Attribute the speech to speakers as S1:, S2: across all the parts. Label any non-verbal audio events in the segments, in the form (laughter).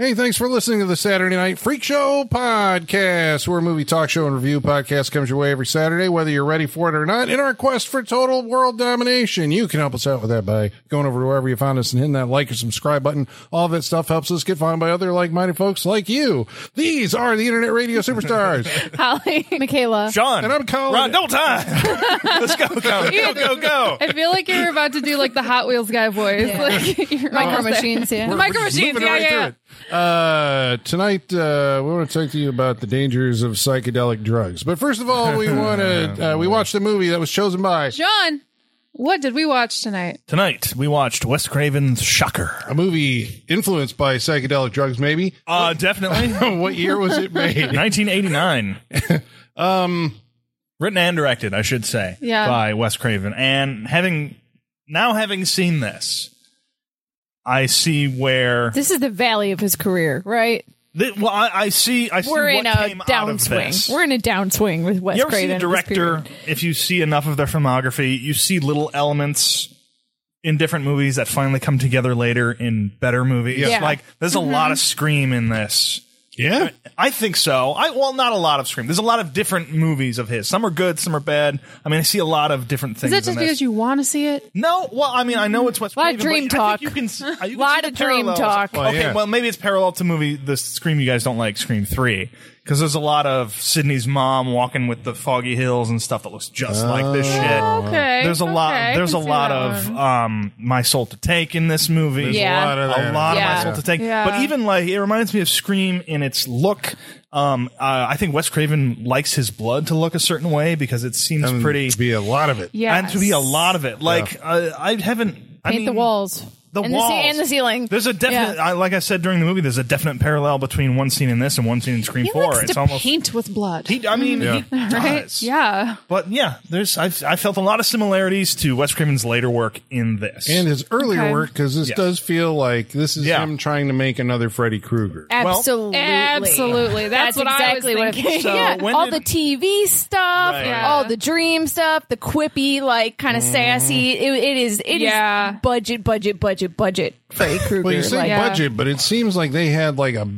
S1: Hey, thanks for listening to the Saturday Night Freak Show podcast. We're a movie talk show and review podcast comes your way every Saturday, whether you're ready for it or not. In our quest for total world domination, you can help us out with that by going over to wherever you found us and hitting that like or subscribe button. All that stuff helps us get found by other like-minded folks like you. These are the internet radio superstars,
S2: (laughs)
S3: Holly, Michaela.
S4: John.
S1: and I'm Colin.
S4: Ron, double time.
S1: (laughs)
S4: Let's go, go, go, go, go.
S3: I feel like you're about to do like the Hot Wheels guy
S2: (laughs)
S3: voice, like you're
S2: Micro
S3: almost there.
S2: machines, yeah.
S3: (laughs) The micro machines,
S1: Moving
S3: yeah,
S1: right
S3: yeah.
S1: through it. Uh, tonight, uh, we want to talk to you about the dangers of psychedelic drugs. But first of
S3: (laughs)
S1: all, we want to uh, we watched a movie that was chosen by
S3: John, what did we watch tonight?
S4: Tonight, we watched Wes Craven's Shocker.
S1: a movie influenced by psychedelic drugs. Maybe (laughs)
S4: Uh, definitely.
S1: what year was it
S4: (laughs)
S1: made? Um,
S4: 1989. um, Written and directed, I should say,
S3: Yeah.
S4: by Wes Craven. And having now having seen this, I see where.
S2: This is the valley of his career, right?
S4: thi- well, I, I see. I see
S2: We're
S4: what
S2: in a
S4: came out of this.
S2: downswing. We're in a downswing with Wes
S4: you ever
S2: Craven.
S4: see a
S2: at this
S4: director
S2: period.
S4: if you see enough of their filmography you see little elements in different movies that finally come together later in better movies
S2: Yeah.
S4: like there's a lot
S2: Mm-hmm.
S4: of scream in this
S1: yeah,
S4: i think so i well not a lot of scream there's a lot of different movies of his some are good some are bad i mean i see a lot of different
S3: Is
S4: things
S3: that just
S4: in this.
S3: because you want to see it?
S4: No, well, I mean, I know it's West.
S2: Lot of dream talk.
S4: You can, s- uh, you can
S2: Lot
S4: see
S2: of
S4: the
S2: dream
S4: parallels.
S2: talk.
S1: Well,
S4: okay,
S1: yeah.
S4: well, maybe it's parallel to movie the Scream you guys don't like, Scream Three, because there's a lot of Sydney's mom walking with the foggy hills and stuff that looks just like
S1: Oh.
S4: this shit.
S3: Okay,
S4: There's a
S3: okay, I
S4: lot. There's a
S3: can see
S4: lot
S3: that
S4: of
S3: one.
S4: um, my soul to take in this movie.
S2: Yeah.
S1: lot of
S4: a
S1: that.
S4: lot
S2: Yeah.
S4: of my soul to take.
S3: Yeah.
S4: But even like it reminds me of Scream in its look. Um, uh, I think Wes Craven likes his blood to look a certain way because it seems
S1: And
S4: pretty
S1: be a lot of it.
S3: Yes.
S4: and to be a lot of it. Like uh, I haven't I
S2: paint
S4: mean,
S2: the walls,
S4: the
S2: and
S4: walls
S2: the ce- and the ceiling.
S4: There's a definite,
S2: Yeah.
S4: I, like I said during the movie, there's a definite parallel between one scene in this and one scene in Scream
S2: He
S4: Four.
S2: likes
S4: it's
S2: to
S4: almost
S2: paint with blood.
S4: he, I mean,
S1: Yeah.
S4: he
S3: Right?
S4: does.
S3: Yeah.
S4: But yeah, there's I've, I felt a lot of similarities to Wes Craven's later work in this.
S1: And his earlier
S3: Okay.
S1: work because this
S4: Yes.
S1: does feel like this is
S4: Yeah.
S1: him trying to make another Freddy Krueger.
S2: (laughs) Absolutely,
S3: Absolutely. That's what I was
S2: exactly what
S3: thinking.
S2: I'm
S4: So when
S2: all
S4: did-
S2: the TV stuff,
S4: Right.
S3: Yeah.
S2: all Oh, the dream stuff, the quippy, like kind
S4: Mm-hmm.
S2: of sassy. It, it is, it is
S3: Yeah.
S2: budget, budget, budget, budget. Freddy Krueger.
S1: Well, you say
S2: like-
S3: Yeah.
S1: budget, but it seems like they had like a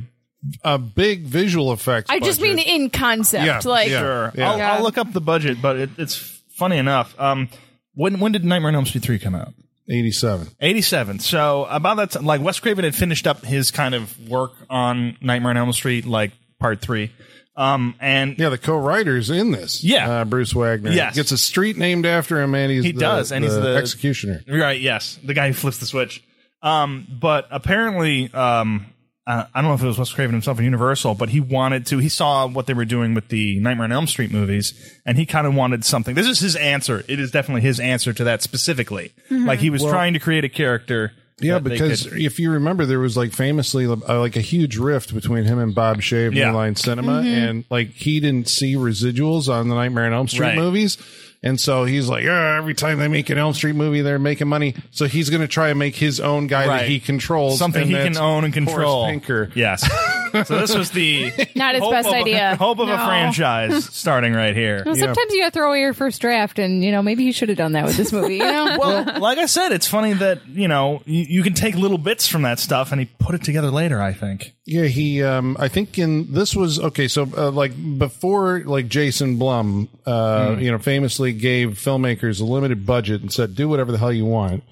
S1: a big visual effects.
S2: I just mean
S1: budget.
S2: in concept,
S1: Yeah,
S2: like
S1: yeah.
S4: sure,
S1: Yeah.
S4: I'll, I'll look up the budget, but it, it's funny enough. Um, when when did Nightmare on Elm Street three come out?
S1: 87.
S4: 87. So about that time, like Wes Craven had finished up his kind of work on Nightmare on Elm Street, like part three. Um, and
S1: Yeah, the co-writers in this.
S4: Yeah.
S1: uh, Bruce Wagner.
S4: Yes.
S1: gets a street named after him, and he's
S4: He
S1: the-
S4: does, and he's the-
S1: executioner.
S4: Right. Yes, the guy who flips the switch. Um, but apparently, um, uh, I don't know if it was Wes Craven himself or Universal, but he wanted to. He saw what they were doing with the Nightmare on Elm Street movies, and he kind of wanted something. This is his answer. It is definitely his answer to that specifically. Like he was trying to create a character.
S1: Yeah,
S4: that they
S1: because
S4: could-
S1: if you remember, there was like famously uh, like a huge rift between him and Bob Shea of
S4: Yeah.
S1: New Line Cinema, and like he didn't see residuals on the Nightmare on Elm Street
S4: Right.
S1: movies, and so he's like, "Ah, every time they make an Elm Street movie, they're making money, so he's going to try and make his own guy that
S4: Right.
S1: he controls,
S4: something
S1: and
S4: he can
S1: that's
S4: own and
S1: Horace
S4: control.
S1: Pinker.
S4: Yes.
S1: (laughs)
S4: so this was the
S2: Not his
S4: hope
S2: best
S4: of a-
S2: idea.
S4: hope of a
S2: No. (laughs)
S4: franchise starting right here.
S2: Well, Sometimes you gotta throw away your first draft, and you know maybe you should have done that with this movie. You know,
S4: Well, like I said, it's funny that you know you, you can take little bits from that stuff and he put it together later. I think.
S1: Yeah, he. Um, I think in this was okay. So uh, like before, like Jason Blum, uh,
S4: Mm.
S1: you know, famously gave filmmakers a limited budget and said, "Do whatever the hell you want."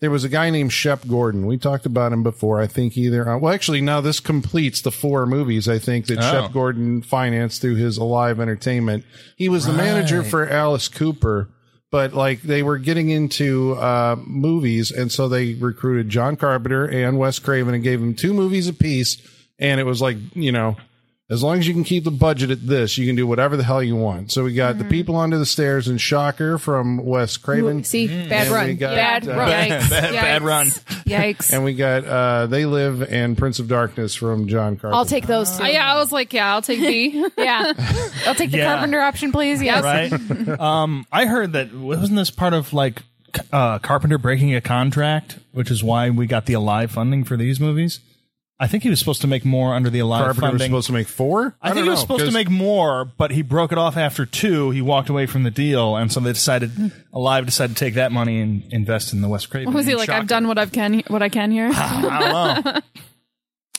S1: There was a guy named Shep Gordon. We talked about him before. I think either. Uh, well, actually, now this completes the four movies. I think that Shep Gordon financed through his Alive Entertainment. He was the manager for Alice Cooper but like they were getting into uh, movies, and so they recruited John Carpenter and Wes Craven and gave them two movies apiece. And it was like, you know, as long as you can keep the budget at this, you can do whatever the hell you want. So we got the people under the stairs and Shocker from Wes Craven,
S2: see,
S4: Mm-hmm.
S2: bad
S1: And we
S2: run,
S1: got,
S2: bad
S1: uh, (laughs)
S2: run.
S4: Bad- bad- bad run.
S2: Yikes!
S1: and we got uh, They Live and Prince of Darkness from John Carpenter.
S2: I'll take those two.
S3: Yeah, I was (laughs) like, yeah, I'll
S2: (laughs)
S3: take B.
S2: Yeah, I'll take the
S4: Yeah.
S2: carpenter option, please. Yes.
S4: (laughs) Right. um, I heard that wasn't this part of like c- uh, Carpenter breaking a contract, which is why we got the Alive funding for these movies. I think he was supposed to make more under the Alive
S1: Carpenter was
S4: funding.
S1: supposed to make four.
S4: I, think
S1: don't
S4: he was
S1: know,
S4: supposed to
S1: 'cause-
S4: make more, but he broke it off after two. He walked away from the deal, and so they decided hmm, Alive decided to take that money and invest in the West Craven.
S3: Was he like, I've done what I've can what I can here?
S4: I don't know.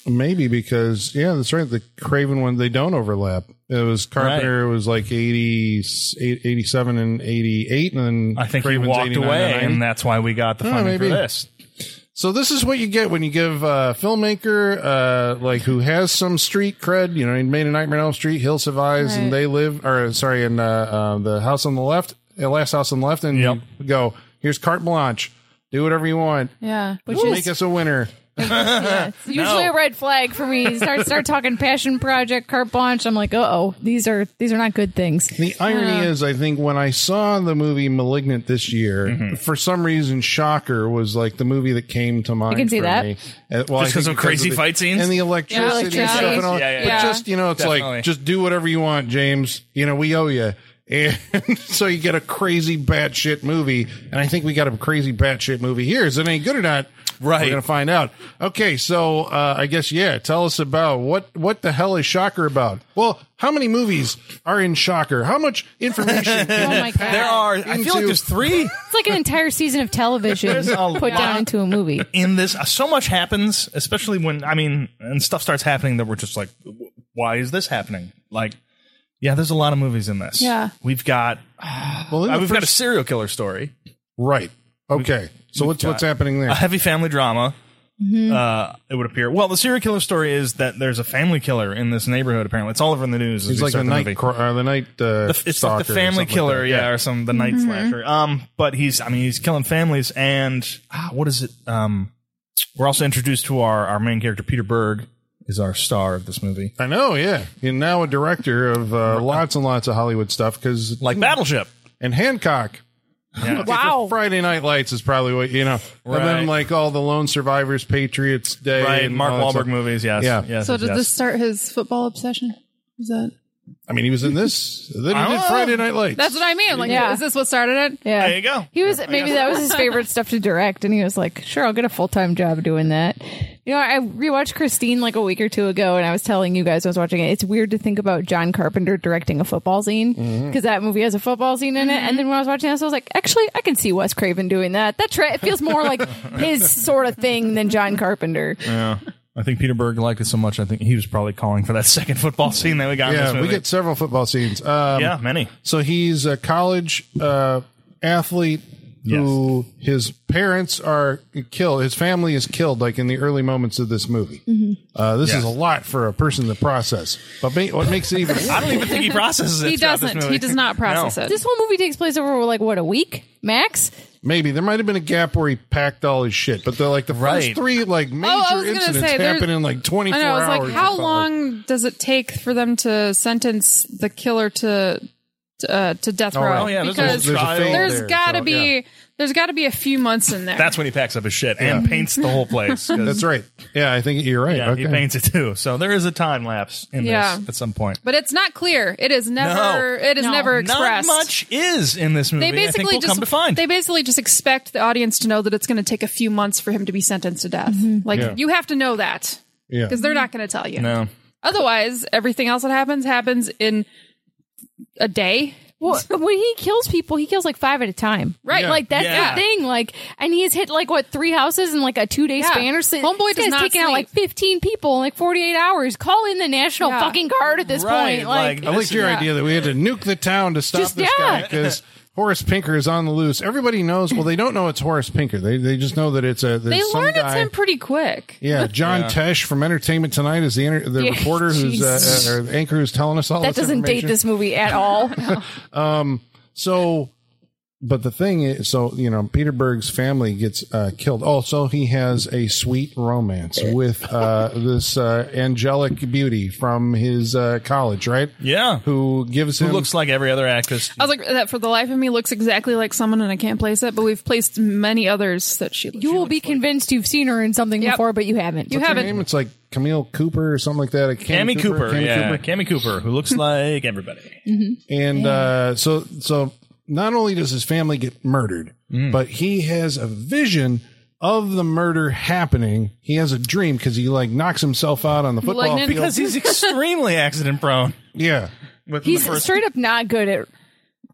S1: maybe because yeah, that's right. The Craven one they don't overlap. It was Carpenter. It was like 80, 87 and eighty eight, and then
S4: I think
S1: Craven's
S4: he walked
S1: 89
S4: away,
S1: and
S4: and that's why we got the funding
S1: maybe.
S4: for this.
S1: So this is what you get when you give a filmmaker, uh, like who has some street cred. You know, he made a Nightmare on Elm Street, Hill survives, and
S3: Right.
S1: they live. Or sorry, in uh, uh, the house on the left, the last house on the left, and
S4: Yep.
S1: you go. Here's carte blanche. Do whatever you want.
S3: yeah. Which
S1: Just
S3: is
S1: make us a winner.
S2: Yeah, it's usually a red flag for (laughs) me. Start start talking passion project, carte blanche. I'm like, uh oh, these are these are not good things.
S1: The irony is, I think when I saw the movie *Malignant* this year,
S4: Mm-hmm.
S1: for some reason, *Shocker* was like the movie that came to mind.
S2: can see
S1: for
S2: that.
S1: me. Uh, well, I think
S4: Just 'cause of crazy
S1: the-
S4: fight scenes?
S1: and the electricity, and
S2: electricity.
S1: stuff, and all.
S4: Yeah, yeah,
S1: but
S3: yeah.
S1: just you know, it's
S4: Definitely.
S1: like just do whatever you want, James. You know, we owe you. And (laughs) so you get a crazy batshit movie, and I think we got a crazy batshit movie here. Is it any good or not?
S4: Right.
S1: We're gonna find out. Okay, so uh, I guess yeah. Tell us about what what the hell is Shocker about? Well, how many movies are in Shocker? How much
S4: (laughs)
S1: information?
S2: (laughs) Oh my god,
S4: There are. I feel like
S1: Into-
S4: there's three
S2: It's like an entire season of television
S4: There's a
S2: put
S4: lot.
S2: down into a movie.
S4: in this. Uh, So much happens, especially when I mean, and stuff starts happening that we're just like, "W- why is this happening? Like, yeah, there's a lot of movies in this.
S3: Yeah.
S4: we've got
S1: well, in
S4: uh,
S1: the
S4: we've got a
S1: first-
S4: serial killer story,
S1: right. Okay, so what's what's happening there?
S4: a heavy family drama.
S3: Mm-hmm.
S4: Uh, it would appear. Well, the serial killer story is that there's a family killer in this neighborhood. Apparently, it's all over in the news. as
S1: It's
S4: we
S1: like the
S4: start
S1: night,
S4: movie.
S1: cro- uh, the night. Uh,
S4: the, it's like
S1: stalker
S4: the
S1: or
S4: family
S1: something
S4: killer,
S1: like that.
S4: yeah, or some the
S3: Mm-hmm.
S4: night slasher. Um, but he's, I mean, he's killing families, and ah, what is it? Um, we're also introduced to our our main character, Peter Berg, is our star of this movie,
S1: I know, yeah. And now a director of uh, lots and lots of Hollywood stuff because
S4: like
S1: (laughs)
S4: Battleship.
S1: and Hancock.
S2: Wow.
S1: Friday Night Lights is probably what you know, and
S4: Right.
S1: then like all the Lone Survivors, Patriots Day,
S4: Right,
S1: and
S4: Mark
S1: all that
S4: Wahlberg
S1: stuff.
S4: movies, yes,
S1: Oh, Yeah.
S4: yes,
S3: So
S4: yes,
S3: did
S4: yes.
S3: this start his football obsession? Is that?
S1: I mean, he was in this. Then he
S4: Oh.
S1: did Friday Night Lights.
S3: That's what I mean. Like,
S2: Yeah.
S3: is this what started it?
S2: Yeah.
S4: There you go.
S2: He was maybe that was his favorite stuff to direct, and he was like, "Sure, I'll get a full time job doing that." You know, I rewatched Christine like a week or two ago, and I was telling you guys I was watching it. It's weird to think about John Carpenter directing a football scene because that movie has a football scene in it. And
S4: Mm-hmm.
S2: then when I was watching this, I was like, "Actually, I can see Wes Craven doing that. That tra- it feels more like his sort of thing than John
S4: (laughs)
S2: Carpenter."
S4: I think Peter Berg liked it so much. I think he was probably calling for that (laughs) second football scene that we got. in this
S1: yeah, we
S4: movie.
S1: get several football scenes. Um,
S4: yeah, many.
S1: So he's a college uh, athlete who his parents are killed. His family is killed, like in the early moments of this movie.
S3: Mm-hmm.
S1: Uh, this is
S4: Yes.
S1: a lot for a person to process. But ma- what makes it even
S4: (laughs) I don't even think he processes it.
S3: He
S4: throughout this
S3: doesn't.
S4: movie.
S3: He does not
S4: (laughs)
S3: process
S4: No.
S3: it.
S2: This whole movie takes place over like what a week max.
S1: maybe there might have been a gap where he packed all his shit, but they're like the
S4: Right.
S1: first three like major
S3: Oh, I was gonna
S1: incidents
S3: say, there's-
S1: happen in like twenty
S3: I
S1: four
S3: know. I
S1: hours.
S3: was like,
S1: it
S3: how
S1: felt
S3: long does it take for them to sentence the killer to uh, to death row?
S1: right.
S4: Oh yeah, there's,
S3: because
S1: there's a
S4: trial.
S1: fail
S3: there's
S1: there,
S3: gotta
S1: so,
S3: be
S1: yeah.
S3: there's got to be a few months in there.
S4: That's when he packs up his shit and paints the whole place.
S1: (laughs)
S4: 'cause-
S1: That's right. Yeah, I think you're right.
S4: Yeah,
S1: okay.
S4: he paints it too. So there is a time lapse in
S3: Yeah.
S4: this at some point.
S3: but it's not clear. It is never.
S4: No.
S3: It is
S2: No.
S3: never
S2: Not
S3: expressed.
S4: Not much is in this movie.
S3: They basically
S4: I think we'll
S3: just
S4: come to find.
S3: they basically just expect the audience to know that it's going to take a few months for him to be sentenced to death. Like
S1: Yeah.
S3: you have to know that
S1: yeah.
S3: because they're not going to tell you.
S4: no.
S3: Otherwise, everything else that happens happens in a day.
S2: (laughs) Well, when he kills people, he kills like five at a time. Right.
S3: Yeah.
S2: Like that's
S4: Yeah.
S2: the thing. Like, and he has hit like what three houses in like a two day
S3: Yeah.
S2: span or so.
S3: Homeboy
S2: This
S3: does
S2: guy's
S3: not
S2: taking out
S3: sleep.
S2: like fifteen people in like forty eight hours. Call in the national
S3: Yeah.
S2: fucking guard at this
S4: Right,
S2: point. Like,
S1: I liked your
S3: Yeah.
S1: idea that we had to nuke the town to stop
S2: Just-
S1: this guy
S2: yeah.
S1: because Horace Pinker is on the loose. Everybody knows. Well, they don't know it's Horace Pinker. They they just know that it's a
S3: They
S1: there's some
S3: learn it's
S1: guy.
S3: him pretty quick.
S2: (laughs)
S1: yeah, John Tesh from Entertainment Tonight is the inter- the
S2: Yeah,
S1: reporter who's
S2: Jesus.
S1: uh, uh, or the anchor who's telling us all
S2: that
S1: this
S2: doesn't date
S1: information.
S2: this movie at all.
S1: So, but the thing is, so you know, Peter Berg's family gets uh, killed. Oh, so he has a sweet romance with uh, this uh, angelic beauty from his uh, college, right?
S4: Yeah.
S1: who gives him
S4: Who looks like every other actress.
S3: I was like, that for the life of me looks exactly like someone, and I can't place it. But we've placed many others that she.
S2: you will be convinced you've seen her in something
S3: Yep.
S2: before, but you haven't.
S3: You
S1: What's her
S3: haven't.
S1: name? It's like Camille Cooper or something like that.
S4: Cammy Cooper,
S1: Cammy
S4: yeah,
S1: Cooper.
S4: Cammy Cooper, who
S1: (laughs)
S4: looks like everybody.
S1: And uh, so,
S4: Mm.
S1: so not only does his family get murdered, but he has a vision of the murder happening, he has a dream because he like knocks himself out on the football
S3: Lightning-
S1: field.
S4: because he's extremely accident prone.
S1: Yeah.
S4: Within
S2: He's
S4: the first
S2: straight up not good at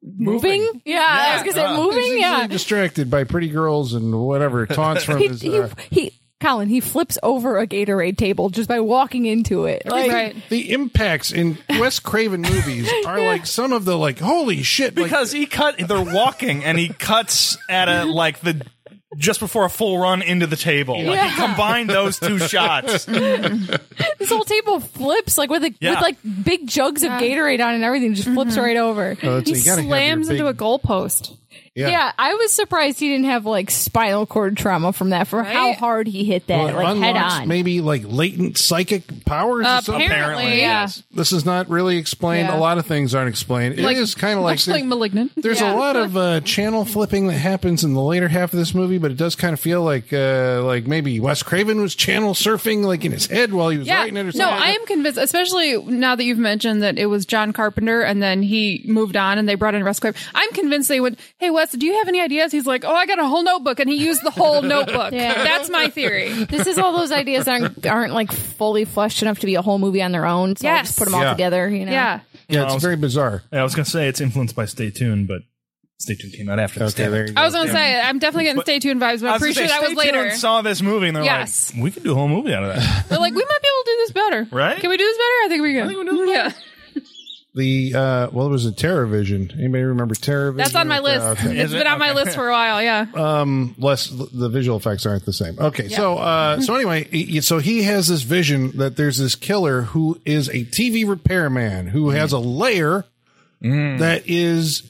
S2: moving. Yeah, I was gonna say
S4: Yeah.
S2: moving.
S1: He's
S2: Yeah,
S1: easily distracted by pretty girls and
S4: (laughs)
S1: whatever taunts from
S2: he,
S1: his.
S2: he,
S1: uh,
S2: he, Colin, he flips over a Gatorade table just by walking into it. Like,
S3: right.
S1: the impacts in Wes Craven movies are like some of the like holy shit like
S4: because he cut (laughs) they're walking and he cuts at a like the just before a full run into the table like
S2: Yeah.
S4: he combined those
S3: (laughs)
S4: two shots
S2: This whole table flips like with a,
S4: Yeah.
S2: with like big jugs of Gatorade on and everything just flips right over.
S1: Oh, that's-
S3: He
S1: you gotta have your
S3: slams into
S1: big-
S3: a goalpost.
S2: Yeah. I was surprised he didn't have like spinal cord trauma from that for how
S3: Right?
S2: hard he hit that
S1: Well, it
S2: like head
S1: unlocks
S2: on.
S1: maybe like latent psychic powers or something.
S3: Apparently, yeah.
S4: yes.
S1: this is not really explained
S2: Yeah.
S1: a lot of things aren't explained It is kind of like
S3: much (laughs) like malignant.
S1: there's
S2: Yeah.
S1: a lot of uh, channel flipping that happens in the later half of this movie, but it does kind of feel like uh, like maybe Wes Craven was channel surfing like in his head while he was
S3: Yeah.
S1: writing it. Or
S3: No,
S1: something.
S3: I am convinced, especially now that you've mentioned that it was John Carpenter and then he moved on and they brought in Russ Craven. I'm convinced they went, Hey, Wes, do you have any ideas? He's like, Oh, I got a whole notebook. And he used
S4: (laughs)
S3: the whole notebook.
S2: Yeah.
S3: That's my theory.
S2: this is all those ideas that aren't, aren't like fully fleshed enough to be a whole movie on their own. So I'll
S3: Yes.
S2: just put them all
S1: Yeah.
S2: together. You know,
S3: (laughs) Yeah.
S1: Yeah, it's very bizarre.
S4: i was gonna say it's influenced by stay tuned but stay tuned came out after this
S1: Okay,
S4: damn it.
S1: there you go.
S3: I was going to say, I'm definitely getting stay tuned vibes, but
S4: I
S3: I'm
S4: was
S3: pretty
S4: gonna
S3: sure
S4: say,
S3: that was
S4: Stay
S3: later.
S4: Tuned saw this movie and they're
S3: Yes.
S4: like, we could do a whole movie out of that.
S3: They're like, we might be able to do this better.
S4: Right?
S3: Can we do this better? I think we can. yeah.
S1: the uh, well, it was a TerraVision. Anybody remember TerraVision?
S3: That's on my
S1: Uh,
S3: list.
S1: okay.
S4: Is
S3: It's
S4: it?
S3: been on my
S4: Okay.
S3: list for a while. Yeah.
S1: less the visual effects aren't the same. Okay, so
S4: (laughs)
S1: uh, so anyway, he- so he has this vision that there's this killer who is a TV repairman
S4: Mm.
S1: who has a lair that is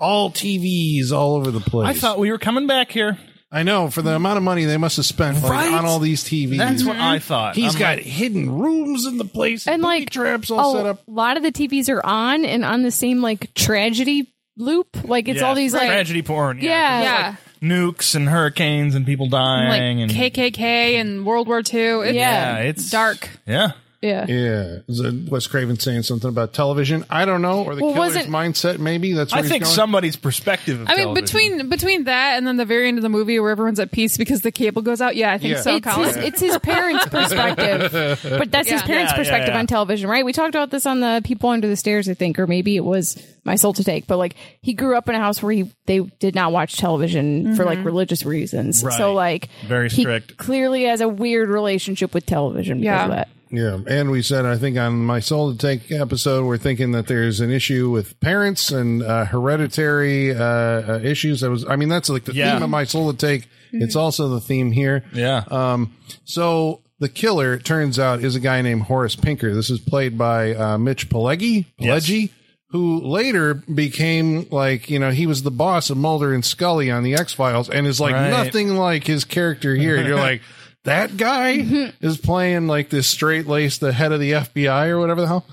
S1: all TVs all over the place.
S4: I thought we were coming back here.
S1: I know for the amount of money they must have spent like,
S4: Right?
S1: on all these TVs.
S4: That's what
S3: Mm-hmm.
S4: I thought.
S1: He's
S4: I'm
S1: got
S4: like, oh.
S1: hidden rooms in the place
S2: and
S1: booby
S2: like
S1: traps all
S2: a
S1: set up.
S2: lot of the TVs are on and on the same like tragedy loop. Like it's
S4: yeah,
S2: all these like
S4: tragedy porn.
S2: Yeah.
S3: yeah.
S4: nukes and hurricanes and people
S3: Like
S4: dying and
S3: KKK and World War II. It's,
S2: Yeah.
S4: yeah, it's
S3: dark.
S4: Yeah,
S2: yeah.
S1: Yeah, is it Wes Craven saying something about television? I don't know, or the
S2: Well,
S1: killer's
S2: wasn't-
S1: mindset. Maybe that's. Where
S4: I
S1: he's
S4: think
S1: going.
S4: somebody's perspective. Of
S3: I mean,
S4: television.
S3: between between that and then the very end of the movie where everyone's at peace because the cable goes out. Yeah, I think
S1: Yeah.
S3: so,
S2: It's
S3: Colin.
S2: his, it's his (laughs) parents' perspective, but that's his
S3: Yeah.
S2: parents'
S4: Yeah, yeah,
S2: perspective
S4: yeah.
S2: on television, right? We talked about this on the People Under the Stairs, I think, or maybe it was My Soul to Take. But like, he grew up in a house where he they did not watch television for like religious reasons.
S4: Right.
S2: So like,
S4: Very
S2: he
S4: strict.
S2: clearly has a weird relationship with television. Yeah,
S3: Yeah.
S2: because of that.
S1: Yeah, and we said I think on my soul to take episode we're thinking that there's an issue with parents and uh, hereditary uh, uh, issues. That was I mean that's like the
S4: Yeah.
S1: theme of my soul to take. It's also the theme here.
S4: yeah,
S1: Um, so the killer it turns out is a guy named Horace Pinker. This is played by uh, Mitch Pileggi,
S4: Yes.
S1: Pileggi, who later became like you know he was the boss of Mulder and Scully on the X Files, and is like
S4: Right.
S1: nothing like his character here.
S4: (laughs)
S1: And you're like. That guy is playing like this straight laced, the head of the FBI or whatever the hell.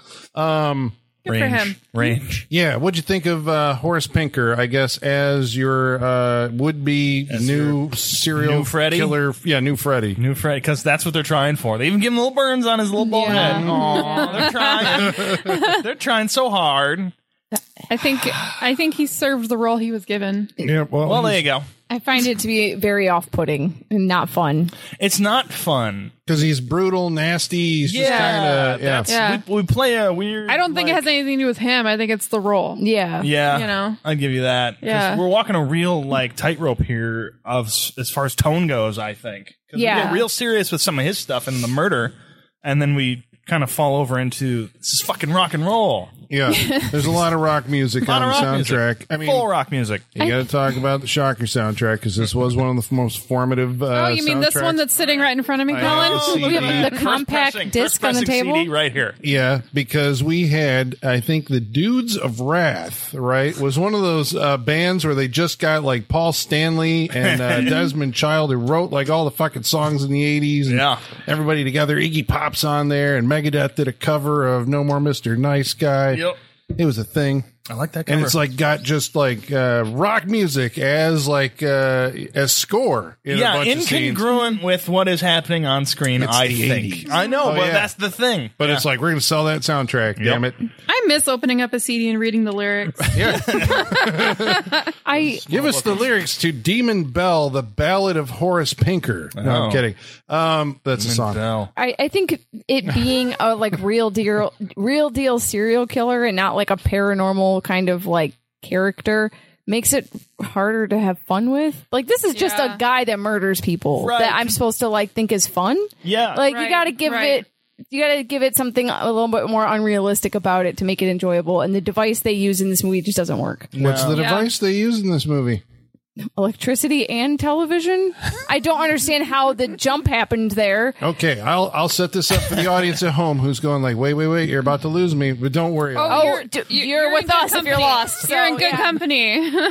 S3: for
S4: range,
S3: him.
S4: range.
S1: Yeah, what'd you think of uh, Horace Pinker? I guess as your uh, would be new serial
S4: new Freddy?
S1: killer. Yeah, new Freddy.
S4: New Fred, because that's what they're trying for. They even give him little burns on his little bald
S2: Yeah.
S4: head. Aw, they're
S3: (laughs)
S4: trying. they're trying so hard.
S3: I think I think he served the role he was given.
S1: Yeah, well,
S4: Well, there you go.
S2: I find it to be very off-putting and not fun.
S4: It's not fun.
S1: because he's brutal, nasty. He's
S3: Uh,
S1: just kind of yeah.
S4: that's-
S3: Yeah.
S4: We, we play a weird.
S3: I don't think it
S4: like-
S3: has anything to do with him. I think it's the role.
S2: Yeah,
S4: Yeah,
S3: You know?
S4: I'd give you that. 'Cause
S3: Yeah.
S4: we're walking a real like tightrope here of s- as far as tone goes. I think. 'Cause
S2: Yeah.
S4: we get real serious with some of his stuff and the murder, and then we kind of fall over into this is fucking rock and roll,
S1: yeah. There's a lot of rock
S4: (laughs)
S1: music on
S4: Lot
S1: the
S4: of rock music.
S1: soundtrack. I mean,
S4: full rock music.
S1: you got to talk about the Shocker soundtrack because this was one of the most formative. Uh,
S3: Oh, you mean this
S1: soundtracks.
S3: one that's sitting right in front of me,
S1: know.
S3: (laughs)
S4: Oh,
S3: Colin?
S1: CD.
S2: we have the
S4: First
S2: compact
S4: pressing-
S2: disc
S4: first
S2: on the
S4: pressing
S2: table.
S4: CD right here.
S1: Yeah, because we had, I think, the Dudes of Wrath, right? Was one of those uh, bands where they just got like Paul Stanley and
S4: (laughs)
S1: uh, Desmond Child, who wrote like all the fucking songs in the 80s. And
S4: Yeah.
S1: Everybody together. Iggy Pop's on there, and Megadeth did a cover of No More Mr. Nice Guy.
S4: Yep.
S1: It was a thing.
S4: I like that cover.
S1: and it's like got just like uh, rock music as like uh, as score in a
S4: yeah,
S1: bunch of scenes.
S4: incongruent with what is happening on screen. I
S1: the
S4: think
S1: 80s.
S4: I know,
S1: Oh,
S4: but
S1: yeah.
S4: that's the thing.
S1: But it's like we're gonna sell that soundtrack. Damn it!
S3: I miss opening up a CD and reading the lyrics.
S1: Yeah,
S2: I
S1: give us the lyrics to "Demon Bell," the Ballad of Horace Pinker. No,
S4: Oh.
S1: I'm kidding. Um, that's a song.
S4: Mandel.
S2: I, I think it being a like real deal real deal serial killer and not like a paranormal kind of like character makes it harder to have fun with. Like this is just
S3: Yeah.
S2: a guy that murders people
S4: Right.
S2: that I'm supposed to like think is fun.
S4: Yeah,
S2: Like
S3: Right,
S2: you got to give
S3: right.
S2: it you got to give it something a little bit more unrealistic about it to make it enjoyable and the device they use in this movie just doesn't work.
S1: What's the
S3: Yeah.
S1: device they use in this movie?
S2: Electricity and television? I don't understand how the jump happened there.
S1: Okay, I'll I'll set this up for the audience at home who's going like, wait, wait, wait, you're about to lose me, but don't worry.
S2: Oh, d- (laughs) you're
S3: in
S2: with
S3: good
S2: us if you're lost,
S3: you're
S2: so,
S3: in good
S2: yeah.
S3: company. (laughs)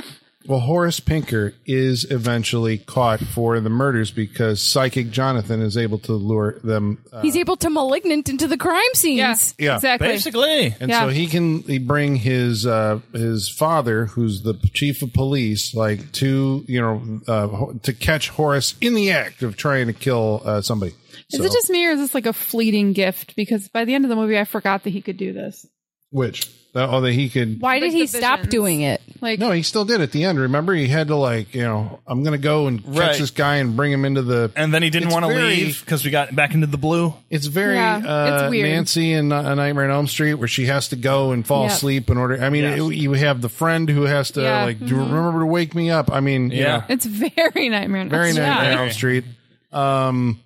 S1: Well, Horace Pinker is eventually caught for the murders because Psychic Jonathan is able to lure them, uh,
S2: He's able to malignant into the crime scenes.
S3: yeah,
S1: Yeah.
S3: exactly.
S4: basically.
S1: and
S3: Yeah.
S1: so he can he bring his uh, his father, who's the chief of police, like to you know uh, ho- to catch Horace in the act of trying to kill uh, somebody.
S3: Is
S1: So-
S3: it just me or is this like a fleeting gift? Because by the end of the movie, I forgot that he could do this.
S1: which? Oh, that he could.
S2: Why did
S3: Like
S2: he
S3: the
S2: stop
S3: visions.
S2: doing it?
S3: Like,
S1: No, he still did at the end. Remember, he had to like you know I'm gonna go and catch
S4: Right.
S1: this guy and bring him into the
S4: And then he didn't
S1: It's
S4: want to
S1: very-
S4: leave because we got back into the blue.
S1: It's very
S3: Yeah,
S1: uh,
S3: it's weird.
S1: Nancy in uh, A Nightmare on Elm Street, where she has to go and fall
S2: Yeah.
S1: asleep in order. I mean,
S4: Yes.
S1: it- you have the friend who has to
S3: Yeah, mm-hmm.
S1: like, do you remember to wake me up? I mean, you
S4: Yeah.
S1: know,
S3: it's very nightmare. on
S1: very
S3: Elm Street.
S1: Nightmare on
S4: Yeah.
S1: Elm Street. Um,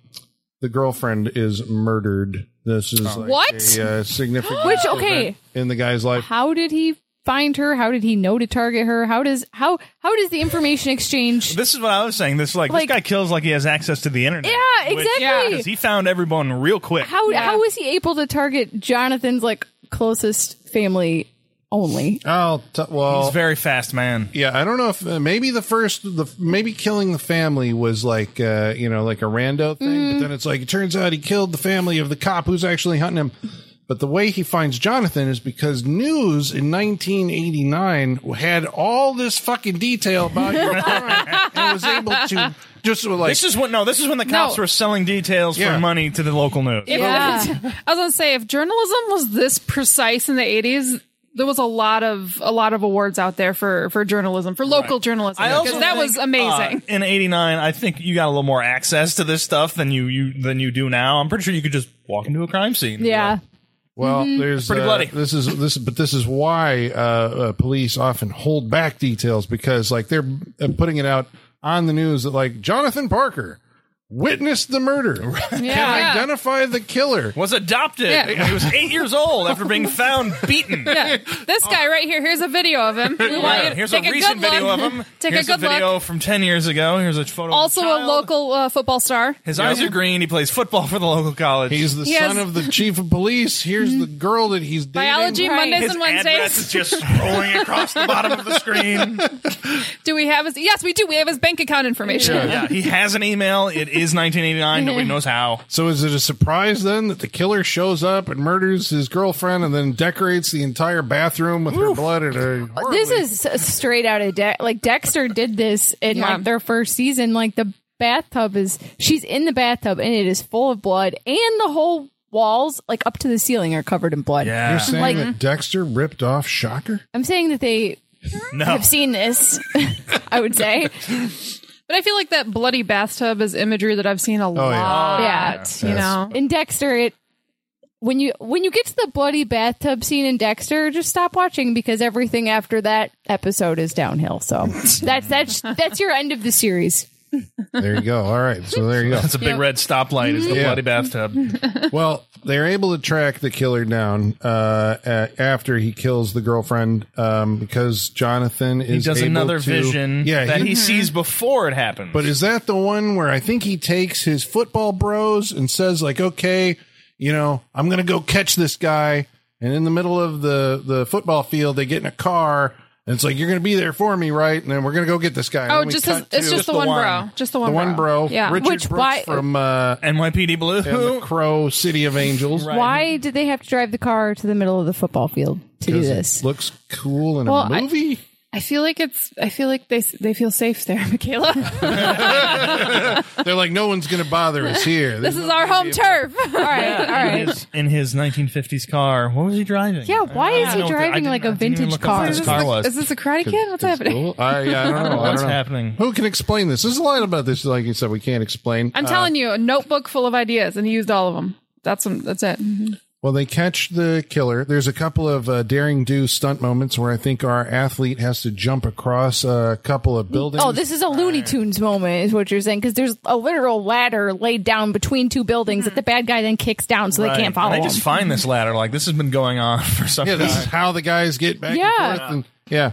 S1: the girlfriend is murdered. This is like
S3: What?
S1: a uh, significant
S2: Which, okay.
S1: event in the guy's life.
S2: How did he find her? How did he know to target her? How does how how does the information exchange?
S4: This is what I was saying. This like,
S2: Like-
S4: this guy kills like he has access to the internet.
S2: Yeah,
S4: which-
S2: exactly.
S4: 'cause he found everyone real quick.
S2: How
S3: Yeah.
S2: how was he able to target Jonathan's like closest family only?
S1: I'll t- well,
S4: He's a very fast man.
S1: yeah, I don't know if uh, maybe the first, the maybe killing the family was like uh, you know like a rando thing, but then it's like it turns out he killed the family of the cop who's actually hunting him. But the way he finds Jonathan is because news in 1989 had all this fucking detail about your crime and was able to just like
S4: This is when no, this is when the cops
S3: No.
S4: were selling details
S1: Yeah.
S4: for money to the local news.
S3: If- (laughs)
S2: Yeah.
S3: I was gonna say, if journalism was this precise in the eighties, there was a lot of a lot of awards out there for for journalism, for local journalism,
S4: I also
S3: because that
S4: think,
S3: was amazing.
S4: uh, in '89, I think you got a little more access to this stuff than you, you than you do now. I'm pretty sure you could just walk into a crime scene. and be
S2: Yeah.
S4: like,
S1: Well,
S3: Mm-hmm.
S1: there's
S4: Pretty
S1: uh,
S4: bloody.
S1: This is this, but this is why uh, uh, police often hold back details because, like, they're uh, putting it out on the news that, like, Jonathan Parker witnessed the
S4: (laughs)
S1: murder, can
S3: Yeah.
S1: identify the killer.
S4: was adopted.
S3: Yeah.
S4: He was eight years old after being found (laughs)
S3: (laughs)
S4: beaten.
S3: This guy right here, here's a video of him. We want you
S4: Yeah,
S3: to
S4: here's a
S3: take a,
S4: recent
S3: good look.
S4: video of him.
S3: (laughs) Take
S4: Here's
S3: a good
S4: video
S3: look.
S4: from ten years ago. Here's a photo. of
S3: Also, a
S4: child.
S3: local uh, football star.
S4: His eyes are green. He plays football for the local college.
S1: He's the
S3: He
S1: son
S3: has- Mm-hmm.
S1: of the chief of police. Here's the girl that he's dating.
S3: Biology
S2: Right.
S3: Mondays
S4: his
S3: and
S4: address
S3: Wednesdays.
S4: is just scrolling across the bottom of the screen.
S1: (laughs)
S3: Do we have his? Yes, we do. We have his bank account information.
S4: Yeah, he has an email. It is 1989. Nobody knows how.
S1: So is it a surprise then that the killer shows up and murders his girlfriend and then decorates the entire bathroom with her blood? And her
S2: This is s- straight out of De- like Dexter did this in
S3: Yeah.
S2: like their first season. Like the bathtub is she's in the bathtub and it is full of blood and the whole walls like up to the ceiling are covered in blood.
S4: Yeah.
S1: You're saying
S2: Like-
S1: that Dexter ripped off Shocker?
S2: I'm saying that they
S4: No.
S2: have seen this. (laughs) I would
S4: (laughs)
S2: say,
S3: But I feel like that bloody bathtub is imagery that I've seen a
S4: Oh,
S1: Oh,
S3: lot.
S2: yeah.
S3: You know,
S2: In Dexter, it when you when you get to the bloody bathtub scene in Dexter, just stop watching because everything after that episode is downhill.
S4: (laughs)
S2: So that's that's that's your end of the series.
S1: There you go. All right. So there you go.
S4: That's a big red stoplight. Is the
S1: Yeah.
S4: bloody bathtub?
S1: Well, they're able to track the killer down uh, a- after he kills the girlfriend um, because Jonathan is
S4: He does
S1: able
S4: another
S1: to-
S4: vision
S1: Yeah,
S4: that
S1: he-
S4: he,
S2: Mm-hmm.
S4: sees before it happens.
S1: but is that the one where I think he takes his football bros and says like, "Okay, you know, I'm going to go catch this guy." And in the middle of the the football field, they get in a car And it's like you're going to be there for me, right? And then we're going to go get this guy. And
S3: Oh,
S1: then we
S3: just
S1: cut
S3: as, it's
S1: to
S3: just the one bro, just the one,
S1: the one bro,
S3: Yeah,
S1: Richard
S2: Which,
S1: Brooks
S2: why-
S1: from uh,
S4: NYPD Blue.
S1: and
S2: (laughs)
S1: the Crow City of Angels.
S2: Why did they have to drive the car to the middle of the football field to do
S1: 'Cause it
S2: this?
S1: looks cool in
S3: Well,
S1: a
S3: I- (laughs)
S1: movie.
S3: I feel like it's. I feel like they s- they feel safe there, (laughs) Michaela.
S1: They're like, no one's going to bother us here.
S3: (laughs) this is our home turf. All right,
S2: all right.
S4: In his, in his 1950s car. What was he driving?
S2: Yeah, why is
S4: I
S2: he
S4: don't thi- I
S2: driving
S4: didn't-
S2: like a
S4: I didn't even
S2: vintage
S4: look up
S2: car?
S4: what
S3: Is
S4: His
S3: this,
S4: car
S3: the-
S4: was.
S3: is this a Karate Kid? What's happening?
S1: Cool. I, yeah, I don't know. I
S4: What's
S1: don't know.
S4: happening?
S1: Who can explain this? There's a lot about this. Like you said, we can't explain.
S3: I'm
S1: Uh,
S3: telling you, a notebook full of ideas, and he used all of them. That's um, that's it.
S1: Well, they catch the killer. There's a couple of uh, daring do stunt moments where I think our athlete has to jump across a couple of buildings.
S2: Oh, this is a Looney Tunes moment, is what you're saying, because there's a literal ladder laid down between two buildings that the bad guy then kicks down so
S4: Mm-hmm. Right.
S2: they can't follow
S4: And
S2: him.
S4: They just find this ladder. Like this has been going on (laughs) for some
S1: yeah,
S4: time.
S3: (laughs)
S1: this is how the guys get back
S2: Yeah.
S1: and forth. And, yeah.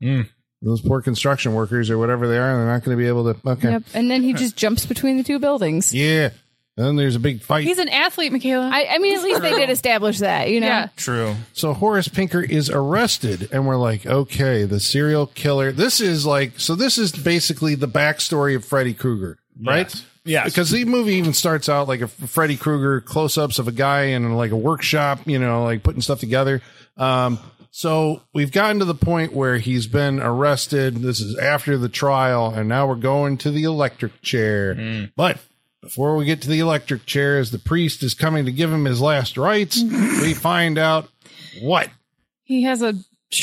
S4: Hmm.
S1: Those poor construction workers or whatever they are, they're not going to be able to. Okay.
S2: Yep. And
S4: (laughs)
S2: then he just jumps between the two buildings.
S1: Yeah. And then there's a big fight.
S3: He's an athlete, Michaela.
S2: I, I mean, at least they did establish that, you know?
S3: yeah,
S4: True.
S1: So Horace Pinker is arrested, and we're like, okay, the serial killer. This is like, so this is basically the backstory of Freddy Krueger, right?
S4: Yes.
S1: Because the movie even starts out like a Freddy Krueger close ups of a guy in like a workshop, you know, like putting stuff together. Um, so we've gotten to the point where he's been arrested. This is after the trial, and now we're going to the electric chair.
S4: Mm.
S1: But before we get to the electric chair, as the priest is coming to give him his last
S4: (laughs)
S1: rites, we find out what?
S3: he has a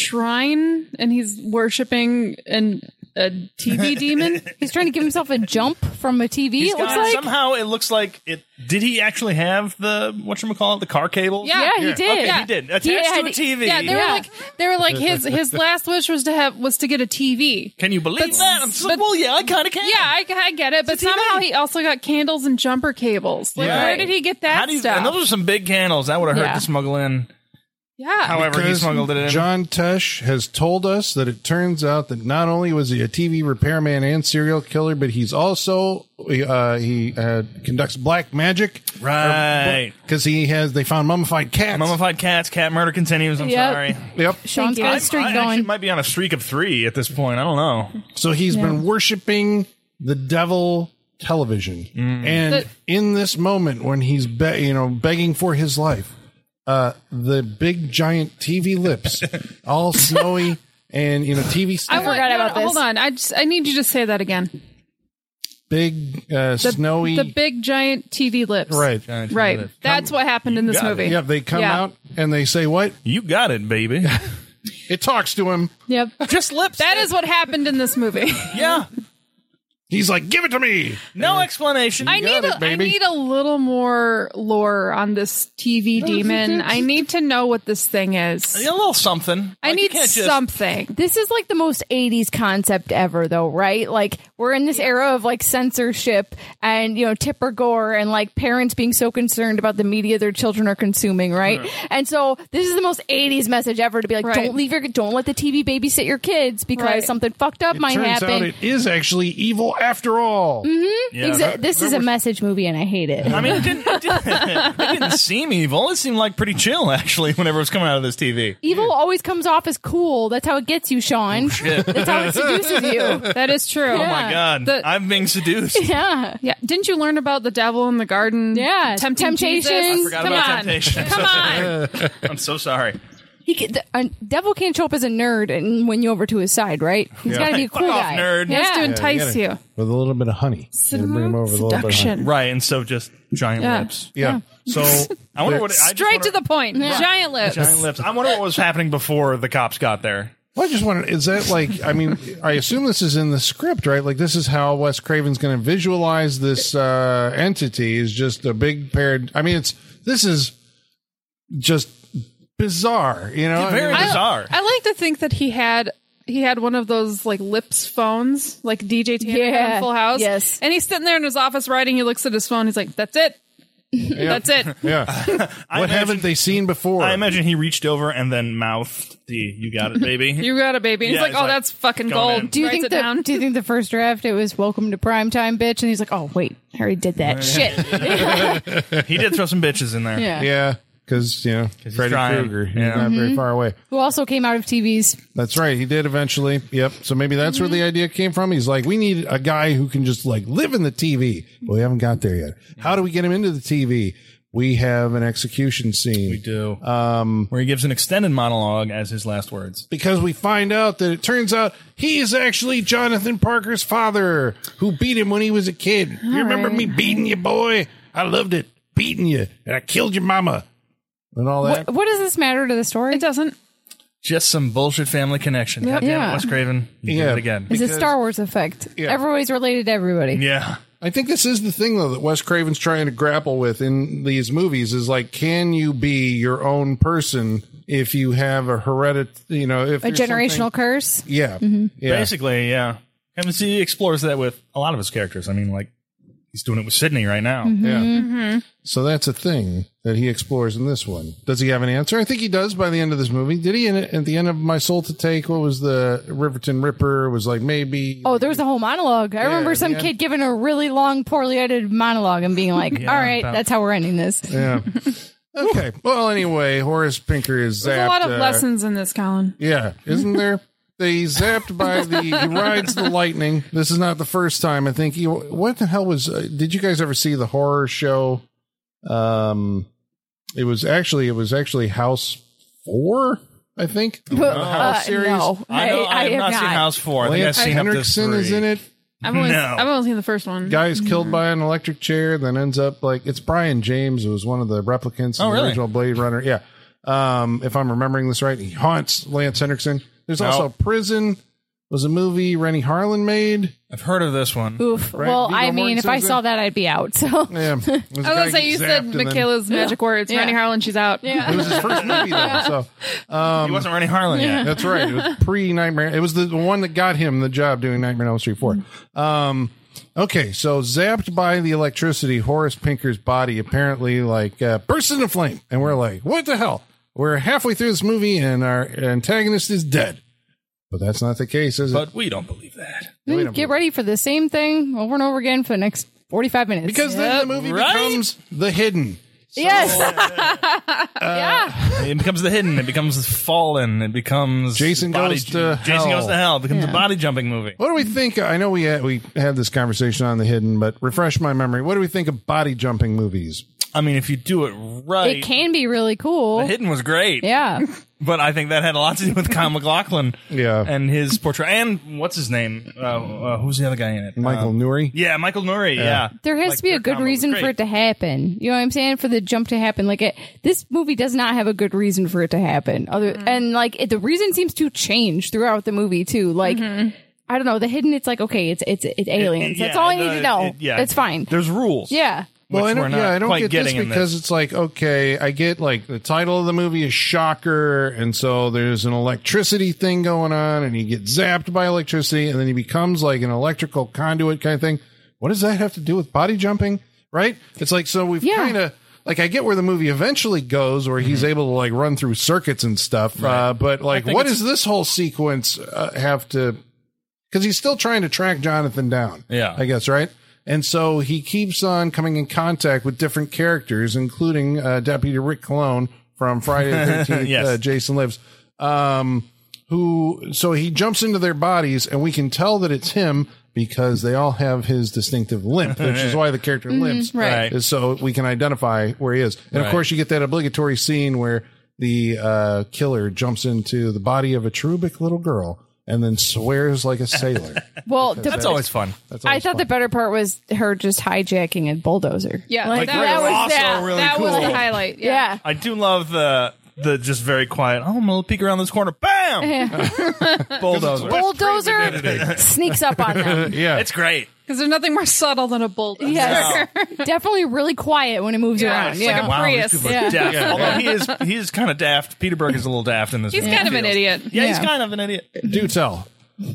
S3: shrine, and he's worshiping an a TV demon.
S2: He's trying to give himself a jump from a TV, it looks
S4: God,
S2: like.
S4: somehow it looks like it. Did he actually have the whatchamacallit, the car cable?
S2: yeah, he
S3: Yeah.
S2: did.
S4: Okay,
S2: yeah.
S4: he did. Attached to a
S2: had-
S4: TV.
S3: Yeah, they were
S2: Yeah.
S3: like they were like his his last wish was to have was to get a TV.
S4: Can you believe that? I'm just like,
S3: but-
S4: well, yeah, I kind of can.
S3: Yeah, I, I get it, but
S4: a TV.
S3: somehow he also got candles and jumper cables. Like,
S4: Yeah.
S3: where did he get that
S4: How do you,
S3: stuff?
S4: And those are some big candles. That would have hurt
S2: Yeah.
S4: to smuggle in.
S3: yeah,
S4: However, he
S1: Because
S4: smuggled it in.
S1: John Tesh has told us that it turns out that not only was he a TV repairman and serial killer, but he's also uh, he uh, conducts black magic
S4: right.
S1: because he has they found mummified cats.
S4: Mummified cats, cat murder continues. I'm
S2: Yep.
S4: sorry.
S1: yep.
S2: Sean's
S3: I-
S2: got
S3: I
S2: a streak
S4: I actually
S2: going.
S4: might be on a streak of three at this point. I don't know.
S1: So he's been worshiping the devil television,
S4: Mm.
S1: and
S3: The-
S1: in this moment when he's be- you know begging for his life, uh, the big giant TV
S4: (laughs)
S1: lips, all snowy. And you know, TV
S3: I
S1: stuff.
S3: want-
S2: forgot
S3: no,
S2: about
S3: no,
S2: this.
S3: Hold on, I just I need you to say that again.
S1: big uh,
S3: The,
S1: snowy
S3: the big giant TV lips.
S1: right
S3: right. That's what happened in this
S4: got it.
S3: movie.
S1: yeah they come
S3: Yeah.
S1: out and they say what
S4: You got it, baby.
S1: it talks to him
S3: Yep,
S4: (laughs) Just lips.
S3: that is what happened in this movie.
S4: yeah.
S1: he's like give it to me
S4: No explanation.
S3: I need
S1: it,
S3: a, I
S1: baby.
S3: need a little more lore on this TV
S2: Oh,
S3: demon. I need to know what this thing is.
S4: a little something.
S3: I
S4: Like, you
S3: need
S4: can't just-
S3: something.
S2: This is like the most 80s concept ever, though, right? Like, we're in this era of like censorship and, you know, Tipper Gore and like parents being so concerned about the media their children are consuming, right? And so, this is the most 80s message ever to be like,
S3: Right.
S2: don't leave your, don't let the TV babysit your kids because
S3: Right.
S2: something fucked up might
S1: turns
S2: happen.
S1: out it is actually evil after all
S3: Mm,
S4: Yeah.
S2: Exa- this is a message movie and I hate it.
S4: I mean, it didn't, it, didn't,
S3: (laughs)
S4: it didn't seem evil. It seemed like pretty chill, actually, (laughs) whenever it was coming out of this TV.
S2: Evil always comes off as cool. That's how it gets you, Sean. That's how it seduces you.
S3: That
S4: (laughs)
S3: is true.
S2: Oh
S4: My God,
S3: The-
S4: I'm being
S3: (laughs)
S4: seduced.
S2: Yeah.
S3: Yeah. Didn't you learn about the devil in the garden?
S2: Yeah.
S3: Tempting
S2: Temptations.
S3: Jesus?
S2: I
S4: forgot
S3: Come
S4: about
S3: on.
S4: temptations.
S3: Come on.
S4: I'm so sorry.
S2: He can, the, a devil can't show up as a nerd and win you over to his side, right? He's got to be a
S4: Fuck
S2: cool
S4: off,
S2: guy.
S4: nerd.
S2: Yeah.
S3: He has to entice
S1: gotta-
S3: you.
S1: with a little bit of honey You gotta bring him over with a little bit of honey.
S3: Seduction.
S4: Right, and so just giant
S3: Yeah.
S4: lips.
S1: yeah so
S4: I wonder what. I just
S3: Straight
S4: wonder-
S3: to the point. Giant lips.
S4: Giant lips. I wonder what was happening before the cops got there.
S1: well, I just wondered, is that like, I mean, I assume this is in the script, right? Like, this is how Wes Craven's going to visualize this uh, entity is just a big paired. I mean, it's, this is just bizarre, you know? I (laughs)
S4: Very
S1: mean,
S4: bizarre.
S3: I like to think that he had he had one of those like lips phones, like DJ Tanner
S2: Yeah.
S3: had in Full House.
S2: Yes.
S3: And he's sitting there in his office writing. He looks at his phone. He's like, "That's it. That's it."
S1: yeah.
S4: I
S1: what
S4: imagine-
S1: haven't they seen before?
S4: I imagine he reached over and then mouthed the "You got it, baby."
S3: You got it, baby. And
S4: Yeah,
S3: he's like,
S4: he's
S3: "Oh,
S4: like,
S3: that's fucking
S4: going
S3: gold."
S4: in.
S2: Do you
S3: Writes
S2: think
S3: it
S2: the
S3: down.
S2: Do you think the first draft it was "Welcome to Primetime, Bitch"?
S3: (laughs)
S2: And he's like, "Oh wait, I already did that shit."
S4: he did throw some bitches in there.
S2: Yeah.
S1: yeah. because
S4: (laughs)
S1: you know
S4: he's
S1: Freddy
S4: trying.
S1: Krueger, he's
S4: Yeah.
S1: not very far away.
S2: Who also came out of TV's.
S1: That's right. He did eventually. Yep. So maybe that's where the idea came from. He's like, we need a guy who can just like live in the TV. Well, we haven't got there yet. How do we get him into the TV? We have an execution scene.
S4: We do. Um, where he gives an extended monologue as his last words.
S1: because we find out that it turns out he is actually Jonathan Parker's father who beat him when he was a kid. you remember me beating you, boy? I loved it. Beating you. And I killed your mama. And all that.
S2: What, what does this matter to the story?
S3: It doesn't.
S4: Just some bullshit family connection. God damn
S2: Yeah.
S4: it, Wes Craven. You
S1: Yeah.
S4: did it again.
S2: It's a Star Wars effect. Everybody's related to everybody.
S4: yeah.
S1: I think this is the thing though that Wes Craven's trying to grapple with in these movies is like, can you be your own person if you have a heredit, you know, if
S2: A
S1: there's something-
S2: generational Mm-hmm. curse.
S1: yeah, yeah,
S4: Basically, yeah. And he explores that with a lot of his characters. I mean, like, he's doing it with Sydney right now.
S1: yeah.
S3: Mm-hmm.
S1: So that's a thing that he explores in this one. Does he have an answer? I think he does by the end of this movie. Did he? In, at the end of My Soul to Take, what was the Riverton Ripper? Was like maybe.
S2: Oh, there was a whole monologue. I remember some
S1: yeah.
S2: kid giving a really long, poorly edited monologue and being like, "All right,
S4: about-
S2: that's how we're ending this." (laughs)
S1: Yeah. okay. Well, anyway, Horace Pinker is zapped.
S3: There's a lot of
S1: uh,
S3: lessons in this, Colin.
S1: Yeah, isn't there? They zapped by the
S4: (laughs)
S1: he rides the lightning. This is not the first time. I think you. What the hell was? Uh, did you guys ever see the horror show? Um, it was actually it was actually House Four. I think
S2: But,
S1: The
S2: uh, no, I,
S4: I, know, I,
S2: I
S4: have not, seen House 4. I think I've
S1: Lance
S4: seen up
S1: Henriksen
S4: to three.
S1: is in it.
S3: I've only,
S4: No.
S3: I've only seen the first one.
S1: Guy's
S3: Hmm.
S1: killed by an electric chair, then ends up like it's Brian James, who was one of the replicants in
S4: Oh,
S1: the
S4: really?
S1: original Blade Runner. Yeah. Um, if I'm remembering this right, he haunts Lance Henriksen. There's also Prison was a movie Rennie Harlan made.
S4: I've heard of this one.
S2: Oof.
S1: Right,
S2: well,
S1: Viggo
S2: I mean, if I
S1: Mortensen's
S2: saw
S1: in-
S2: that, I'd be out. So
S3: (laughs)
S1: Yeah. I was
S3: I was gonna say you said Michaela's magic words.
S2: Yeah.
S3: Randy Harlan, she's out.
S1: It was his first movie though, so
S4: he wasn't Rennie Harlan yet.
S1: That's right. It was pre Nightmare. It was the one that got him the job doing Nightmare on Elm Street 4. Um, okay, so zapped by the electricity, Horace Pinker's body apparently like uh, bursts into flame, and we're like, what the hell? We're halfway through this movie, and our antagonist is dead. But that's not the case, is it?
S4: But we don't believe that.
S2: Then get ready for the same thing over and over again for the next forty-five minutes.
S1: Because then the movie
S4: right.
S1: becomes the hidden.
S2: yes, yeah,
S4: It becomes the hidden. It becomes the fallen. It becomes
S1: Jason
S4: body,
S1: Goes to
S4: Jason
S1: Hell.
S4: goes to hell. It becomes a body jumping movie.
S1: What do we think? I know we had, we had this conversation on the hidden, but refresh my memory. What do we think of body jumping movies?
S4: I mean, if you do it right,
S2: it can be really cool.
S4: the hidden was great.
S2: Yeah,
S4: But I think that had a lot to do
S2: (laughs)
S4: with Kyle McLaughlin.
S1: Yeah.
S4: and his portrayal. And what's his name? Uh, uh, who's the other guy in it?
S1: Michael
S4: Um,
S1: Nuri.
S4: yeah, Michael Nuri. Yeah,
S2: there has
S4: (laughs) Like,
S2: to be
S4: their
S2: a good
S4: combo was
S2: reason
S4: great.
S2: for it to happen. You know what I'm saying? For the jump to happen, like it, this movie does not have a good reason for it to happen. Other
S3: Mm-hmm.
S2: and like it, the reason seems to change throughout the movie too. Like
S3: Mm-hmm.
S2: I don't know, the hidden. It's like okay, it's it's it's aliens. That's
S4: Yeah,
S2: all I
S4: the-
S2: need to know.
S4: it- yeah,
S2: it's fine.
S4: There's rules.
S2: Yeah.
S1: Well, I
S4: which we're
S1: don't,
S4: not
S1: yeah, I don't
S4: quite
S1: get this
S4: getting in
S1: because
S4: this.
S1: it's like, okay, I get like the title of the movie is Shocker, and so there's an electricity thing going on, and you get zapped by electricity, and then he becomes like an electrical conduit kind of thing. What does that have to do with body jumping? Right? It's like, so we've
S2: Yeah.
S1: kind of. Like I get where the movie eventually goes, where
S4: Mm-hmm.
S1: he's able to like run through circuits and stuff, uh, but like, what does this whole sequence uh, have to because he's still trying to track Jonathan down.
S4: Yeah.
S1: I guess right. And so he keeps on coming in contact with different characters, including uh, Deputy Rick Cologne from Friday the Thirteenth.
S4: Yes.
S1: uh, Jason Lives. Um, who? So he jumps into their bodies, and we can tell that it's him because they all have his distinctive limp, which is why the character limps.
S2: right.
S1: Is So we can identify where he is, and of
S4: Right.
S1: course you get that obligatory scene where the uh, killer jumps into the body of a cherubic little girl and then swears like a sailor.
S2: Well, the,
S4: That's always fun.
S2: I thought the better part was her just hijacking a bulldozer.
S3: (laughs) Yeah,
S2: Like,
S3: that,
S4: Rick
S3: that was
S4: Ross
S3: that,
S4: are really
S3: that was
S4: cool.
S3: the highlight. Yeah.
S2: yeah.
S4: I do love the the just very quiet. Oh, I'm gonna peek around this corner.
S2: (laughs)
S4: Bam! (laughs) Bulldozer.
S2: Bulldozer sneaks up on them.
S1: yeah.
S4: It's great.
S3: Because there's nothing more subtle than a bulldozer.
S2: Yes. (laughs) Definitely really quiet when it moves
S3: Yeah,
S2: around.
S3: it's
S2: Yeah.
S3: like a
S4: Wow,
S3: Prius.
S4: these people are
S2: Yeah.
S4: daft. Although he is he is kind of daft. Peter Berg is a little daft in this.
S3: He's
S4: movie.
S3: kind of an idiot.
S4: Yeah, he's
S2: Yeah.
S4: kind of an idiot.
S1: Do tell.
S3: (laughs)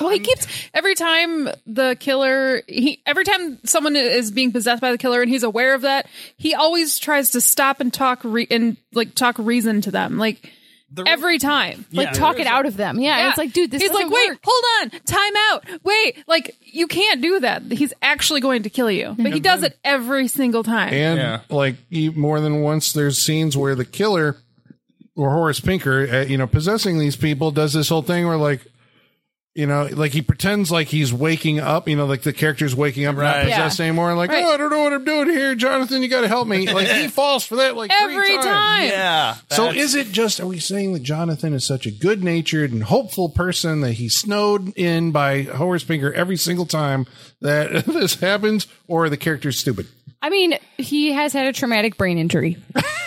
S3: Well, he keeps every time the killer. He every time someone is being possessed by the killer, and he's aware of that. He always tries to stop and talk re, and like talk reason to them. Like
S4: The-
S3: every time.
S2: Like
S4: Yeah.
S2: talk it out of them. Yeah, and it's like, dude, this
S3: He's
S2: doesn't
S3: like, wait,
S2: work.
S3: hold on, time out, wait. Like you can't do that. He's actually going to kill you, but he does it every single time.
S1: And
S4: Yeah.
S1: like e- more than once, there's scenes where the killer or Horace Pinker, uh, you know, possessing these people, does this whole thing where like. You know, like he pretends like he's waking up. You know, like the character's waking up,
S4: Right.
S1: not possessed
S2: Yeah.
S1: anymore. Like,
S3: Right.
S1: oh, I don't know what I'm doing here, Jonathan. You got to help
S4: (laughs)
S1: me. Like he falls for that like three
S3: every
S1: times.
S3: time.
S4: yeah.
S1: So
S4: That's-
S1: is it just? Are we saying that Jonathan is such a good-natured and hopeful person that he's snowed in by Horace Pinker every single time that (laughs) this happens, or the character's stupid?
S2: I mean, he has had a traumatic brain injury.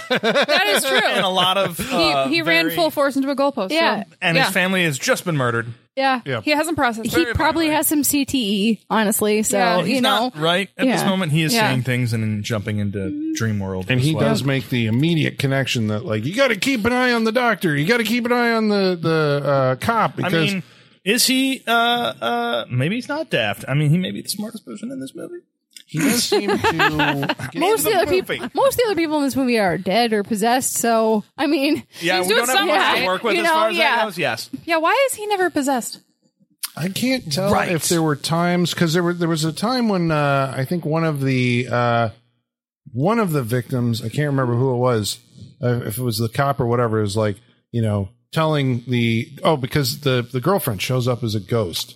S3: That is
S4: and a
S3: true.
S4: lot of
S3: He,
S4: uh,
S3: he ran
S4: very-
S3: full force into a goalpost. so-
S2: Yeah.
S4: and
S3: yeah.
S4: his family has just been murdered.
S2: Yeah.
S1: Yeah.
S3: He hasn't processed.
S2: He
S3: it.
S2: probably has some CTE, honestly. So,
S3: Yeah,
S2: you
S4: He's
S2: know.
S4: not right at this
S2: Yeah.
S4: moment. He is
S3: Yeah.
S4: saying things and then jumping into dream world.
S1: And
S4: as
S1: he
S4: well.
S1: does make the immediate connection that like you got to keep an eye on the doctor, you got to keep an eye on the the uh, cop
S4: I
S1: because
S4: mean, is he? Uh, uh, maybe he's not daft. I mean, he may be the smartest person in this movie.
S1: he does seem
S4: (laughs)
S1: to.
S2: Most of, the
S4: the
S2: other people,
S4: movie.
S2: most of the other people in this movie are dead or possessed. So, I mean,
S4: Yeah,
S3: He's
S4: we
S3: doing
S4: don't have much
S3: something,
S4: to work with
S2: you
S4: as
S2: know,
S4: far as that
S2: yeah.
S4: goes. Yes,
S3: Yeah. Why is he never possessed?
S1: I can't tell
S4: Right.
S1: if there were times because there were there was a time when uh, I think one of the uh, one of the victims I can't remember who it was uh, if it was the cop or whatever is like you know telling the oh because the the girlfriend shows up as a ghost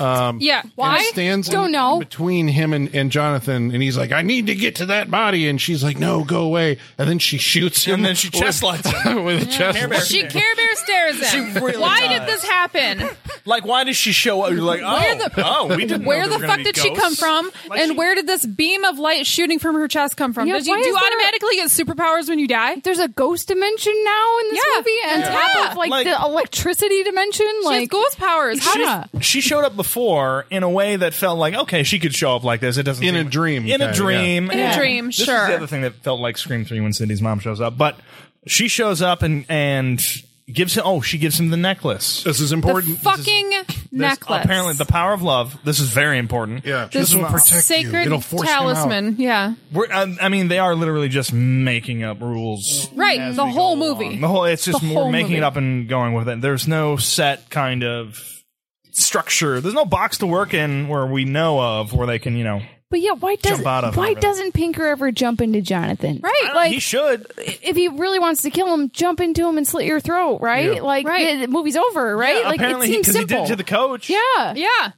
S3: Yeah. Why?
S1: and stands
S2: Don't
S1: in
S2: know.
S1: between him and, and Jonathan and he's like I need to get to that body and she's like no go away and then she shoots him
S4: and then she chest lights
S1: (laughs)
S4: him.
S1: with a chest
S4: Bear.
S3: She Care Bear stares at him.
S4: She really
S3: Why
S4: does.
S3: did this happen?
S4: Like, why does she show up? You're like, oh,
S3: Where the-
S4: oh, we didn't. know there
S3: Where the
S4: were gonna
S3: fuck
S4: be
S3: did she come
S4: ghosts.
S3: from?
S4: Like,
S3: and
S4: she-
S3: where did this beam of light shooting from her chest come from?
S2: Yeah,
S3: Did you
S2: why
S3: do
S2: is there-
S3: automatically get superpowers when you die?
S2: there's a ghost dimension now in this
S3: Yeah.
S2: movie, and
S3: Yeah.
S2: top of like,
S4: Like-
S2: the electricity dimension.
S3: She
S2: Like,
S3: has ghost powers. How
S2: She's-
S3: does-
S2: Yeah.
S4: she showed up before in a way that felt like okay, she could show up like this. It doesn't
S1: In
S4: seem-
S1: a dream,
S4: in
S1: kinda,
S4: a dream,
S3: In a
S4: and
S3: dream,
S4: This
S3: sure.
S4: Is the other thing that felt like Scream Three when Cindy's mom shows up, but she shows up and and gives him. Oh, she gives him the necklace.
S1: this is important This is-
S3: fucking
S4: This-
S3: necklace.
S4: Apparently, the power of love. This is very important.
S1: yeah
S3: This
S1: will protect you.
S3: sacred
S1: It'll force him out.
S3: talisman. Yeah.
S4: We're, I, I mean, they are literally just making up rules.
S3: Right.
S4: as
S3: the
S4: we go
S3: whole
S4: along.
S3: movie.
S4: The whole. It's just
S3: The
S4: more
S3: whole
S4: making it
S3: movie.
S4: up and going with it. There's no set kind of structure. There's no box to work in where we know of where they can, you know.
S2: but yeah, why does
S4: Jump out of
S2: why
S4: it.
S2: doesn't Pinker ever jump into Jonathan?
S3: Right.
S2: Like,
S4: he should.
S2: if he really wants to kill him, jump into him and slit your throat, right?
S1: Yeah.
S2: Like
S3: Right.
S2: The, the movie's over, right? like
S4: Apparently,
S2: it seems
S4: because he,
S2: simple.
S4: did it to the coach.
S2: yeah.
S3: Yeah.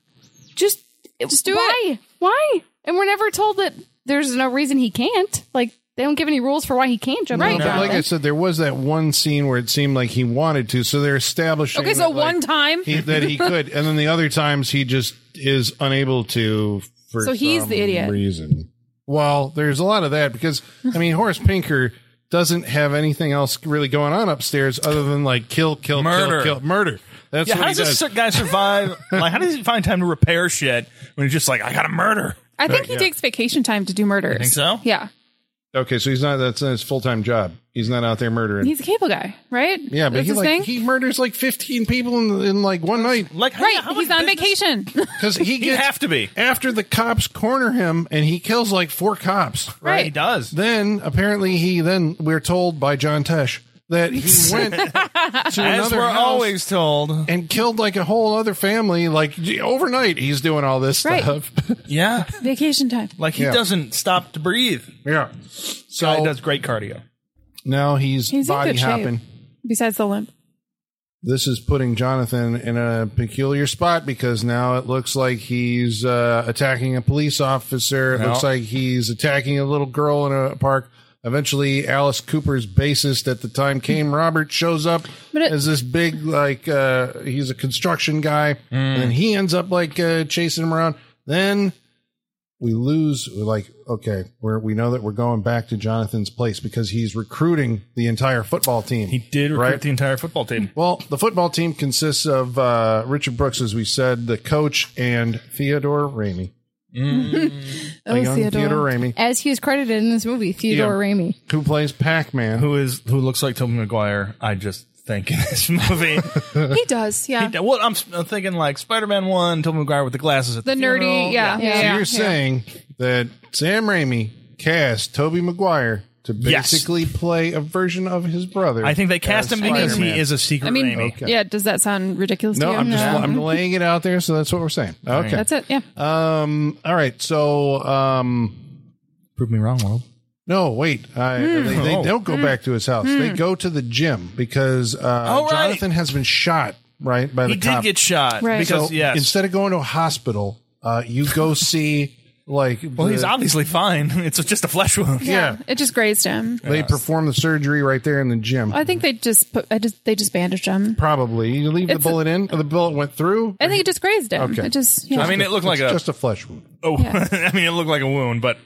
S2: Just
S3: Just do
S2: why?
S3: it.
S2: Why? And we're never told that there's no reason he can't. Like they don't give any rules for why he can't jump
S3: Right.
S2: in.
S3: No.
S1: But like I
S2: Jonathan.
S1: said, there was that one scene where it seemed like he wanted to, so they're establishing.
S3: Okay, so
S1: that, like,
S3: one time.
S1: he, that he could, and then the other times he just is unable to. For
S3: So he's
S1: some
S3: the idiot.
S1: Reason. Well, there's a lot of that because I mean Horace Pinker doesn't have anything else really going on upstairs other than like kill, kill,
S4: Murder.
S1: kill, kill, murder. That's
S4: Yeah,
S1: what
S4: how
S1: he
S4: does
S1: does.
S4: this guy survive? (laughs) like, how does he find time to repair shit when he's just like, I got to murder?
S3: I think he takes vacation time to do murders.
S4: think so?
S3: Yeah.
S1: okay, so he's not. That's not his full time job. He's not out there murdering.
S3: He's a cable guy, right?
S1: yeah, but
S3: That's
S1: he
S3: his
S1: like
S3: thing?
S1: he murders like 15 people in, in like one night
S4: Like, how-
S3: right.
S4: how
S3: he's
S4: much
S3: on
S4: business-
S3: vacation.
S4: (laughs)
S3: (laughs)
S1: because he
S4: He'd
S1: gets
S4: have to be.
S1: after the cops corner him and he kills like four cops.
S3: right.
S4: He does.
S1: Then apparently he then we're told by John Tesh that
S4: (laughs)
S1: he went to
S4: As
S1: another
S4: we're
S1: house
S4: always told.
S1: and killed like a whole other family. Like overnight, he's doing all this
S3: Right.
S1: stuff. (laughs)
S4: Yeah.
S3: Vacation time.
S4: Like, he
S1: Yeah.
S4: doesn't stop to breathe.
S1: yeah.
S4: Guy
S1: So
S4: does great cardio.
S1: now he's,
S3: He's in
S1: body
S3: good shape.
S1: hopping.
S3: Besides the limp.
S1: This is putting Jonathan in a peculiar spot because now it looks like he's uh, attacking a police officer. It
S4: No.
S1: looks like he's attacking a little girl in a park. Eventually, Alice Cooper's bassist at the
S3: (laughs)
S1: time, came Robert, shows up
S3: But it-
S1: as this big, like, uh, he's a construction guy.
S4: Mm.
S1: And then he ends up, like, uh, chasing him around. Then we lose we're like okay we're, we know that we're going back to jonathan's place because he's recruiting the entire football team
S4: He did recruit
S1: Right.
S4: the entire football team.
S1: well, the football team consists of uh, Richard Brooks, as we said, the coach, and Theodore Ramey. (laughs)
S3: Oh,
S1: young Theodore, Ramey,
S2: As he is credited in this movie, Theodore
S1: Yeah.
S2: Ramey.
S1: who plays Pac Man.
S4: Who is who looks like Tobey Maguire? I just think in this (laughs) movie.
S3: He does, yeah.
S4: well, I'm, I'm thinking like Spider-Man One, Tobey Maguire with the glasses at
S3: the
S4: the, funeral.
S3: nerdy, yeah.
S1: So you're saying that Sam Ramey cast Toby Maguire to
S4: Yes.
S1: basically play a version of his brother.
S4: I think they cast
S1: as
S4: him because
S1: Spider-Man.
S4: he is a secret
S3: I mean,
S4: enemy.
S3: yeah. Does that sound ridiculous?
S1: No,
S3: to you?
S1: I'm just I'm laying it out there, so that's what we're saying. Okay.
S3: That's it. Yeah.
S1: Um. All right. So. Um.
S4: Prove me wrong, world.
S1: No, wait. I,
S4: Hmm.
S1: they, they
S4: Oh.
S1: don't go back to his house. They go to the gym because uh,
S4: Oh, right.
S1: Jonathan has been shot right by
S4: He
S1: the
S4: did
S1: cop.
S4: get shot
S3: Right.
S4: because
S1: So
S4: yes,
S1: instead of going to a hospital, uh, you
S4: (laughs)
S1: go see like
S4: well,
S1: the-
S4: he's obviously fine. (laughs) It's just a flesh wound.
S1: yeah.
S3: It just grazed him.
S1: They perform the surgery right there in the gym.
S3: I think they just put. I just they just bandaged him.
S1: Probably you leave
S3: It's a-
S1: the bullet in. or The bullet went through.
S3: I think it just grazed him.
S1: Okay.
S3: It just. Yeah.
S4: I mean, it looked like
S1: It's
S4: a.
S1: just a flesh wound.
S4: oh,
S3: Yeah.
S4: (laughs) I mean, it looked like a
S1: (laughs)
S4: wound, but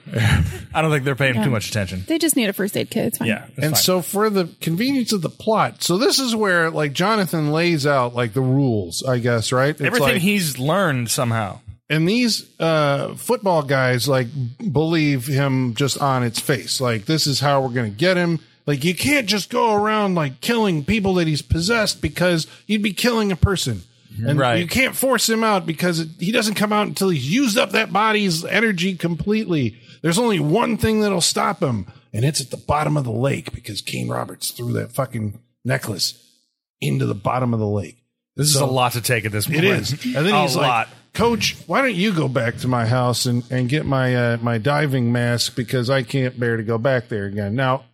S4: I don't think they're paying too much attention.
S3: they just need a first aid kit. It's fine.
S4: Yeah, that's
S1: And
S4: fine.
S1: so for the convenience of the plot, so this is where like Jonathan lays out like the rules, I guess, right? It's
S4: everything
S1: like-
S4: he's learned somehow.
S1: and these uh, football guys like believe him just on its face. Like this is how we're gonna get him. Like you can't just go around like killing people that he's possessed because you'd be killing a person. And
S4: Mm-hmm. Right.
S1: you can't force him out because it, he doesn't come out until he's used up that body's energy completely. There's only one thing that'll stop him, and it's at the bottom of the lake because Kane Roberts threw that fucking necklace into the bottom of the lake.
S4: This is a lot to take at this point.
S1: It is. And then
S4: (laughs) a
S1: he's
S4: lot.
S1: like, Coach, why don't you go back to my house and, and get my uh, my diving mask because I can't bear to go back there again. Now,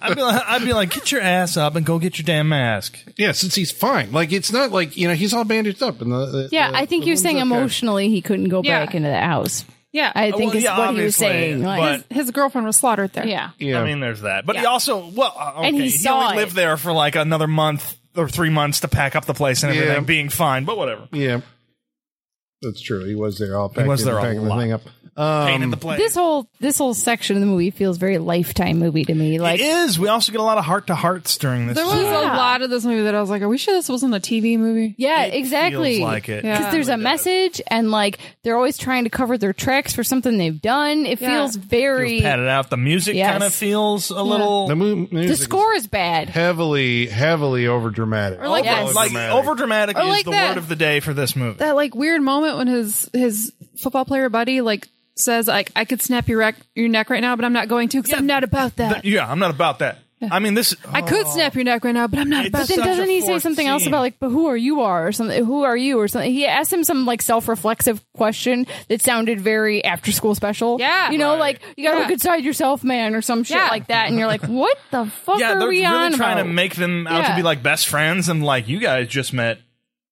S4: I'd be, like, I'd be like, get your ass up and go get your damn mask.
S1: yeah, since he's fine, like it's not like you know he's all bandaged up and the, the-
S2: Yeah,
S1: the-
S2: I think
S1: the
S2: you're saying
S1: woman's okay.
S2: emotionally he couldn't go
S3: Yeah.
S2: back into the house.
S3: Yeah.
S2: I
S4: Uh, Well,
S2: think is
S4: yeah,
S2: what he was
S4: obviously,
S2: saying. Like,
S4: but-
S3: His girlfriend was slaughtered there.
S2: yeah.
S1: Yeah.
S4: I mean, there's that. But he
S2: Yeah.
S4: also, well, uh, okay,
S2: And he
S4: he,
S2: saw
S4: only
S2: it.
S4: lived there for like another month or three months to pack up the place and
S1: Yeah.
S4: everything, being fine. But whatever,
S1: yeah, that's true. He was there all packed.
S4: was
S1: in,
S4: there a
S1: packing the
S4: lot.
S1: thing up.
S4: painted
S1: Um,
S4: the place.
S2: This whole this whole section of the movie feels very lifetime movie to me. Like
S4: it is. We also get a lot of heart to hearts during this.
S3: There was a
S2: Yeah.
S3: lot of this movie that I was like, "Are we sure this wasn't a TV movie?"
S2: Yeah, exactly.
S4: feels like it.
S2: Because
S3: Yeah.
S2: there's a
S4: Really does.
S2: message, and like they're always trying to cover their tracks for something they've done. It
S3: Yeah.
S2: feels very.
S4: Patted out. The music
S2: Yes.
S4: kind of feels a little
S1: The mu- music
S2: the
S1: is
S2: score is bad.
S1: heavily, heavily over dramatic.
S3: Or like
S2: Yes.
S3: that,
S4: like over dramatic is
S3: like
S4: the
S3: that.
S4: word of the day for this movie.
S3: that like weird moment when his his football player buddy like says like I could snap your rec- your neck right now, but I'm not going to because I'm not about that.
S4: yeah, I'm not about that. I mean, this. oh,
S3: I could snap your neck right now, but I'm not
S4: It's
S2: Then
S3: about
S4: such
S3: that.
S4: a
S2: doesn't he say
S4: forced
S2: something else
S4: scene.
S2: about like, but who are you are or something? Who are you or something? He asked him some like self-reflexive question that sounded very after-school special.
S3: Yeah.
S2: you know,
S3: Right.
S2: like you gotta
S3: Yeah.
S2: look inside yourself, man, or some shit
S3: Yeah.
S2: like that. And you're like, what the fuck
S4: yeah,
S2: are
S4: they're
S2: we
S4: really
S2: on
S4: trying
S2: about?
S4: to make them out to
S2: Yeah.
S4: be like best friends, and like you guys just met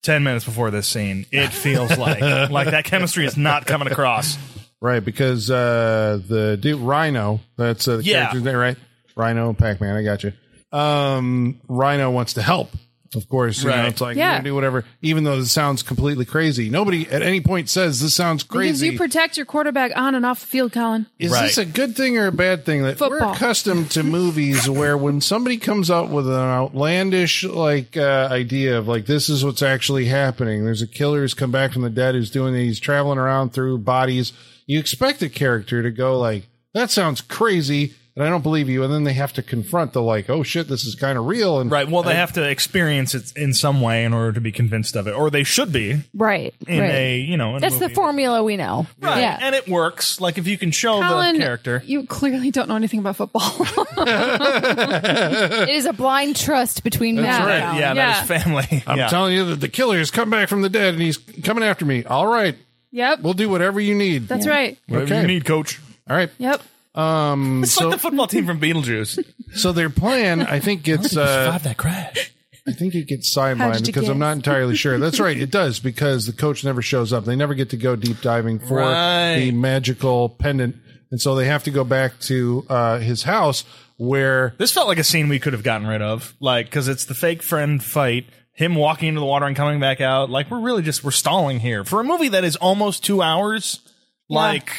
S4: ten minutes before this scene. It feels
S1: (laughs)
S4: like like that chemistry is not coming across.
S1: Right, because uh, the dude Rhino, that's uh, the
S4: Yeah.
S1: character's name, right? Rhino, Pac Man, I got you. Um, Rhino wants to help, of course. You know,
S4: Right.
S1: it's like,
S3: Yeah.
S1: yeah. do whatever, even though this sounds completely crazy. Nobody at any point says this sounds
S3: Because
S1: crazy.
S3: you protect your quarterback on and off the field, Colin.
S1: Is
S4: Right.
S1: this a good thing or a bad thing that we're
S3: Football.
S1: accustomed
S3: (laughs)
S1: to movies where when somebody comes up with an outlandish like uh, idea of like this is what's actually happening? There's a killer who's come back from the dead who's doing these traveling around through bodies. You expect a character to go like that sounds crazy. And I don't believe you. And then they have to confront the like, oh shit, this is kind of real. And
S4: Right. Well, they have to experience it in some way in order to be convinced of it, or they should be
S2: right,
S4: in
S2: right.
S4: a you know. In a
S2: That's the
S4: movie.
S2: formula we know.
S4: Right.
S2: Yeah.
S4: And it works. Like if you can show
S3: Colin,
S4: the character.
S3: you clearly don't know anything about football.
S2: it is a blind trust between men.
S3: That's
S2: and
S3: right,
S2: women.
S4: Yeah, that is family.
S1: (laughs) I'm
S4: yeah.
S1: telling you that the killer has come back from the dead and he's coming after me. All right,
S3: (laughs) yep,
S1: we'll do whatever you need.
S3: that's right.
S4: Whatever
S1: Okay.
S4: you need, coach.
S1: All right.
S3: Yep,
S1: Um,
S4: It's
S1: so,
S4: like the football team
S1: (laughs)
S4: from Beetlejuice.
S1: so their plan, I think, gets uh,
S4: that crash.
S1: I think it gets
S3: How
S1: sidelined
S3: did you
S1: because I'm
S3: guess?
S1: not entirely sure. That's right, it does because the coach never shows up. They never get to go deep diving for
S4: Right.
S1: the magical pendant, and so they have to go back to uh, his house where
S4: This felt like a scene we could have gotten rid of, like because it's the fake friend fight, him walking into the water and coming back out. Like we're really just we're stalling here for a movie that is almost two hours. Like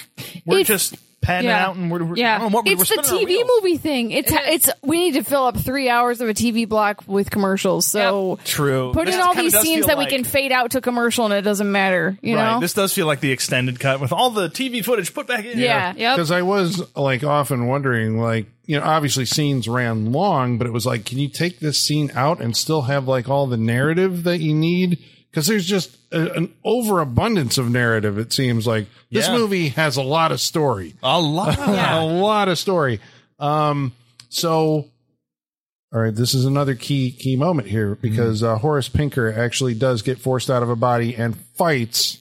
S4: we're
S2: If-
S4: just padding
S3: Yeah.
S4: out and we're, we're
S3: Yeah.
S4: I don't know what we-
S2: it's
S4: we're
S2: the
S4: spinning our
S2: TV
S4: wheels.
S2: movie thing. It's it's we need to fill up three hours of a TV block with commercials. So
S4: True.
S2: put
S4: This
S2: in all
S4: kinda
S2: these
S4: does
S2: scenes
S4: feel
S2: that
S4: like-
S2: we can fade out to commercial and it doesn't matter. You
S4: Right.
S2: know,
S4: This does feel like the extended cut with all the TV footage put back in.
S2: yeah,
S3: yep.
S1: because I was like often wondering, like you know, obviously scenes ran long, but it was like, can you take this scene out and still have like all the narrative that you need? because there's just a, an overabundance of narrative. It seems like this
S4: Yeah.
S1: movie has a lot of story,
S4: A lot.
S1: a lot of story. Um, so. All right, this is another key key moment here because
S4: Mm-hmm.
S1: uh, Horace Pinker actually does get forced out of a body and fights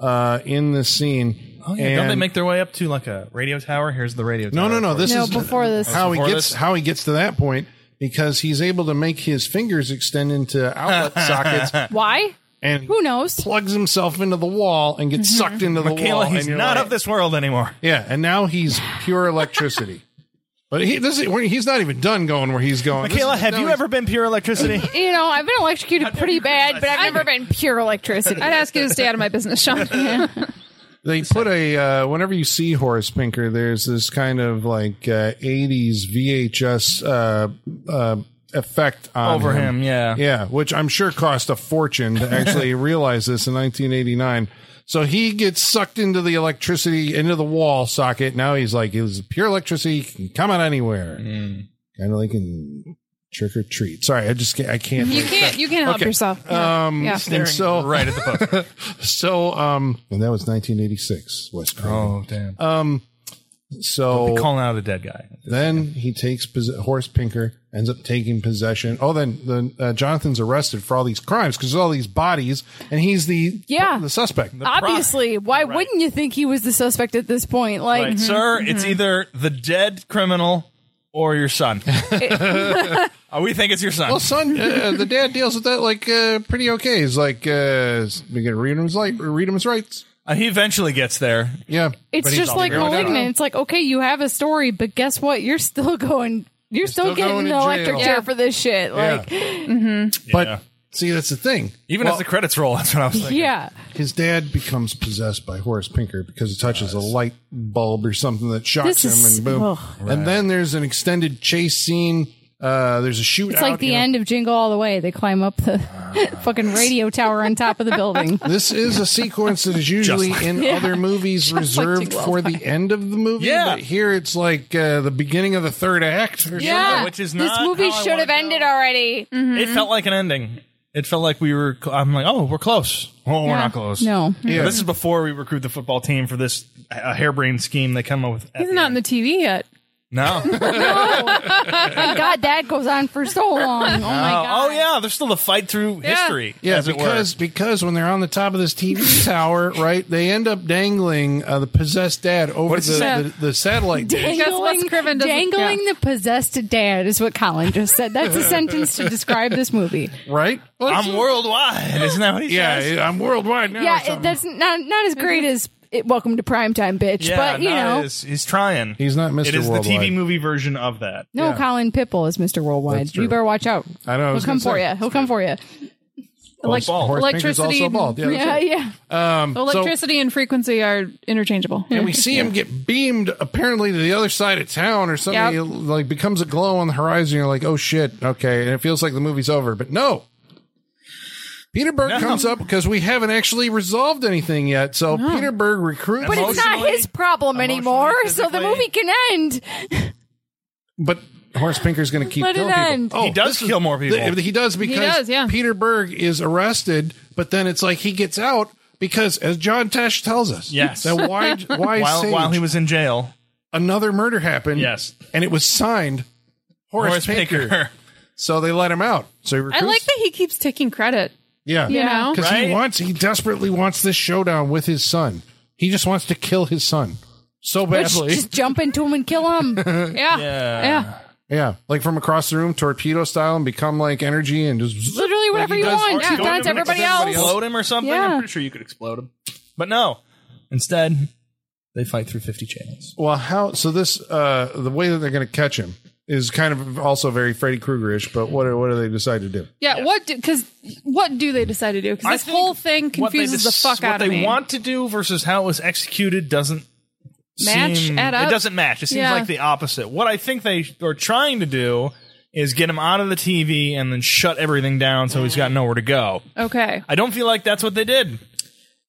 S1: uh, in this scene.
S4: Oh, yeah. Don't they make their way up to like a radio tower? Here's the radio
S1: No, no,
S4: tower.
S1: no. This
S2: No,
S1: is
S2: before this.
S1: how
S4: Before
S1: he gets
S4: this?
S1: how he gets to that point because he's able to make his fingers extend into
S4: (laughs)
S1: outlet sockets
S2: Why?
S1: and
S2: Who knows?
S1: plugs himself into the wall and gets sucked into the wall.
S4: Kayla, Mm-hmm. he's
S1: and you're
S4: not
S1: like-
S4: of this world anymore.
S1: Yeah, and now he's pure electricity.
S4: (laughs)
S1: but he this is, he's not even done going where he's going. This
S4: Kayla,
S1: is-
S4: have
S1: no,
S4: you
S1: he's-
S4: ever been pure electricity?
S1: (laughs)
S2: You know, I've been electrocuted pretty bad, but I've never been pure electricity.
S3: I'd ask you to stay out of my business,
S4: (laughs)
S3: Sean.
S1: They put a uh, whenever you see Horace Pinker, there's this kind of like uh, '80s VHS uh, uh, effect on
S4: Over him, Um, yeah.
S1: yeah, which I'm sure cost a fortune to actually (laughs) realize this in 1989. So he gets sucked into the electricity into the wall socket. Now he's like, it's pure electricity, can come out anywhere, kind of like in Trick or Treat. Sorry, I just can't, I can't.
S3: You can't. You can't help
S1: Okay.
S3: yourself.
S4: Uh,
S3: Yeah. yeah.
S1: and so
S4: right at the
S1: (laughs)
S4: post.
S1: so um, and that was 1986 West Craven.
S4: damn.
S1: so
S4: Calling Uh, out the dead guy.
S1: Then he takes pos- Horace Pinker ends up taking possession. Oh, then then uh, Jonathan's arrested for all these crimes because there's all these bodies, and he's the
S2: Yeah.
S1: the suspect.
S2: Obviously, why
S4: Right.
S2: wouldn't you think he was the suspect at this point? Like,
S4: Right, sir, it's either the dead criminal or
S1: (laughs)
S4: your son. Uh, we think it's your son.
S1: well,
S4: (laughs)
S1: son, uh, the dad deals with that like uh, pretty okay. He's like, uh, we gotta read him his light, read him his rights.
S4: Uh, he eventually gets there.
S1: Yeah,
S2: it's
S1: he's
S2: just like
S1: grown up.
S2: malignant. It's like, okay, you have a story, but guess what? You're still (laughs) going. You're, still,
S1: still
S2: getting
S1: going
S2: the
S1: to jail.
S2: electric chair
S3: Yeah.
S2: for this shit. Like, yeah.
S1: But
S4: Yeah.
S1: see, that's the thing.
S4: Even as the credits roll, that's what (laughs) I was thinking.
S1: His dad becomes possessed by Horace Pinker because it touches a light bulb or something that shocks
S2: This
S1: him,
S2: is-
S1: and boom.
S2: ugh.
S1: And then there's an extended chase scene. Uh, there's a shootout.
S2: It's like
S1: you
S2: the
S1: know.
S2: end of Jingle All the Way. They climb up the (laughs) fucking radio tower on top of the building.
S1: (laughs) This is a sequence that is usually
S2: (laughs)
S1: in other movies reserved
S2: Jingle
S1: for the end of the movie.
S4: Yeah.
S1: But here it's like uh, the beginning of the third act. Or something.
S2: Yeah,
S4: which is
S2: this
S4: not
S2: movie
S4: how I
S2: should
S4: wanna
S2: have ended already.
S4: It felt like an ending. It felt like we were. Cl- I'm like, oh, we're close. Oh, we're
S2: Yeah.
S4: not close. (laughs)
S2: No.
S4: Yeah. This is before we recruit the football team for this uh, harebrained scheme they come up with. at
S3: He's
S4: the
S3: not on
S4: end.
S3: the TV yet.
S2: (laughs) Oh
S4: no.
S2: My God, that goes on for so long. Oh my
S4: (laughs) oh
S2: God.
S4: yeah, there's still the fight through history.
S1: Yeah,
S4: as it
S1: because because when they're on the top of this TV (laughs) tower, right, they end up dangling uh, the possessed dad over
S4: What's
S1: the,
S3: that?
S1: the, the (laughs) satellite. dish.
S3: Guess what?
S2: Dangling,
S3: Scriven doesn't-
S2: dangling
S3: yeah.
S2: the possessed dad is what Colin just said. That's a sentence to describe this movie.
S1: right? Well,
S4: were. I'm worldwide. Isn't that what he says?
S1: yeah, I'm worldwide now. or
S2: yeah, it,
S1: something.
S2: that's not not as great as it, Welcome to Primetime, bitch. but you
S4: no,
S2: know,
S4: he's, he's trying.
S1: He's not Mr.
S4: It is the
S1: Worldwide.
S4: TV movie version of that.
S2: no, Colin Pipple is Mr. Worldwide.
S1: That's true.
S2: You better watch out.
S1: I know. I
S2: He'll
S1: was
S2: come
S1: gonna
S2: for
S1: say.
S2: you. He'll come for you.
S1: Horace- Horace Pinker's
S3: electricity
S1: also
S3: and-
S1: bald. Yeah, that's
S2: Yeah,
S1: right.
S2: yeah.
S3: Electricity and frequency are interchangeable.
S1: and we see him get beamed apparently to the other side of town or something
S3: Yep.
S1: It, like becomes a glow on the horizon you're like oh shit okay and it feels like the movie's over but no Peter Berg comes up because we haven't actually resolved anything yet. So Peter Berg recruits,
S2: But it's not his problem
S4: emotionally,
S2: anymore, so the
S4: physically.
S2: movie can end.
S1: but Horace Pinker's going to keep
S2: Let it
S1: killing
S2: end.
S1: people. Oh,
S4: He does
S1: this is-
S4: kill more people.
S1: th- he does because
S3: does, yeah.
S1: Peter Berg is arrested, but then it's like he gets out because, as John Tesh tells us,
S4: Yes.
S1: that
S3: (laughs)
S1: why why
S4: While,
S1: Sage-
S4: while he was in jail,
S1: another murder happened.
S4: Yes.
S1: And it was signed Horace,
S4: Horace
S1: Pinker. (laughs)
S4: Pinker.
S1: So they let him out. So he
S3: I
S1: recruits,
S3: like that he keeps taking credit.
S1: Yeah.
S3: You
S2: Yeah.
S3: know,
S1: Because
S4: Right?
S1: he wants, he desperately wants this showdown with his son. He just wants to kill his son so
S2: Let's
S1: badly.
S2: just jump into him and kill him.
S3: yeah,
S4: Yeah.
S3: yeah.
S1: yeah. Like from across the room, torpedo style, and become like energy and just.
S2: Literally whatever you
S1: does
S2: want.
S1: argue
S2: Just
S1: with
S2: done to everybody else.
S4: Explode him or something.
S2: Yeah.
S4: I'm pretty sure you could explode him. But no. Instead, they fight through 50 channels.
S1: Well, how? So this, uh the way that they're going to catch him is kind of also very Freddy Kruegerish. But what what do they decide to do?
S3: Yeah, what? Because what do they decide to do? Because this whole thing confuses the fuck
S4: what
S3: out
S4: they
S3: of me.
S4: want to do versus how it was executed doesn't
S3: Match,
S4: seem-
S3: add up.
S4: It doesn't match. It seems
S3: Yeah.
S4: like the opposite. What I think they are trying to do is get him out of the TV and then shut everything down so he's got nowhere to go.
S3: okay,
S4: I don't feel like that's what they did.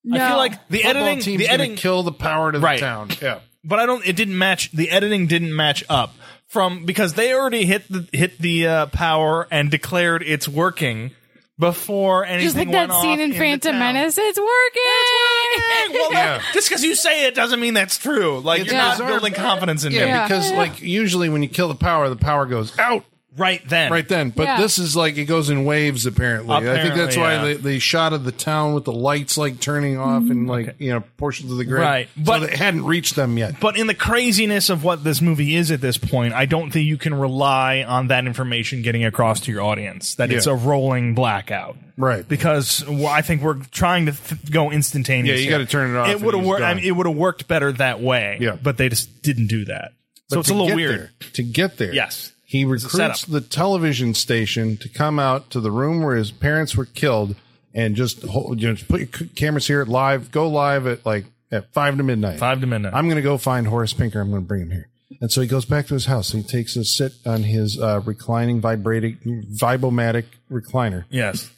S3: no.
S4: I feel like the
S1: Football
S4: editing,
S1: team's
S4: the
S1: gonna
S4: editing,
S1: kill the power to the
S4: Right.
S1: town. Yeah.
S4: but I don't. It didn't match. The editing didn't match up from because they already hit the hit the uh, power and declared it's working. before anything
S2: Just like
S4: went
S2: that scene
S4: off
S2: in
S4: the
S2: Phantom
S4: town.
S2: Menace. It's working.
S4: Hey, (laughs) well,
S1: Yeah.
S4: Just because you say it doesn't mean that's true. Like
S1: It's
S4: you're not
S1: bizarre.
S4: building confidence in
S1: Yeah,
S4: him
S1: because like usually when you kill the power, the power goes out
S4: right then.
S1: right then. But
S2: Yeah.
S1: this is like it goes in waves. Apparently, I think that's
S4: Apparently,
S1: why
S4: yeah.
S1: the, the shot of the town with the lights like turning off and like you know portions of the grid,
S4: Right.
S1: Mm. But
S4: But-
S1: so it hadn't reached them yet.
S4: But in the craziness of what this movie is at this point, I don't think you can rely on that information getting across to your audience that it's
S1: Yeah.
S4: a rolling blackout.
S1: Right.
S4: Because well, I think we're trying to th- go instantaneous.
S1: Yeah, you
S4: here.
S1: gotta turn it off
S4: It
S1: and
S4: would have
S1: he's
S4: worked. I
S1: gone.
S4: mean, it would have worked better that way.
S1: Yeah.
S4: But they just didn't do that. so
S1: But
S4: it's
S1: to
S4: a little
S1: get
S4: weird.
S1: there- to get there.
S4: Yes.
S1: He
S4: a
S1: recruits
S4: setup.
S1: the television station to come out to the room where his parents were killed and just hold, you know, just put your c- cameras here at live, go live at like at five to midnight.
S4: Five to midnight.
S1: I'm going to go find Horace Pinker. I'm going to bring him here. And so he goes back to his house. He takes a sit on his uh, reclining vibrating vibomatic recliner,
S4: yes.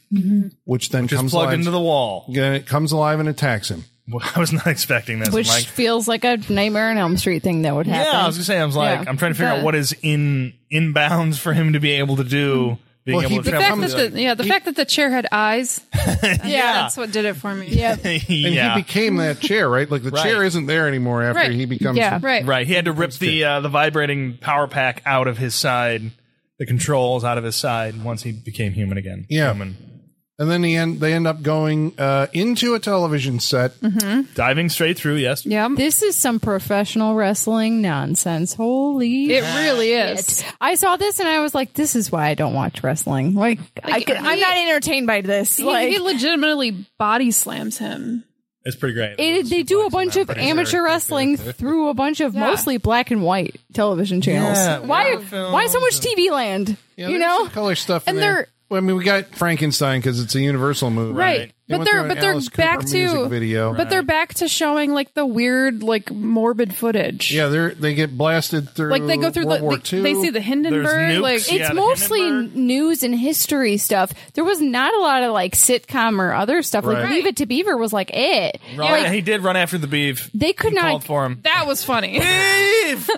S1: which then
S4: Just
S1: comes
S4: plugged
S1: alive,
S4: into the wall. (laughs)
S1: Then it comes alive and attacks him.
S4: Well, I was not expecting this. I'm
S2: Which
S4: like,
S2: feels like a Nightmare on Elm Street thing that would happen.
S4: Yeah, I was gonna say I was like,
S2: Yeah.
S4: I'm trying to figure
S2: The-
S4: out what is in inbounds for him to be able to do. Being
S1: Well, he
S4: able to
S3: The
S4: (laughs)
S3: fact
S1: comes-
S3: that the, yeah, the fact that the chair had eyes. yeah, that's what did it for me. Yeah,
S1: And
S4: yeah,
S1: he became that chair, right? Like the
S4: Right.
S1: chair isn't there anymore after
S3: Right.
S1: he becomes
S2: Yeah.
S3: right.
S4: right. He had to rip the uh, the vibrating power pack out of his side, the controls out of his side once he became human again.
S1: Yeah.
S4: human.
S1: And then he end, they end up going uh, into a television set.
S3: Mm-hmm.
S4: diving straight through. Yes,
S3: Yeah,
S2: This is some professional wrestling nonsense. Holy
S3: it really is.
S2: shit. I saw this and I was like, this is why I don't watch wrestling. Like, I could, I'm
S3: he-
S2: not entertained by this.
S3: He,
S2: like,
S3: he legitimately body slams him.
S4: it's pretty great.
S2: it, they do a bunch of amateur wrestling
S4: (laughs)
S2: through a bunch of mostly black and white television channels.
S4: Yeah,
S2: why?
S4: war films
S2: Why so much TV land?
S1: Yeah,
S2: you
S1: there's
S2: know,
S1: some color stuff, in
S3: and
S1: there.
S3: they're-
S1: Well, I mean, we got Frankenstein because it's a Universal movie,
S3: Right.
S1: They
S3: But
S1: went through
S3: they're
S1: an
S3: but they're
S1: Alice Cooper
S3: back
S1: music
S3: to
S1: video.
S3: But they're back to showing like the weird, like morbid footage.
S1: Yeah, they are they get blasted through.
S3: Like they go through
S1: World
S3: the
S1: War
S3: they,
S1: II.
S3: they see the Hindenburg.
S4: nukes,
S3: Like
S4: yeah.
S2: it's
S4: the
S2: mostly
S4: Hindenburg.
S2: news and history stuff. There was not a lot of like sitcom or other stuff. Like
S1: Right.
S2: Leave It to Beaver was like it.
S4: Right,
S2: Like,
S4: he did run after the beef.
S2: they could
S4: He
S2: not
S4: called for him.
S3: that was funny.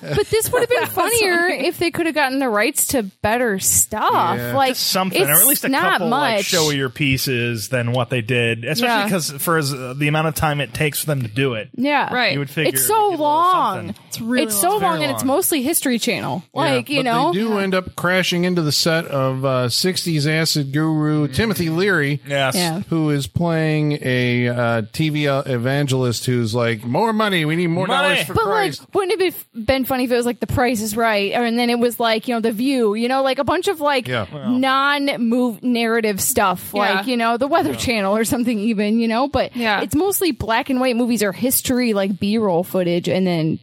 S2: But this would have
S4: (laughs)
S2: been funnier if they could have gotten the rights to better stuff,
S1: Yeah.
S2: like
S4: something,
S2: it's
S4: or at least a
S2: not
S4: couple
S2: much.
S4: like showier pieces than what they did, especially
S2: Yeah.
S4: because for as, uh, the amount of time it takes for them to do it.
S2: yeah,
S3: Right.
S4: You would figure
S2: it's
S4: it'd
S2: so
S4: be a little
S2: long.
S4: something.
S2: It's really so long,
S4: It's very
S2: and it's
S4: long.
S2: mostly History Channel.
S1: Yeah,
S2: Like you
S1: but
S2: know,
S1: they do end up crashing into the set of uh, '60s acid guru Timothy Leary.
S4: Mm. Yes.
S2: Yeah.
S1: Who is playing a uh, TV evangelist who's like, more money, we need more
S4: Money.
S1: dollars for
S2: But
S1: Christ.
S2: like, wouldn't it be been funny if it was like The Price is Right, or, and then it was like you know The View, you know, like a bunch of like
S1: Yeah. Well.
S2: non-move narrative stuff,
S3: Yeah.
S2: like you know The Weather Channel or something, even you know. But
S3: Yeah.
S2: it's mostly black and white movies or history, like B-roll footage, and then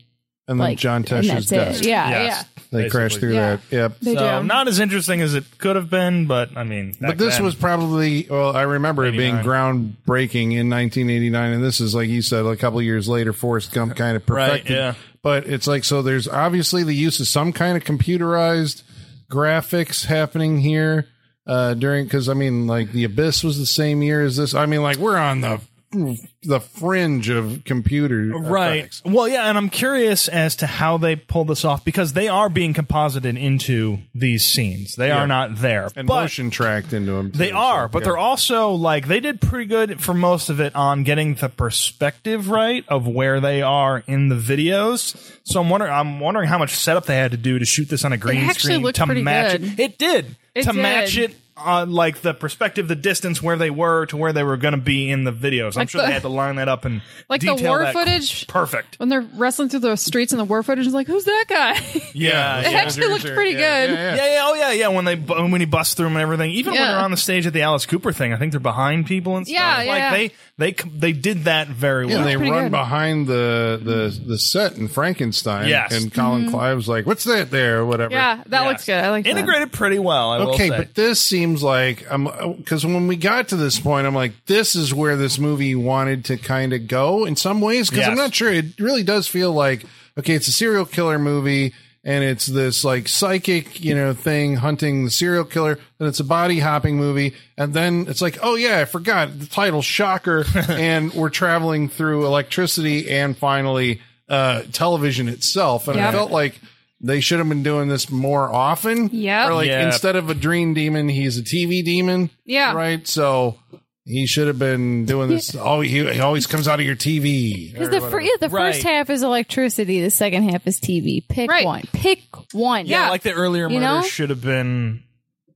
S1: and then
S2: like
S1: John
S2: and
S1: Tesh's
S2: that's it.
S1: desk.
S2: Yeah,
S4: Yes.
S2: yeah.
S1: They crash
S4: Basically.
S1: through
S2: Yeah.
S1: that. Yep.
S2: They
S4: So
S2: do.
S4: not as interesting as it could have been, but I mean,
S1: But this was probably well, I remember it being
S4: 89.
S1: groundbreaking in 1989, and this is like you said, a couple years later, Forrest Gump kind of perfected.
S4: yeah.
S1: But it's like so. There's obviously the use of some kind of computerized graphics happening here uh, during because I mean, like the Abyss was the same year as this. I mean, like we're on the the fringe of computer uh,
S4: right.
S1: graphics.
S4: Well, yeah, and I'm curious as to how they pulled this off because they are being composited into these scenes. They are not there,
S1: and
S4: but
S1: motion tracked into them.
S4: they are. But they're also like they did pretty good for most of it on getting the perspective right of where they are in the videos. So I'm wondering, I'm wondering how much setup they had to do to shoot this on a green
S3: actually
S4: screen
S3: looked
S4: to
S3: pretty
S4: match
S3: good.
S4: it. It did.
S3: It
S4: to
S3: did.
S4: match it on like the perspective, the distance where they were to where they were going to be in the videos. I'm
S3: Like
S4: sure
S3: the-
S4: they had to line that up and
S3: (laughs) Like the
S4: detail
S3: war
S4: that
S3: footage?
S4: Perfect.
S3: when they're wrestling through the streets and the war footage is like, who's that guy? (laughs)
S4: Yeah.
S3: It
S4: yeah.
S3: actually looked pretty good.
S4: Yeah, yeah, oh yeah, yeah. When they bu- when he busts through 'em and everything, even when
S3: Yeah.
S4: they're on the stage at the Alice Cooper thing, I think they're behind people and stuff.
S3: Yeah,
S4: like
S3: yeah.
S4: they they c- they did that very well.
S1: and they
S3: pretty
S1: run
S3: good.
S1: behind the, the the set in Frankenstein.
S4: Yes.
S1: And Colin Clive's like, "What's that there?" Or whatever.
S3: Mm-hmm. yeah, that
S4: Yeah.
S3: looks good. I like that.
S4: integrated pretty well. I
S1: Okay,
S4: will say.
S1: but this seems like I'm because when we got to this point, I'm like, this is where this movie wanted to kind of go in some ways. Because I'm
S4: Yes.
S1: not sure. It really does feel like okay, it's a serial killer movie, and it's this like psychic, you know, thing hunting the serial killer. Then it's a body hopping movie, and then it's like, oh yeah, I forgot the title,
S4: (laughs)
S1: shocker, and we're traveling through electricity, and finally uh television itself, and I
S3: Yeah.
S1: felt like. they should have been doing this more often.
S3: Yep.
S1: Or like
S4: Yeah.
S1: instead of a dream demon, he's a TV demon.
S3: Yeah.
S1: Right. So he should have been doing this. Oh, he, he always comes out of your TV. or
S2: Because the,
S1: whatever.
S2: fir- yeah, the
S4: Right.
S2: first half is electricity, the second half is TV. Pick
S3: Right.
S2: one. Pick one.
S4: Yeah, like the earlier
S2: You know?
S4: murder should have been.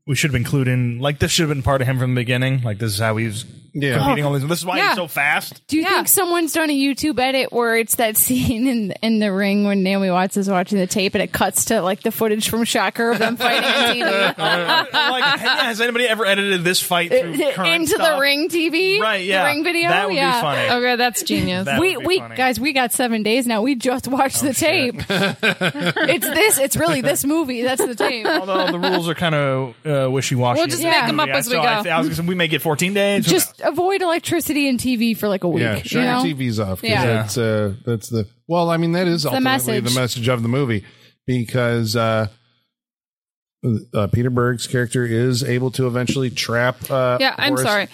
S4: We should have been clued in. Like this should have been part of him from the beginning. Like this is how he's
S1: Yeah.
S4: competing all these. This is why
S3: Oh. Yeah.
S4: he's so
S3: (laughs)
S4: fast.
S2: Do you
S3: Yeah.
S2: think someone's done a YouTube edit where it's that (laughs) scene in in the ring when Naomi Watts is watching the tape and it cuts to like the footage from Shocker of them fighting on
S4: Uh, like, yeah, has anybody ever edited this fight (laughs)
S3: (laughs)
S4: through
S2: TV (laughs)
S4: current
S2: into the
S4: stuff?
S2: ring TV?
S4: Right. Yeah.
S2: The ring video.
S4: That would
S2: yeah.
S4: be funny.
S3: Okay, that's genius.
S4: That
S2: we
S4: would be
S2: we
S4: funny. Oh,
S2: guys we got seven days now. We just watched the
S4: shit. (laughs)
S2: tape. it's this. It's really this movie. That's the
S4: (laughs)
S2: tape.
S4: Although the rules are kind of uh, wishy washy.
S3: We'll just
S2: make Yeah. them
S3: up as we
S4: I,
S3: go.
S4: I was gonna say, we may get 14 days. who knows?
S2: Just avoid electricity and TV for like a week.
S1: Yeah, shut
S2: you know?
S1: your TVs off. 'cause
S2: Yeah.
S1: that's uh, that's the well. I mean, that is ultimately
S2: message.
S1: the message of the movie because uh, uh, Peter Berg's character is able to eventually trap. Uh,
S3: Yeah, I'm
S1: Horace-
S3: sorry.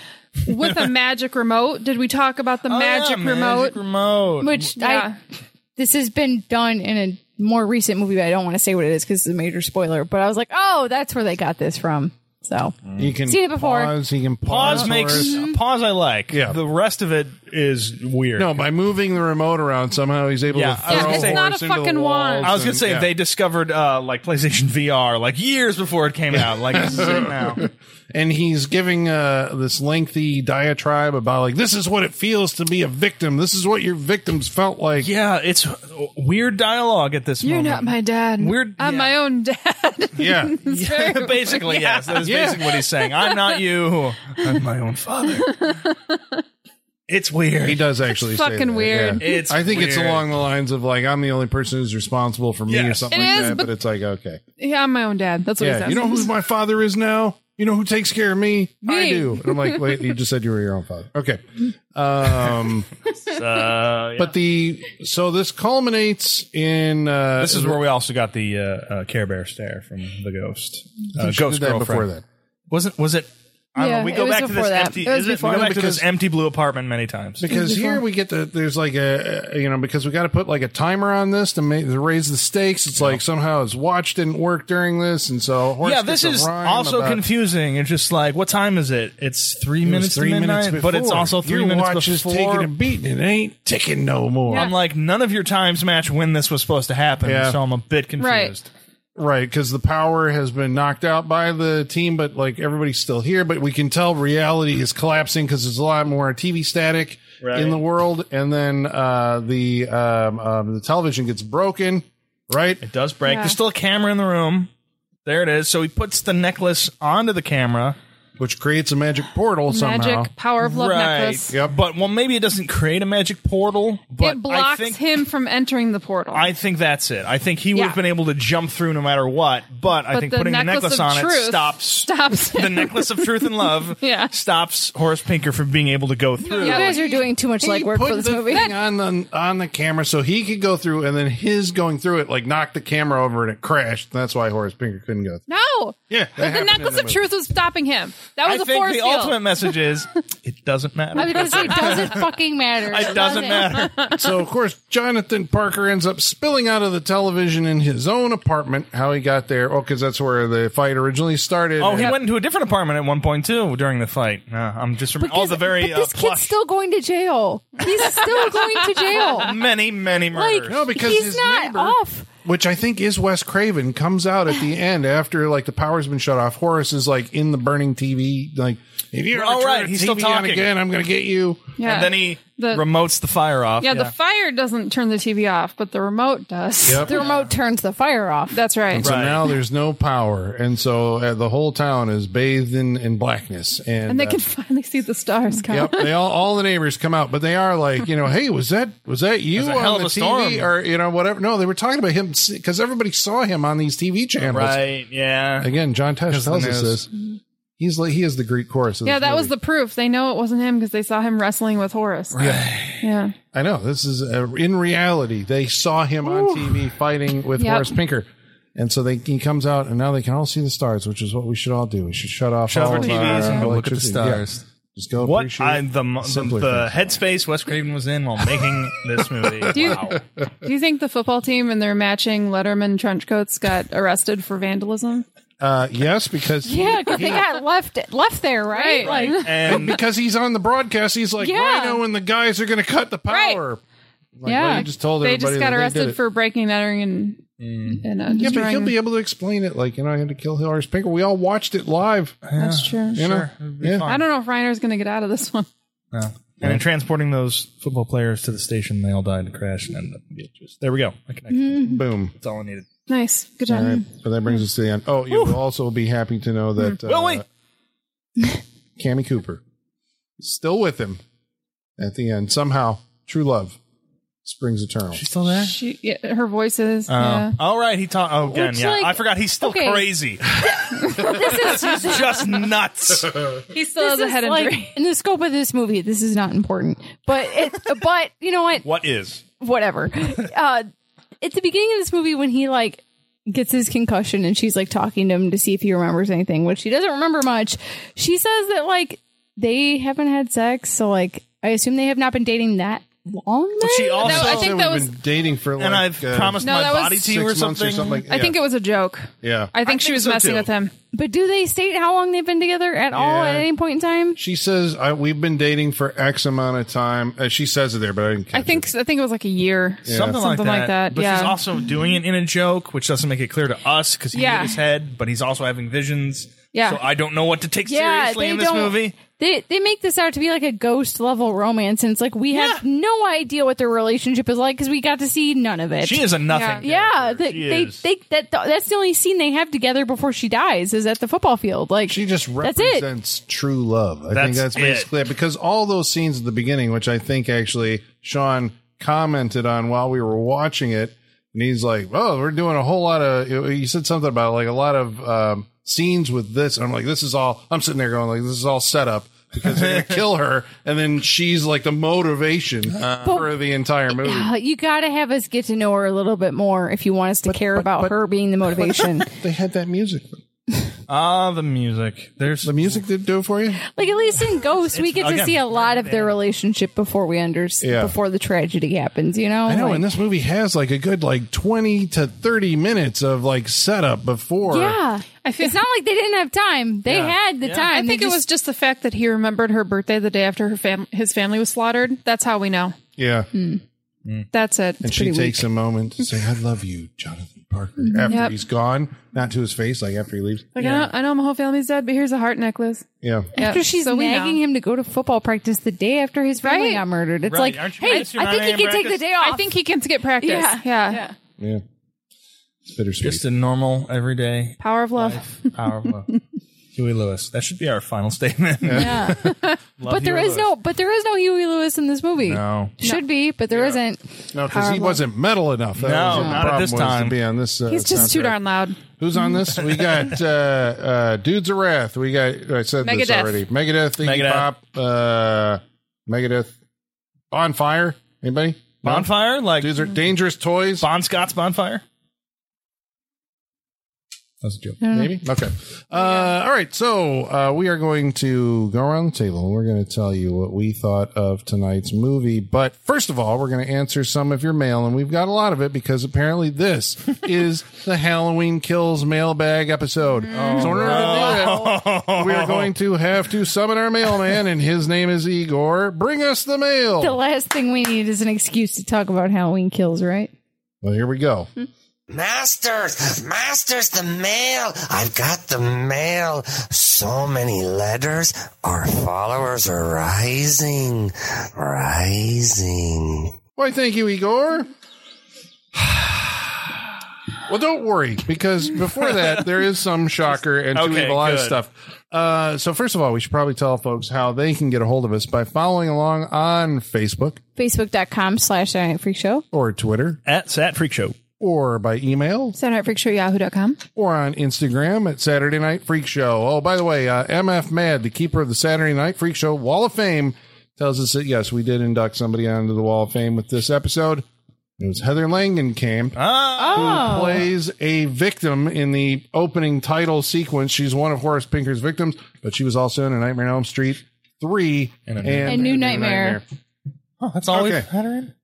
S4: (laughs)
S3: With a magic remote, did we talk about the
S4: Oh, yeah,
S3: magic remote?
S4: Magic remote.
S2: Which
S3: Yeah.
S2: I this has been done in a more recent movie, but I don't want to say what it is because it's a major spoiler. But I was like, oh, that's where they got this from. So
S1: He can
S2: Seen it before.
S1: Pause, he can pause.
S4: pause makes
S1: Horace.
S4: pause. I like.
S1: Yeah.
S4: The rest of it is weird.
S1: no by moving the remote around. Somehow he's able
S4: Yeah,
S1: to
S4: I was
S1: throw
S4: gonna say- It's
S3: not a
S1: Horace into the
S3: fucking wand.
S1: walls
S4: I was gonna
S1: and-
S4: say
S1: yeah.
S4: they discovered uh, like PlayStation VR like years before it came out. (laughs) Like this is it now.
S1: and he's giving uh, this lengthy diatribe about like this is what it feels to be a victim. This is what your victims felt like.
S4: Yeah, it's weird dialogue at this
S3: You're
S4: moment.
S3: not my dad.
S4: Weird-
S3: I'm
S4: yeah.
S3: my own dad. (laughs)
S1: Yeah.
S4: (laughs) basically, yes. That is
S1: Yeah.
S4: basically what he's saying. I'm not
S3: (laughs)
S4: you. I'm my own father. It's weird.
S1: He does actually. say
S3: fucking
S1: that,
S3: weird.
S1: yeah.
S4: It's
S1: I think it's
S4: weird.
S1: along the lines of like I'm the only person who's responsible for me or
S4: Yes.
S1: something
S3: It
S1: like
S3: is,
S1: that. But,
S3: but-
S1: it's like okay,
S3: yeah, I'm my own dad. That's what he
S1: yeah.
S3: says.
S1: You know who my father is now. You know who takes care of me. I
S3: Me.
S1: do. And I'm like, wait, you just said you were your own father. Okay.
S4: (laughs)
S1: Um,
S4: Uh, yeah.
S1: but the so this culminates in uh,
S4: this is where we also got the uh, uh, Care Bear stare from the ghost. Uh,
S1: she
S4: ghost
S1: did that
S4: girlfriend.
S1: before that.
S4: Wasn't was it? I don't
S2: Yeah,
S4: know. We
S2: it
S4: go
S2: was
S4: back to this
S2: before that.
S4: empty.
S2: It was
S4: Is it, we
S2: before
S4: go
S2: that.
S4: back to this empty blue apartment many times. (clears throat)
S1: Because here we get the there's like a uh, you know because we got to put like a timer on this to make to raise the stakes. It's like somehow his watch didn't work during this, and so Horace
S4: yeah, this
S1: gets a
S4: is
S1: rhyme
S4: also
S1: about-
S4: confusing. It's just like, what time is it? It's three
S1: It was
S4: minutes to midnight, but it's
S1: before.
S4: also three
S1: Your
S4: minutes
S1: watch
S4: before.
S1: is taking a beating. It ain't ticking no more.
S4: I'm like, none of your times match when this was supposed to happen,
S1: Yeah.
S4: so I'm a bit confused.
S3: Right.
S1: Right, because the power has been knocked out by the team, but like everybody's still here. But we can tell reality is collapsing because there's a lot more TV static in the world, and then uh, the um, um, the television gets broken. Right,
S4: It does break. There's still a camera in the room. There it is. So he puts the necklace onto the camera.
S1: which creates a magic portal
S3: Magic
S1: somehow.
S3: power of love
S4: right.
S3: necklace.
S1: Yep.
S4: But well, maybe it doesn't create a magic portal. But
S3: It
S4: I
S3: blocks
S4: think,
S3: him from entering the portal.
S4: I think that's it. I think he would
S3: Yeah.
S4: have been able to jump through no matter what. But, I
S3: But
S4: think
S3: the
S4: putting
S3: necklace
S4: the necklace on
S3: of truth
S4: it stops
S3: (laughs) stops
S4: the (laughs)
S3: him.
S4: necklace of truth and love
S3: (laughs) Yeah.
S4: stops Horace Pinker from being able to go through.
S2: you guys are doing too much
S1: He
S2: legwork
S1: put
S2: for this
S1: the
S2: movie.
S1: thing on the on the camera so he could go through, and then his going through it like knocked the camera over and it crashed. That's why Horace Pinker couldn't go. Through.
S3: no.
S1: Yeah, that
S3: The
S1: happened in
S3: necklace
S1: the
S3: of
S1: movie.
S3: truth was stopping him. That was
S4: I
S3: a
S4: think
S3: force
S4: the
S3: field.
S4: ultimate message
S3: (laughs)
S4: is it doesn't matter.
S2: I was gonna say it doesn't fucking matter.
S4: it doesn't
S3: (laughs)
S4: matter.
S1: So of course, Jonathan Parker ends up spilling out of the television in his own apartment. How he got there? Oh, because that's where the fight originally started.
S4: Oh, he
S1: And-
S4: went into a different apartment at one point too during the fight. Uh, I'm just remembering all the very
S2: But this
S4: uh,
S2: kid's
S4: plush,
S2: still going to jail. He's still going to
S4: (laughs)
S2: jail.
S4: many many
S2: Like
S4: murders.
S1: No, because
S2: he's
S1: his
S2: not
S1: neighbor-
S2: off.
S1: which I think is Wes Craven, comes out at the (sighs) end after like the power's been shut off. Horace is like in the burning TV, like if you
S4: Oh,
S1: ever turn
S4: right,
S1: the
S4: he's still
S1: TV on
S4: talking.
S1: again, I'm going to get you.
S3: Yeah.
S4: And then he
S3: The-
S4: remotes the fire off.
S3: yeah, the fire doesn't turn the TV off, but the remote does.
S1: Yep.
S2: The remote turns the fire off.
S3: (laughs) That's right.
S1: So
S4: Right.
S1: now there's no power, and so uh, the whole town is bathed in, in blackness. And,
S3: And they
S1: uh,
S3: can finally see the stars come. (laughs)
S1: yep, they all all the neighbors come out, but they are like, you know, hey, was that was that you
S4: was a
S1: on
S4: hell of
S1: the
S4: a
S1: TV
S4: storm.
S1: or you know whatever? No, they were talking about him because everybody saw him on these TV channels.
S4: right. Yeah.
S1: Again, John Tesh tells
S4: the
S1: us
S4: news.
S1: this. He's like he is the Greek chorus. of
S3: Yeah,
S1: this
S3: that was
S1: movie.
S3: the proof. They know it wasn't him because they saw him wrestling with Horace. Yeah.
S1: I know this is uh in reality they saw him on TV fighting with
S3: Yep.
S1: Horace Pinker, and so they he comes out and now they can all see the stars, which is what we should all do. We should shut off
S4: Shut off
S1: all
S4: our
S1: of
S4: TVs and go look at the
S1: electricity. Yeah.
S4: stars.
S1: Just go
S4: What
S1: appreciate
S4: I, the,
S1: simpler
S4: the headspace Wes Craven was in while making this movie.
S3: you-
S4: wow.
S3: Do you think the football team and their matching Letterman trench coats got arrested for vandalism?
S1: Uh, yes, because
S2: Yeah, because they got left left there, right?
S3: Right.
S2: Like,
S4: And
S1: because he's on the broadcast. He's like
S2: Yeah.
S1: Rhino and the guys are going to cut the
S2: Right.
S1: power. Like,
S3: Yeah.
S1: well, you just told
S3: They
S1: everybody
S3: just got
S1: that they did
S3: arrested
S1: it. Mm.
S3: for breaking, entering, and and uh,
S1: Yeah, but
S3: destroying.
S1: he'll be able to explain it. Like you know, I had to kill Horace Pinker. We all watched it live.
S3: That's true.
S1: You know, yeah.
S3: I don't know if Reiner's going to get out of this one. (laughs)
S4: No. And in transporting those football players to the station, they all died in a crash and ended up in Beetlejuice. There we go. I connected.
S1: Boom.
S4: That's all I needed.
S3: Nice, good job.
S1: All right. So that brings us to the end. Oh, you will also be happy to know that uh,
S4: Well, wait.
S1: Cammy Cooper is still with him at the end. Somehow, true love springs eternal.
S4: still there?
S3: She, yeah, her voice
S1: Oh.
S3: is. yeah.
S4: All right. He talked. Oh, again.
S2: Which,
S4: yeah.
S2: like-
S4: I forgot. He's still
S2: okay.
S4: crazy.
S2: this is
S4: (laughs)
S1: (laughs)
S4: Just nuts.
S3: He still has
S2: this
S3: a
S2: is
S3: head
S2: like-
S3: injury.
S2: in the scope of this movie, this is not important. But it, but you know what?
S4: what is? (laughs)
S2: Whatever. Uh, at the beginning of this movie, when he like gets his concussion and she's like talking to him to see if he remembers anything, which he doesn't remember much, she says that like they haven't had sex, so like I assume they have not been dating that long. Then?
S4: She also.
S3: No, I think
S1: Said
S3: that
S1: we've
S3: was-
S1: been dating for like
S4: and I've
S1: uh,
S4: promised
S3: No,
S4: my
S3: that was-
S4: body to
S1: six
S4: you or
S1: months
S4: something.
S1: or something. Like,
S3: I think it was a joke.
S1: yeah.
S3: I think she
S4: think
S3: was
S4: so,
S3: messing
S4: too.
S3: with him.
S2: but do they state how long they've been together at all
S1: Yeah.
S2: at any point in time?
S1: she says I, we've been dating for X amount of time. Uh, she says it there, but I didn't. Catch
S3: I think I think it was like a year.
S4: Something, like,
S3: Something
S4: that.
S3: like that,
S4: But she's
S3: yeah.
S4: also doing it in a joke, which doesn't make it clear to us because he
S3: Yeah.
S4: hit his head, but he's also having visions.
S3: Yeah.
S4: So I don't know what to take
S2: Yeah,
S4: seriously
S2: they
S4: in this
S2: don't-
S4: movie.
S2: They they make this out to be like a ghost level romance, and it's like we have no idea what their relationship is like because we got to see none of it.
S4: She is a nothing.
S2: yeah,
S4: character.
S2: they,
S4: She
S2: they,
S4: is.
S2: they that that's the only scene they have together before she dies is at the football field. Like
S1: She just
S2: That's it.
S1: represents true love. I think
S4: That's
S1: that's
S4: it.
S1: basically it. Because all those scenes at the beginning, which I think actually Sean commented on while we were watching it, and he's like, "Oh, we're doing a whole lot of." He said something about like a lot of um, scenes with this, and I'm like, "This is all." I'm sitting there going, "Like this is all set up." because they're gonna kill her, and then she's like the motivation for the entire movie.
S2: Uh-huh. uh, you got to have us get to know her a little bit more if you want us to care about her
S1: (laughs)
S2: being the motivation.
S1: They had that music.
S4: Ah, the music. There's
S1: The music did do it for you.
S2: like at least in Ghost, we get to
S4: again,
S2: see a lot of their relationship before we under
S1: Yeah.
S2: before the tragedy happens. You know,
S1: I know,
S2: Like-
S1: and this movie has like a good like twenty to thirty minutes of like setup before.
S2: yeah,
S3: I feel-
S2: it's not like they didn't have time. They
S4: Yeah.
S2: had the
S4: Yeah.
S2: time.
S3: I
S2: They
S3: think it
S2: just-
S3: was just the fact that he remembered her birthday the day after her fam- his family was slaughtered. That's how we know.
S1: yeah.
S3: Hmm. That's it.
S1: and she takes a moment to say, "I love you, Jonathan Parker." After
S3: Mm-hmm. Yep.
S1: he's gone, not to his face, like after he leaves.
S3: Like, I, know, I know my whole family's dead, but here's a heart necklace.
S1: Yeah,
S3: Yeah,
S2: After she's
S3: so we
S2: nagging
S3: know.
S2: him to go to football practice the day after his family
S3: Right.
S2: got murdered. It's
S4: Right.
S2: like,
S4: Aren't you
S2: hey, I
S4: missing
S2: think he
S4: 9
S2: can take
S4: practice?
S2: the day off.
S3: I think he can get practice.
S2: Yeah.
S3: Yeah.
S1: yeah. It's bittersweet.
S4: just a normal everyday
S3: Power of love.
S4: powerful
S2: (laughs)
S4: Huey Lewis. That should be our final statement.
S2: Yeah.
S4: (laughs)
S2: but there is no, but there is no Huey Lewis in this movie.
S4: No.
S2: Should be, but there not
S1: no, because he wasn't metal enough. That
S4: No,
S1: was the
S4: not at
S1: problem
S4: this
S1: was
S4: time.
S1: To be on this, uh,
S3: He's just too
S1: soundtrack.
S3: darn loud.
S1: Who's on this? We
S3: (laughs)
S1: got uh, uh, Dudes of Wrath. We got I said this
S3: Megadeth.
S1: already. Megadeth, Iggy
S4: Megadeth.
S1: Pop, uh, Megadeth, Bonfire. Anybody? No?
S4: Bonfire? Like
S1: Dudes are dangerous toys.
S4: Bon Scott's bonfire? That's a joke.
S1: Maybe. Okay. Uh, all right. So uh, we are going to go around the table and we're going to tell you what we thought of tonight's movie. But first of all, we're going to answer some of your mail, and we've got a lot of it because apparently this
S4: (laughs)
S1: is the Halloween Kills mailbag episode. so in order
S4: Oh,
S1: to do
S4: (laughs)
S1: that, we are going to have to summon our mailman, and his name is Igor. Bring us the mail.
S2: The last thing we need is an excuse to talk about Halloween kills, right?
S1: well, here we go.
S5: Masters, Masters, the mail. I've got the mail. So many letters. Our followers are rising, rising.
S1: Why, thank you, Igor. Well, don't worry, because before that, there is some shocker and two
S4: Okay,
S1: evil eyes
S4: good.
S1: stuff. Uh, so, first of all, we should probably tell folks how they can get a hold of us by following along on Facebook
S2: Facebook.com slash Saturday Night Freak Show.
S1: or Twitter
S4: At Sat Freak Show.
S1: or by email
S3: SaturniteFreakShowYahoo.com.
S1: or on Instagram at Saturday Night Freak Show. Oh, by the way, uh, MF Mad, the keeper of the Saturday Night Freak Show Wall of Fame, tells us that yes, we did induct somebody onto the Wall of Fame with this episode. It was Heather Langenkamp.
S2: Oh.
S1: who plays a victim in the opening title sequence. She's one of Horace Pinker's victims, but she was also in A Nightmare on Elm Street three,
S6: And
S1: and,
S6: a-
S2: A new nightmare.
S4: Oh, that's all
S1: Okay.
S4: we've had her in.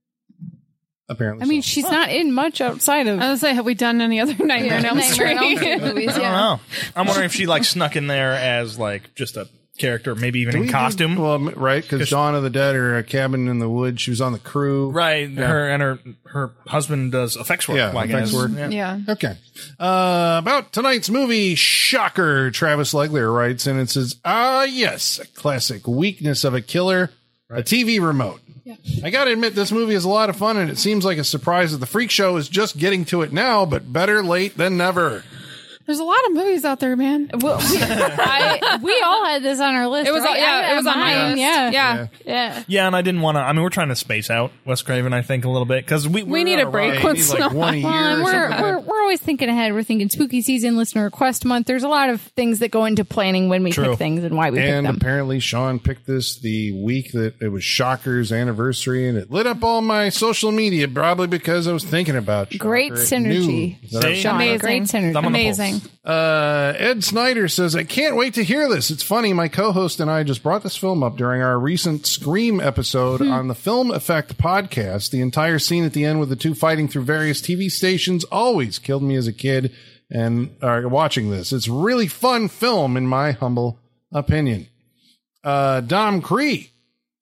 S1: apparently.
S2: I mean,
S1: so.
S2: she's not in much outside of.
S3: I was like, have we done any other (laughs) Nightmare on Elm
S2: Nightmare
S3: Street?
S2: on Elm Street movies,
S4: (laughs) I don't
S2: yeah.
S4: know. I'm wondering if she like snuck in there as like just a character, maybe even
S1: We
S4: in
S1: did-
S4: costume.
S1: well, m- right? Because Dawn of the Dead or a cabin in the woods. She was on the crew,
S4: right. Her and her her husband does effects work.
S1: Yeah,
S4: like
S1: effects
S4: as-
S1: work.
S4: Yeah.
S3: (laughs) yeah.
S1: Okay. Uh, about tonight's movie, Shocker, Travis Legler writes, and it says, Ah, yes, a classic weakness of a killer, a TV remote. I gotta admit, this movie is a lot of fun, and it seems like a surprise that the Freak Show is just getting to it now, but better late than never.
S3: There's a lot of movies out there, man.
S2: Well, we, I, we all had this on our list.
S3: It was
S2: right?
S3: on- yeah,
S2: I-
S3: it was on my
S2: mine,
S3: list.
S2: Yeah,
S3: Yeah.
S2: yeah.
S4: Yeah, and I didn't want to. I mean, we're trying to space out Wes Craven, I think, a little bit because we
S3: need a break
S1: Right?
S3: once
S1: Need,
S3: in a
S1: like one a year.
S2: Well, and
S1: or
S2: we're,
S1: something.
S2: we're, we're always thinking ahead. We're thinking spooky season, listener request month. There's a lot of things that go into planning when we
S4: True.
S2: pick things and why we
S1: And
S2: pick them.
S1: apparently, Sean picked this the week that it was Shocker's anniversary, and it lit up all my social media, probably because I was thinking about Shocker.
S2: Great
S1: It
S2: synergy.
S1: knew that I was
S4: See?
S2: Sean,
S3: Amazing.
S2: great synergy.
S4: Thumb on the
S3: Amazing.
S4: pulse.
S1: Uh, Ed Snyder says, I can't wait to hear this. It's funny. My co host and I just brought this film up during our recent Scream episode
S2: Hmm.
S1: on the Film Effect podcast. The entire scene at the end with the two fighting through various TV stations always killed me as a kid and uh, watching this. It's really fun film, in my humble opinion. Uh, Dom Cree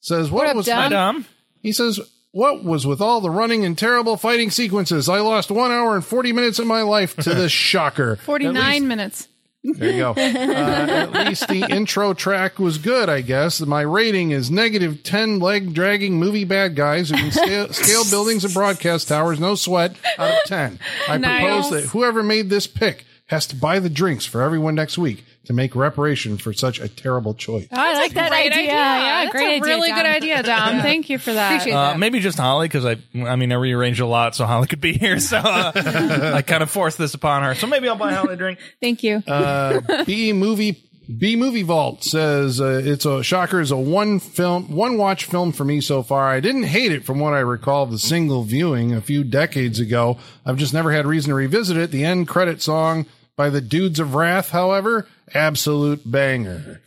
S1: says, What,
S2: up,
S1: was
S2: Dom?
S4: Dumb.
S1: he says, What was with all the running and terrible fighting sequences? I lost one hour and 40 minutes of my life to
S2: (laughs)
S1: this shocker.
S3: 49 minutes.
S1: There you go. Uh, at least the intro track was good, I guess. My rating is negative 10 leg dragging movie bad guys who can scale, scale buildings and broadcast towers, no sweat, out of 10. I
S3: Nice.
S1: propose that whoever made this pick has to buy the drinks for everyone next week to make reparation for such a terrible choice.
S2: I like that
S3: Great
S2: idea. Yeah,
S3: That's
S2: great
S3: a
S2: idea.
S3: really
S2: Dom.
S3: good idea, Dom. Thank you for that.
S2: Appreciate
S4: Uh,
S2: that.
S4: maybe just Holly because I, I mean, I rearranged a lot so Holly could be here. So uh, I kind of forced this upon her. So maybe I'll buy Holly a drink.
S3: Thank you.
S1: Uh, B movie B movie vault says uh, it's a shocker is a one film one watch film for me so far. I didn't hate it from what I recall of the single viewing a few decades ago. I've just never had reason to revisit it. The end credit song by the Dudes of Wrath, however, absolute
S3: (laughs)
S1: banger.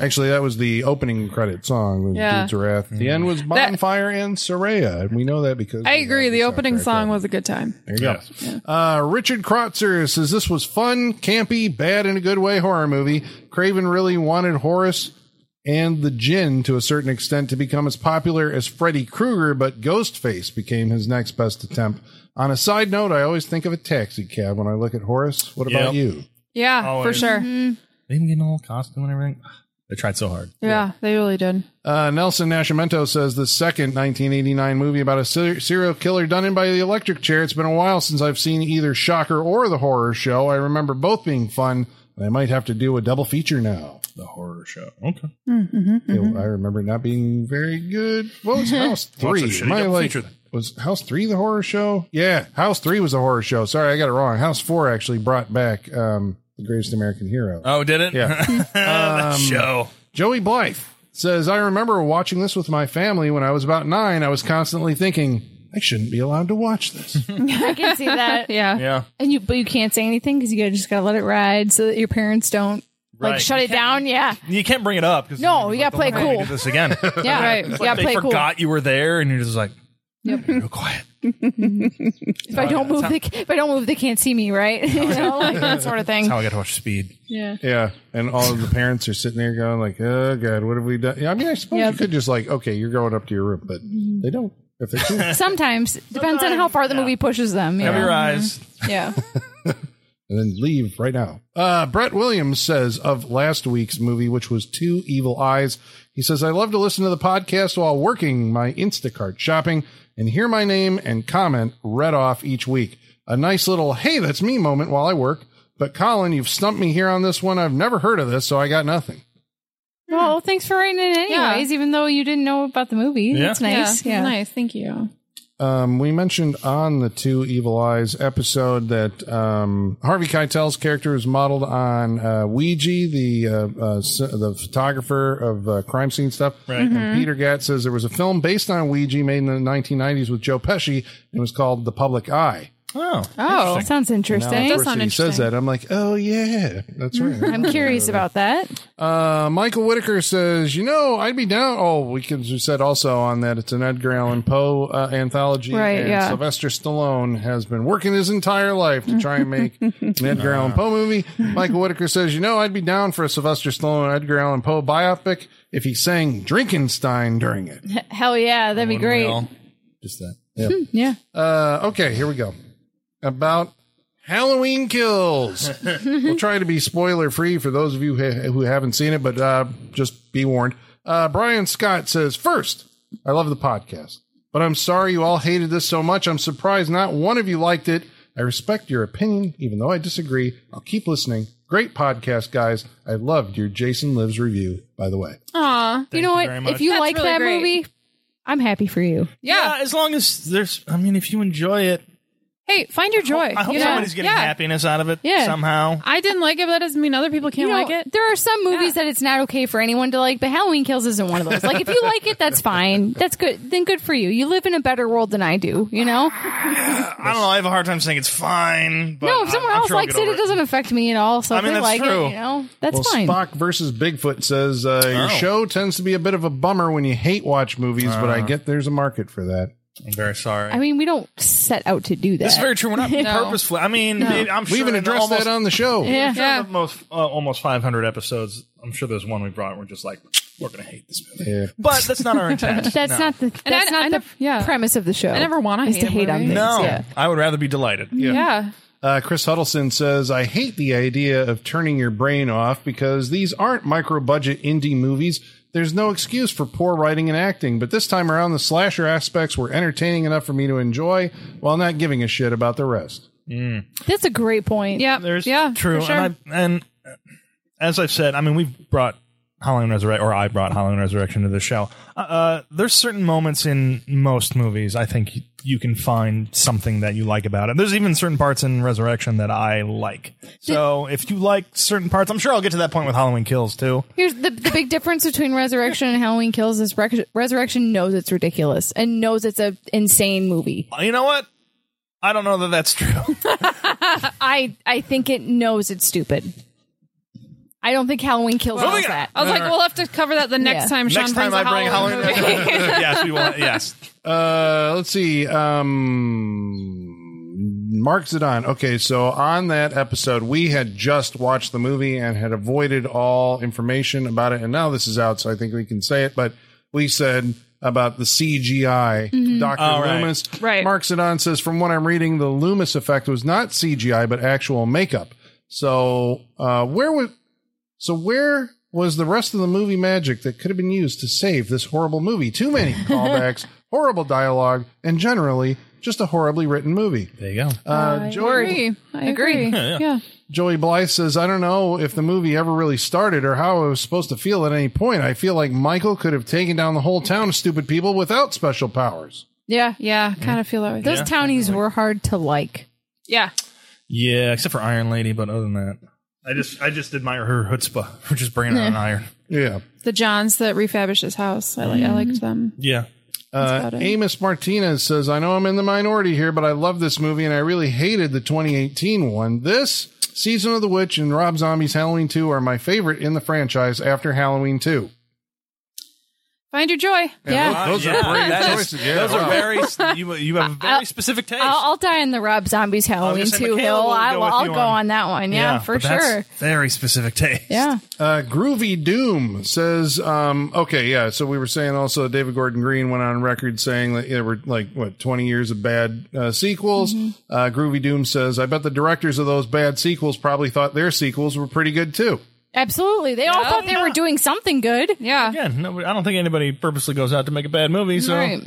S1: Actually, that was the opening credit song. was
S3: Yeah.
S1: Dudes of Wrath. The end was Bonfire and Soraya, and we know that because
S3: I agree. The opening song
S1: was.
S3: was a good time.
S1: There you go. Uh, Richard Krotzer says this was fun, campy, bad in a good way horror movie. Craven really wanted Horace and the Jinn to a certain extent to become as popular as Freddy Krueger, but Ghostface became his next best attempt. On a side note, I always think of a taxi cab when I look at Horace. What about
S4: Yep.
S1: you?
S3: Yeah,
S4: Always.
S3: for sure.
S4: They even get an all costume and everything. They tried so hard.
S3: Yeah, they really did.
S1: Uh, Nelson Nascimento says the second 1989 movie about a ser- serial killer done in by the electric chair. It's been a while since I've seen either Shocker or The Horror Show. I remember both being fun. and I might have to do a double feature now.
S4: The horror show. Okay.
S1: It- I remember it not being very good. What was House
S4: What's
S1: Three?
S4: a shitty
S1: Am I,
S4: double
S1: like-
S4: feature then?
S1: was House Three the horror show? Yeah, House Three was a horror show. Sorry, I got it wrong. House Four actually brought back um, the greatest American hero.
S4: Oh, did it?
S1: Yeah.
S4: (laughs)
S1: Um,
S4: that show.
S1: Joey Blythe says, I remember watching this with my family when I was about nine. I was constantly thinking, I shouldn't be allowed to watch this.
S2: I can see (laughs) that.
S3: Yeah.
S4: Yeah.
S2: And you, but you can't say anything because you gotta, just gotta let it ride so that your parents don't like
S4: Right.
S2: shut it down. Yeah,
S4: You can't bring it up. 'cause
S2: No,
S4: you're
S2: you
S4: like,
S2: gotta play
S4: "Don't let me
S2: cool."
S4: do This again.
S2: (laughs) yeah,
S3: Right.
S2: You
S3: It's
S2: gotta
S4: they
S2: play cool.
S4: forgot you were there, and you're just like, real quiet.
S2: If I don't move, they, if I don't move, they can't see me. Right? you know, like that sort of thing.
S4: How I got to watch Speed.
S1: yeah. And all of the parents are sitting there going like, oh God, what have we done? Yeah, I mean, I suppose you could just like, okay, you're going up to your room, but they don't. If they do. and
S2: Sometimes depends on how far the movie pushes them. you
S4: Cover
S2: know?
S4: your eyes.
S2: Yeah.
S1: then leave right now. Uh, Brett Williams says of last week's movie, which was Two Evil Eyes, he says, I love to listen to the podcast while working my Instacart shopping and hear my name and comment read off each week. A nice little, hey, that's me moment while I work. But Colin, you've stumped me here on this one. I've never heard of this, so I got nothing.
S2: Well, thanks for writing it anyways, even though you didn't know about the movie. That's nice.
S3: Yeah.
S2: Yeah.
S3: Nice. Thank you.
S1: Um, we mentioned on the Two Evil Eyes episode that um, Harvey Keitel's character is modeled on uh, Ouija, the uh, uh, s- the photographer of uh, crime scene stuff. Right. And Peter Gatt says there was a film based on Ouija made in the 1990s with Joe Pesci. And it was called The Public Eye.
S4: Oh,
S3: Oh,
S2: That sounds interesting.
S3: That
S1: Of
S3: does sound
S1: course, he says
S3: interesting.
S1: that. I'm like, oh yeah, that's right.
S2: I'm curious about that.
S1: Uh, Michael Whitaker says, you know, I'd be down. Oh, we can. We said also on that it's an Edgar Allan Poe uh, anthology,
S2: Right,
S1: And
S2: yeah.
S1: Sylvester Stallone has been working his entire life to try and make an Edgar Allan Poe movie. Michael Whitaker says, you know, I'd be down for a Sylvester Stallone Edgar Allan Poe biopic if he sang Drinkenstein during it.
S2: Hell yeah, that'd be great.
S4: Just that.
S3: Yeah.
S1: Uh, okay, here we go. About Halloween kills. we'll try to be spoiler free for those of you ha- who haven't seen it, but uh, just be warned. Uh, Brian Scott says first, I love the podcast, but I'm sorry you all hated this so much. I'm surprised not one of you liked it. I respect your opinion, even though I disagree. I'll keep listening. Great podcast, guys. I loved your Jason Lives review, by the way.
S3: Aw.
S2: You know what?
S4: very much.
S2: if you
S3: That's
S2: like
S3: really
S2: that
S3: great.
S2: movie, I'm happy for you.
S3: Yeah.
S4: Yeah, as long as there's, I mean, if you enjoy it,
S3: Hey, find your joy.
S4: I hope
S3: you know?
S4: somebody's getting
S3: Yeah.
S4: happiness out of it
S2: Yeah.
S4: somehow.
S3: I didn't like it, but that doesn't mean other people can't
S2: You know,
S3: like it.
S2: There are some movies that it's not okay for anyone to like, but Halloween Kills isn't one of those. Like, if you like it, that's fine. That's good. Then good for you. You live in a better world than I do. You know.
S4: I don't know. I have a hard time saying it's fine. But
S2: no, if
S4: I-
S2: someone
S4: I'm
S2: else
S4: sure I'll
S2: likes
S4: get
S2: it,
S4: over
S2: it doesn't affect me at all. So
S4: I
S2: if
S4: mean,
S2: they
S4: that's
S2: like
S4: true.
S2: it, you know, that's
S1: Well,
S2: fine.
S1: Spock versus Bigfoot says uh, your
S4: Oh.
S1: show tends to be a bit of a bummer when you hate watch movies, but
S4: Uh.
S1: I get there's a market for that.
S4: I'm very sorry.
S2: I mean, we don't set out to do that.
S4: That's very true. We're not purposefully. I mean, it- I'm sure
S1: We even
S4: in
S1: addressed
S4: almost,
S1: that on the show.
S2: Yeah.
S4: I'm sure in almost uh, almost 500 episodes. I'm sure there's one we brought. and We're just like, we're gonna hate this movie,
S1: Yeah.
S4: but that's not our
S2: (laughs)
S4: intent.
S2: That's not the that's
S3: I-
S2: not
S3: I
S2: the
S3: nev- yeah.
S2: premise of the show.
S3: I never want to
S2: is
S3: hate,
S2: to
S3: a
S2: hate on
S3: movie.
S2: things.
S4: no.
S2: Yeah.
S4: I would rather be delighted.
S3: Yeah.
S1: Uh, Chris Huddleston says, I hate the idea of turning your brain off because these aren't micro budget indie movies. There's no excuse for poor writing and acting, but this time around, the slasher aspects were entertaining enough for me to enjoy while not giving a shit about the rest.
S2: That's a great point.
S3: Yeah.
S4: There's
S3: yeah.
S4: true,
S3: for sure.
S4: and, I, and uh, as I've said, I mean, we've brought Halloween Resurrection, or I brought Halloween Resurrection to the show. Uh, uh, there's certain moments in most movies I think y- you can find something that you like about it. There's even certain parts in Resurrection that I like. So if you like certain parts, I'm sure I'll get to that point with Halloween Kills too.
S2: Here's the, the big difference between Resurrection and Halloween Kills is Rec- Resurrection knows it's ridiculous and knows it's a insane movie.
S4: You know what? I don't know that that's true.
S2: I I think it knows it's stupid. I don't think Halloween Kills
S4: Moving
S2: knows
S4: on.
S2: that.
S3: I was like, we'll have to cover that the next
S2: Yeah.
S3: time Sean
S4: Next
S3: brings
S4: time I
S3: a
S4: bring
S3: Halloween
S4: Halloween, (laughs)
S3: movie.
S4: yes, we will. Yes,
S1: Uh, let's see. Um, Mark Zidane. Okay, so on that episode, we had just watched the movie and had avoided all information about it, and now this is out, so I think we can say it. But we said about the CGI, Doctor
S4: right.
S1: Loomis.
S3: Right.
S1: Mark Zidane says, from what I'm reading, the Loomis effect was not CGI, but actual makeup. So uh, where was so where was the rest of the movie magic that could have been used to save this horrible movie? Too many
S3: (laughs)
S1: callbacks, horrible dialogue, and generally just a horribly written movie.
S4: there you go.
S1: Uh, Joey,
S3: agree. I agree. Yeah.
S1: Joey Blythe says, I don't know if the movie ever really started or how I was supposed to feel at any point. I feel like Michael could have taken down the whole town of stupid people without special powers.
S2: yeah.
S3: Yeah. Kind of feel that way.
S2: Those townies were hard to like.
S3: yeah.
S4: Yeah, except for Iron Lady, but other than that, I just I just admire her chutzpah for just bringing out an iron.
S1: Yeah.
S3: The Johns that refurbished his house. I, like, I liked them.
S4: Yeah,
S1: Uh,
S3: about it.
S1: Amos Martinez says, I know I'm in the minority here, but I love this movie and I really hated the 2018 one. This, Season of the Witch, and Rob Zombie's Halloween 2 are my favorite in the franchise after Halloween 2.
S3: Find your joy.
S2: Yeah.
S4: Uh,
S1: Those are brave choices. yeah,
S4: those
S1: wow.
S4: are very you
S2: (laughs)
S4: you have very specific taste.
S2: I'll, I'll die in the Rob Zombies Halloween
S4: say,
S2: too.
S4: Michaela
S2: Hill.
S4: will
S2: I'll,
S4: go with
S2: I'll
S4: you
S2: go
S4: on-
S2: on that one. Yeah, for
S4: but that's
S2: sure.
S4: Very specific taste.
S2: Yeah.
S1: Uh, Groovy Doom says, um, okay, yeah. So we were saying also David Gordon Green went on record saying that there were like, what, 20 years of bad uh, sequels. Uh, Groovy Doom says, I bet the directors of those bad sequels probably thought their sequels were pretty good too.
S2: Absolutely. They all thought they were doing something good.
S3: Yeah.
S4: Yeah, no, I don't think anybody purposely goes out to make a bad movie. So
S2: Right.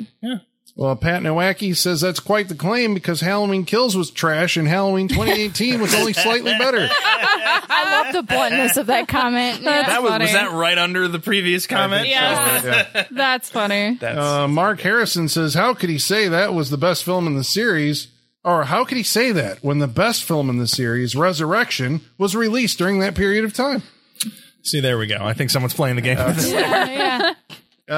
S1: Well, Pat Nowacki says that's quite the claim because Halloween Kills was trash and Halloween 2018 was only slightly better.
S2: I love the bluntness (laughs) of that comment. Yeah.
S4: that was,
S3: funny.
S4: was that right under the previous comment.
S3: Yes.
S4: (laughs)
S3: That's funny.
S4: That's,
S1: Uh, Mark Harrison says, How could he say that was the best film in the series? Or how could he say that when the best film in the series, Resurrection, was released during that period of time?
S4: see, there we go. I think someone's playing the game.
S2: Yeah, yeah.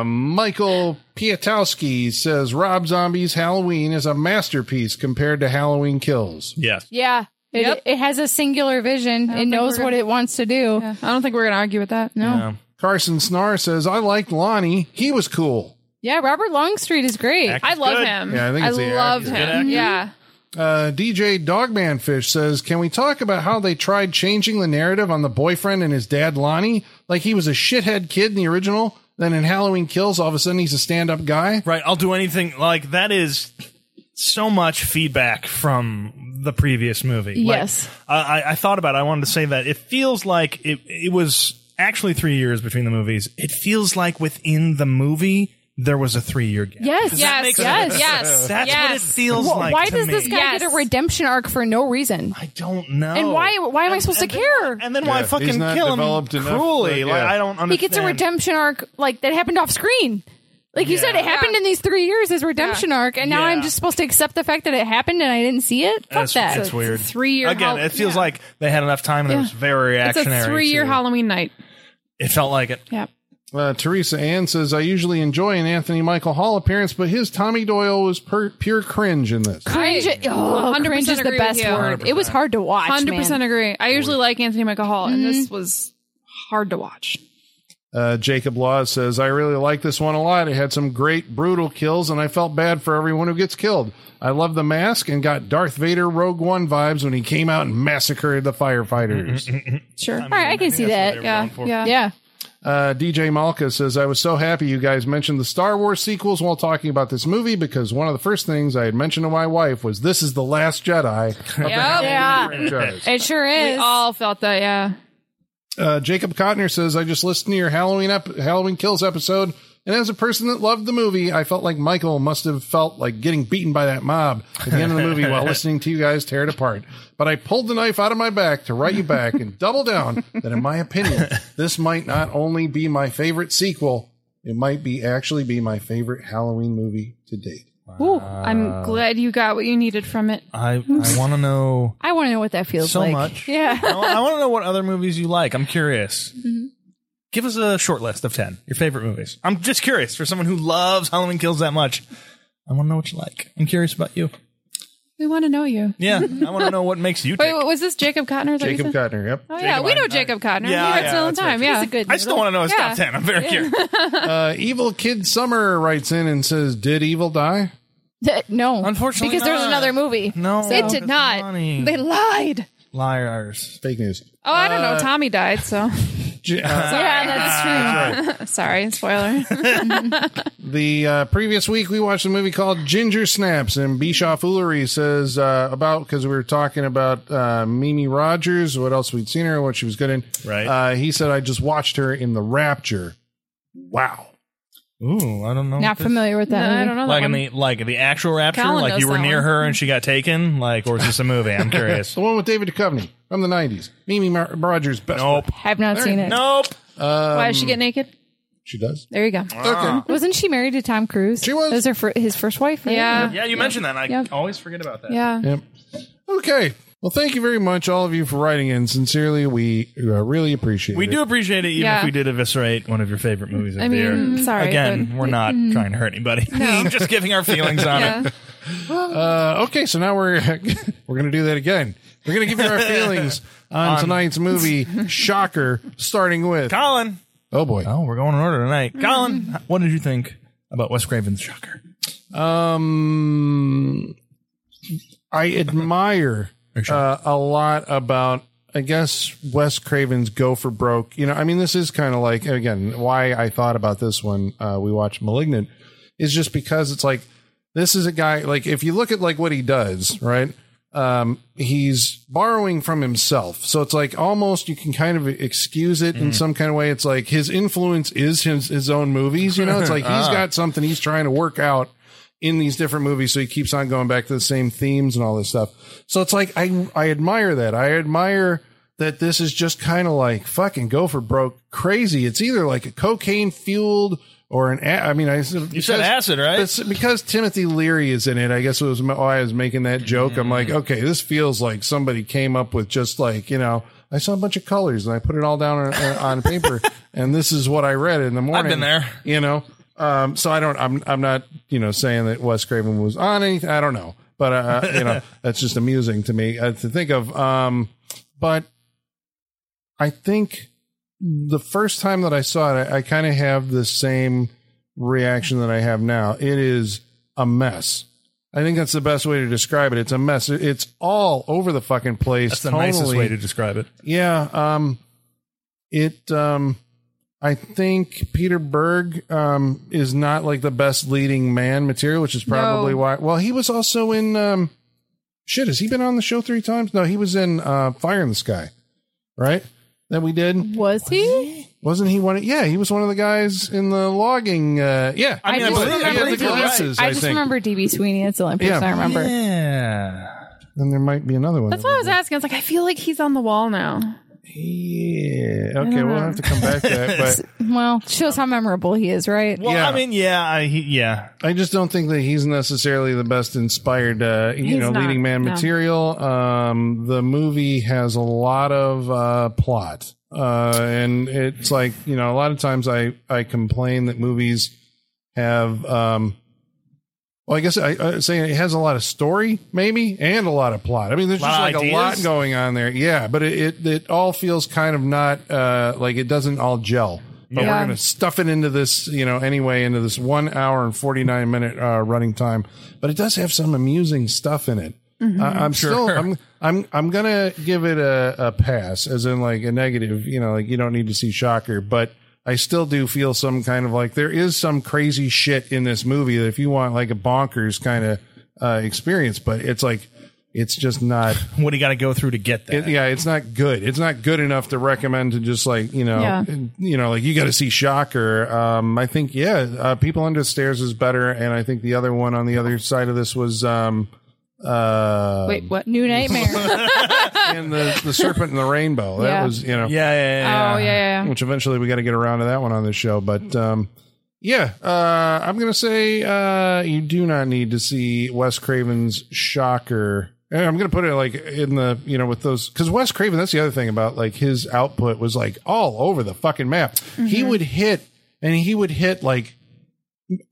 S1: Uh, Michael Piatowski says Rob Zombie's Halloween is a masterpiece compared to Halloween Kills.
S4: (laughs) Yes.
S2: Yeah. It,
S3: Yep.
S2: it has a singular vision. It
S3: think
S2: knows
S3: we're
S2: what
S3: gonna-
S2: it wants to do.
S3: Yeah, I don't think we're going to argue with that. No.
S4: Um,
S1: Carson Snar says I liked Lonnie. He was cool.
S2: Yeah, Robert Longstreet is great.
S4: Act-
S3: I love
S4: Good.
S3: him.
S1: Yeah, I think it's the
S3: love
S1: actor.
S4: Good actor.
S3: him. Yeah.
S1: Uh, DJ Dogmanfish says, "Can we talk about how they tried changing the narrative on the boyfriend and his dad Lonnie? Like he was a shithead kid in the original, then in Halloween Kills, all of a sudden he's a stand-up guy."
S4: Right. I'll do anything. Like, that is so much feedback from the previous movie. Like,
S2: Yes.
S4: I, I- I thought about it. I wanted to say that. It feels like it, it was actually three years between the movies. It feels like within the movie, there was a three year gap.
S2: Yes.
S4: Does that
S2: Yes.
S4: make
S2: Yes.
S4: sense? (laughs)
S3: Yes.
S4: That's what it
S3: Yes.
S4: feels
S2: Wh-
S4: like.
S2: why
S4: to
S2: does
S4: me.
S2: this guy
S3: Yes.
S2: get a redemption arc for no reason?
S4: I don't know.
S2: And why- why am I supposed to
S4: and then-
S2: care?
S4: and then why
S1: Yeah, he's
S4: fucking
S1: not
S4: kill him
S1: developed enough,
S4: cruelly?
S1: but
S4: Like
S1: yeah.
S4: I don't understand.
S2: He gets a redemption arc like that happened off screen. Like you said, it happened
S3: Yeah.
S2: in these three years, his redemption arc, and now
S4: Yeah.
S2: I'm just supposed to accept the fact that it happened and I didn't see it. Fuck
S4: That's,
S2: that.
S4: that's weird.
S3: three-year
S4: Again,
S3: hol-
S4: it feels
S3: yeah.
S4: like they had enough time and it was very
S3: It's
S4: reactionary.
S3: a three year
S4: to-
S3: Halloween night.
S4: It felt like it.
S3: Yeah.
S1: Uh, Teresa Ann says, "I usually enjoy an Anthony Michael Hall appearance, but his Tommy Doyle was per- pure cringe in this."
S2: Cringe, oh,
S3: 100%
S2: cringe is the
S3: agree with
S2: best
S3: you.
S2: word. It was hard to watch.
S3: Hundred
S2: 100%.
S3: percent agree. I usually like Anthony Michael Hall, and this was hard to watch.
S1: Uh, Jacob Laws says, I really like this one a lot. It had some great, brutal kills, and I felt bad for everyone who gets killed. I love the mask and got Darth Vader Rogue One vibes when he came out and massacred the firefighters.
S3: Sure.
S2: All right, I can see that. Yeah.
S3: yeah. Yeah.
S2: Yeah.
S1: uh, DJ Malka says, I was so happy you guys mentioned the Star Wars sequels while talking about this movie because one of the first things I had mentioned to my wife was, This is the last Jedi.
S3: Yep.
S1: franchise."
S2: It sure
S3: We
S2: is.
S3: all felt that. Yeah.
S1: Uh, Jacob Cotner says, I just listened to your Halloween ep- Halloween Kills episode, and as a person that loved the movie, I felt like Michael must have felt like getting beaten by that mob at the end of the movie while listening to you guys tear it apart. But I pulled the knife out of my back to write you back and double down that, in my opinion, this might not only be my favorite sequel, it might be actually be my favorite Halloween movie to date.
S3: Ooh, I'm glad you got what you needed from it.
S4: I, I want to know.
S2: I want to know what that feels
S4: So
S2: like.
S4: much.
S3: (laughs)
S2: Yeah.
S4: I want to know what other movies you like. I'm curious.
S3: Mm-hmm.
S4: Give us a short list of ten your favorite movies. I'm just curious for someone who loves Halloween Kills that much. I want to know what you like. I'm curious about you.
S3: We want to know you.
S4: Yeah, I want to know what makes you.
S3: Wait,
S4: Tick.
S3: what was this Jacob Cotner? that you
S1: Jacob
S3: said?
S1: Cotner, yep.
S3: Oh yeah, we know Jacob
S4: Yeah,
S3: Cotner. Yeah, he writes
S4: yeah,
S3: all the
S4: that's
S3: time. Yeah,
S2: good
S4: I still want to know his
S3: Yeah.
S4: top ten. I'm very curious.
S1: Uh, Evil Kid Summer writes in and says, Did Evil die?
S2: That-
S3: (laughs)
S2: no.
S4: Unfortunately
S2: Because there was
S4: not.
S2: another movie.
S4: No,
S2: So-
S3: It did not.
S4: Lonnie.
S3: They lied.
S4: Liars.
S1: Fake news.
S3: Oh, I don't know. Tommy died, so
S1: J- uh,
S4: (laughs)
S2: yeah, that's true.
S3: (laughs) sorry. Spoiler.
S1: The uh, previous week, we watched a movie called Ginger Snaps, and Bischoff Ullery says uh, about because we were talking about uh, Mimi Rogers, what else we'd seen her, what she was good in.
S4: Right.
S1: Uh, he said, I just watched her in The Rapture. Wow.
S4: Ooh, I don't know.
S2: Not
S4: This-
S2: familiar with that.
S3: No,
S2: movie.
S3: I don't know.
S4: Like
S3: that
S4: in
S3: one.
S4: the like the actual rapture,
S3: Colin
S4: like
S3: knows
S4: you were
S3: that
S4: near
S3: one.
S4: her and she got taken, like or is this a movie? I'm curious.
S3: (laughs)
S1: The one with David Duchovny from the 90s. Mimi Mar- Rogers, best.
S4: nope.
S1: work.
S2: Have not seen it.
S4: Nope.
S3: Why does she
S1: um,
S3: get naked?
S1: She does.
S3: There you go.
S1: Okay.
S2: Wasn't she married to Tom Cruise?
S1: She was.
S2: That was her fir- his first wife, right?
S3: Yeah.
S4: Yeah, you mentioned that. and I
S3: Yeah.
S4: always forget about that.
S3: Yeah.
S1: Yep. Okay. Well, thank you very much, all of you, for writing in. Sincerely, we uh, really appreciate
S4: We
S1: it.
S4: do appreciate it, even
S3: Yeah.
S4: if we did eviscerate one of your favorite movies of
S3: I
S4: the
S3: mean,
S4: year.
S3: mm, sorry,
S4: Again,
S3: but-
S4: we're not trying to hurt anybody. No. (laughs) Just giving our feelings on (laughs)
S3: Yeah.
S4: it.
S1: Uh, okay, so now we're (laughs) we're gonna do that again. We're gonna give you our feelings on, tonight's movie, Shocker, starting with
S4: Colin.
S1: oh boy,
S4: Oh, we're going in order tonight.
S3: Mm-hmm.
S4: Colin, what did you think about Wes Craven's Shocker?
S1: um, I admire uh, a lot about. I guess Wes Craven's go for broke. You know, I mean, this is kind of like again why I thought about this when uh, we watched *Malignant* is just because it's like this is a guy like if you look at like what he does, right? Um, he's borrowing from himself, so it's like almost you can kind of excuse it
S4: Mm.
S1: in some kind of way. It's like his influence is his his own movies. You know, it's
S4: (laughs)
S1: like he's
S4: Ah.
S1: got something he's trying to work out in these different movies so he keeps on going back to the same themes and all this stuff so it's like i i admire that i admire that this is just kind of like fucking go for broke crazy it's either like a cocaine fueled or an a- i mean i you
S4: said acid, right?
S1: because timothy leary is in it i guess it was why i was making that joke i'm like okay this feels like somebody came up with just like you know I saw a bunch of colors and I put it all down on, on
S4: (laughs)
S1: paper, and this is what I read in the morning.
S4: been there.
S1: you know. Um, so I don't. I'm. I'm not. You know, saying that Wes Craven was on anything. I don't know, but uh, you
S4: (laughs)
S1: know, that's just amusing to me uh, to think of. Um, but I think the first time that I saw it, I, I kind of have the same reaction that I have now. It is a mess. I think that's the best way to describe it. It's a mess. It's all over the fucking place.
S4: That's the nicest way to describe it.
S1: Yeah. Um, it. Um, I think Peter Berg um, is not like the best leading man material, which is probably
S3: No.
S1: why. Well, he was also in. Um, shit, has he been on the show three times? No, he was in uh, Fire in the Sky, right? That we did.
S2: Was he?
S1: Wasn't he one? Of, yeah, he was one of the guys in the logging. Uh, yeah,
S4: I mean, I
S2: just
S4: believe-
S2: remember
S4: I
S1: the
S4: think you're right.
S1: glasses.
S2: I
S1: I,
S2: just
S1: think,
S2: remember DB Sweeney. That's the only person
S1: Yeah.
S2: I remember.
S4: Yeah.
S1: and there might be another one.
S3: That's what I was asking. I was like, I feel like he's on the wall now.
S1: Yeah. Okay, we'll have to come back to
S3: (laughs)
S1: that, but
S2: Well, shows how memorable he is, right?
S4: Well,
S1: Yeah.
S4: I mean, yeah, I, he, yeah.
S1: I just don't think that he's necessarily the best inspired, uh, you
S3: He's
S1: know,
S3: not,
S1: leading man
S3: no.
S1: material. Um, the movie has a lot of uh, plot, uh, and it's like you know, a lot of times I I complain that movies have. Um, well, I guess I, I say it has a lot of story, maybe, and a lot of plot. I mean, there's
S4: Lot
S1: just
S4: of
S1: like a
S4: ideas?
S1: lot going on there. Yeah, but it, it it all feels kind of not uh, like it doesn't all gel. But we're
S3: Yeah.
S1: gonna stuff it into this, you know, anyway, into this one hour and 49 minute uh, running time. But it does have some amusing stuff in it. I, I'm still, I'm, I'm, I'm gonna give it a, a pass, as in like a negative, you know, like you don't need to see Shocker, but I still do feel some kind of like there is some crazy shit in this movie that if you want like a bonkers kind of uh, experience, but it's like, it's just not
S4: What do you got to go through to get that?
S1: it- yeah, it's not good. It's not good enough to recommend to just like you know,
S3: Yeah.
S1: you know, like you got to see Shocker. Um, I think yeah, uh, People Under the Stairs is better, and I think the other one on the other side of this was um, uh,
S3: Wait, what?
S2: New Nightmare.
S1: and the the Serpent and the Rainbow. That
S3: Yeah.
S1: was you know,
S4: yeah, yeah, yeah.
S3: Oh, yeah, yeah, yeah.
S1: which eventually we got to get around to that one on this show, but. Um, yeah, uh, I'm gonna say uh, you do not need to see Wes Craven's Shocker. And I'm gonna put it like in the you know with those because Wes Craven. That's the other thing about like his output was like all over the fucking map. He would hit and he would hit like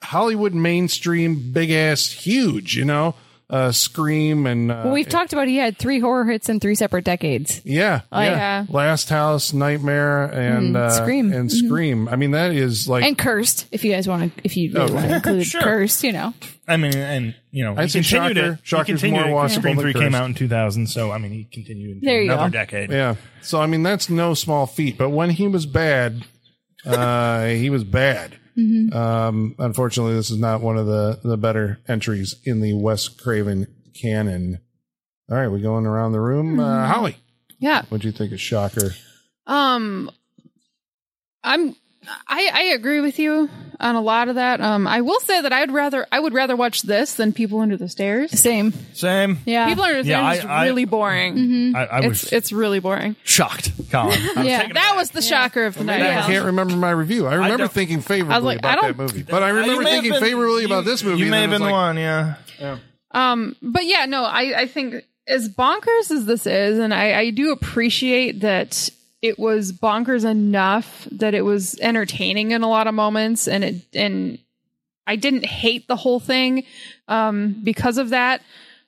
S1: Hollywood mainstream, big ass, huge. You know, uh, Scream and uh,
S2: well, we've talked about he had three horror hits in three separate decades.
S1: yeah,
S3: yeah.
S1: Last House, Nightmare, and uh,
S2: Scream.
S1: and Scream. I mean, that is like
S2: And cursed, if you guys want to, if you really want to include
S4: Sure.
S2: cursed, you know.
S4: I mean, and you know,
S1: I'd
S4: he
S1: say
S4: continued
S1: Shocker-
S4: it.
S1: Shocker's
S4: he continued
S1: more
S4: it. 'cause
S1: watchable
S4: Scream
S1: than
S4: Three came
S1: Cursed.
S4: out in 2000, so I mean, he continued into
S2: There you
S4: another
S2: go.
S4: decade.
S1: Yeah. So I mean, that's no small feat. But when he was bad, uh, (laughs) he was bad. Um, unfortunately, this is not one of the the better entries in the Wes Craven canon. All right, we going around the room. Uh, Holly,
S3: Yeah.
S1: what do you think of Shocker?
S3: Um, I'm I I agree with you on a lot of that. Um, I will say that I'd rather I would rather watch this than People Under the Stairs.
S2: Same.
S4: Same.
S2: Yeah. Mm-hmm.
S3: People Under the
S4: Yeah,
S3: Stairs
S4: I- I-
S3: is really boring.
S4: I, I was
S3: It's it's really boring.
S4: shocked, Colin. I
S2: (laughs)
S4: was
S2: Yeah.
S4: taken
S3: That
S4: aback.
S3: was the shocker of the night.
S1: I can't remember my review. I remember
S4: don't-
S1: thinking favorably
S3: I was like,
S1: about
S3: I
S1: that
S3: don't-
S1: movie, but I
S4: Uh, You
S1: remember
S4: may have
S1: thinking
S4: been-
S1: favorably
S4: you-
S1: about this movie.
S4: You
S1: and
S4: may
S1: then
S4: have
S1: it was
S4: been the
S1: like,
S4: one. Yeah.
S3: Um, but yeah, no, I, I think as bonkers as this is, and I, I do appreciate that it was bonkers enough that it was entertaining in a lot of moments, and it and I didn't hate the whole thing um, because of that.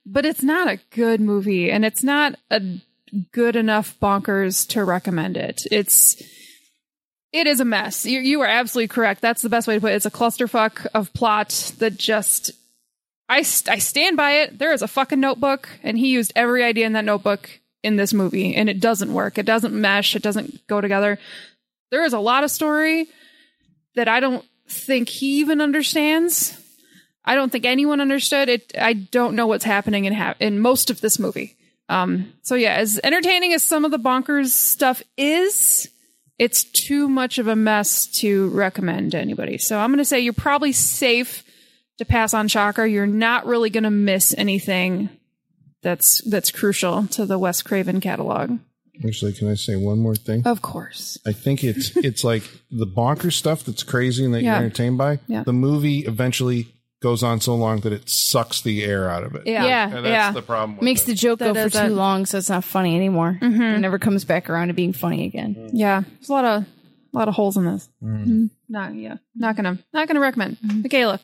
S3: But it's not a good movie, and it's not a good enough bonkers to recommend it. It's it is a mess. You, you are absolutely correct. That's the best way to put it. It's a clusterfuck of plot that just I, st- I stand by it. There is a fucking notebook, and he used every idea in that notebook in this movie, and it doesn't work. It doesn't mesh. It doesn't go together. There is a lot of story that I don't think he even understands. I don't think anyone understood it. I don't know what's happening in ha- in most of this movie. Um, so yeah, as entertaining as some of the bonkers stuff is, it's too much of a mess to recommend to anybody. So I'm going to say you're probably safe to pass on Shocker. You're not really going to miss anything that's that's crucial to the Wes Craven catalog.
S1: Actually, can I say one more thing?
S3: Of course.
S1: I think
S3: (laughs)
S1: it's it's like the bonker stuff that's crazy and that
S3: Yeah.
S1: you're entertained by.
S3: Yeah.
S1: The movie eventually goes on so long that it sucks the air out of it.
S3: Yeah.
S2: Yeah.
S1: And that's
S3: yeah.
S1: the problem. With
S2: Makes
S1: it.
S2: the joke
S3: That
S2: go for
S3: is a-
S2: too long, so it's not funny anymore. It never comes back around to being funny again.
S3: Yeah, there's a lot of a lot of holes in this. Mm-hmm. Not yeah, not gonna not gonna recommend. Michaela,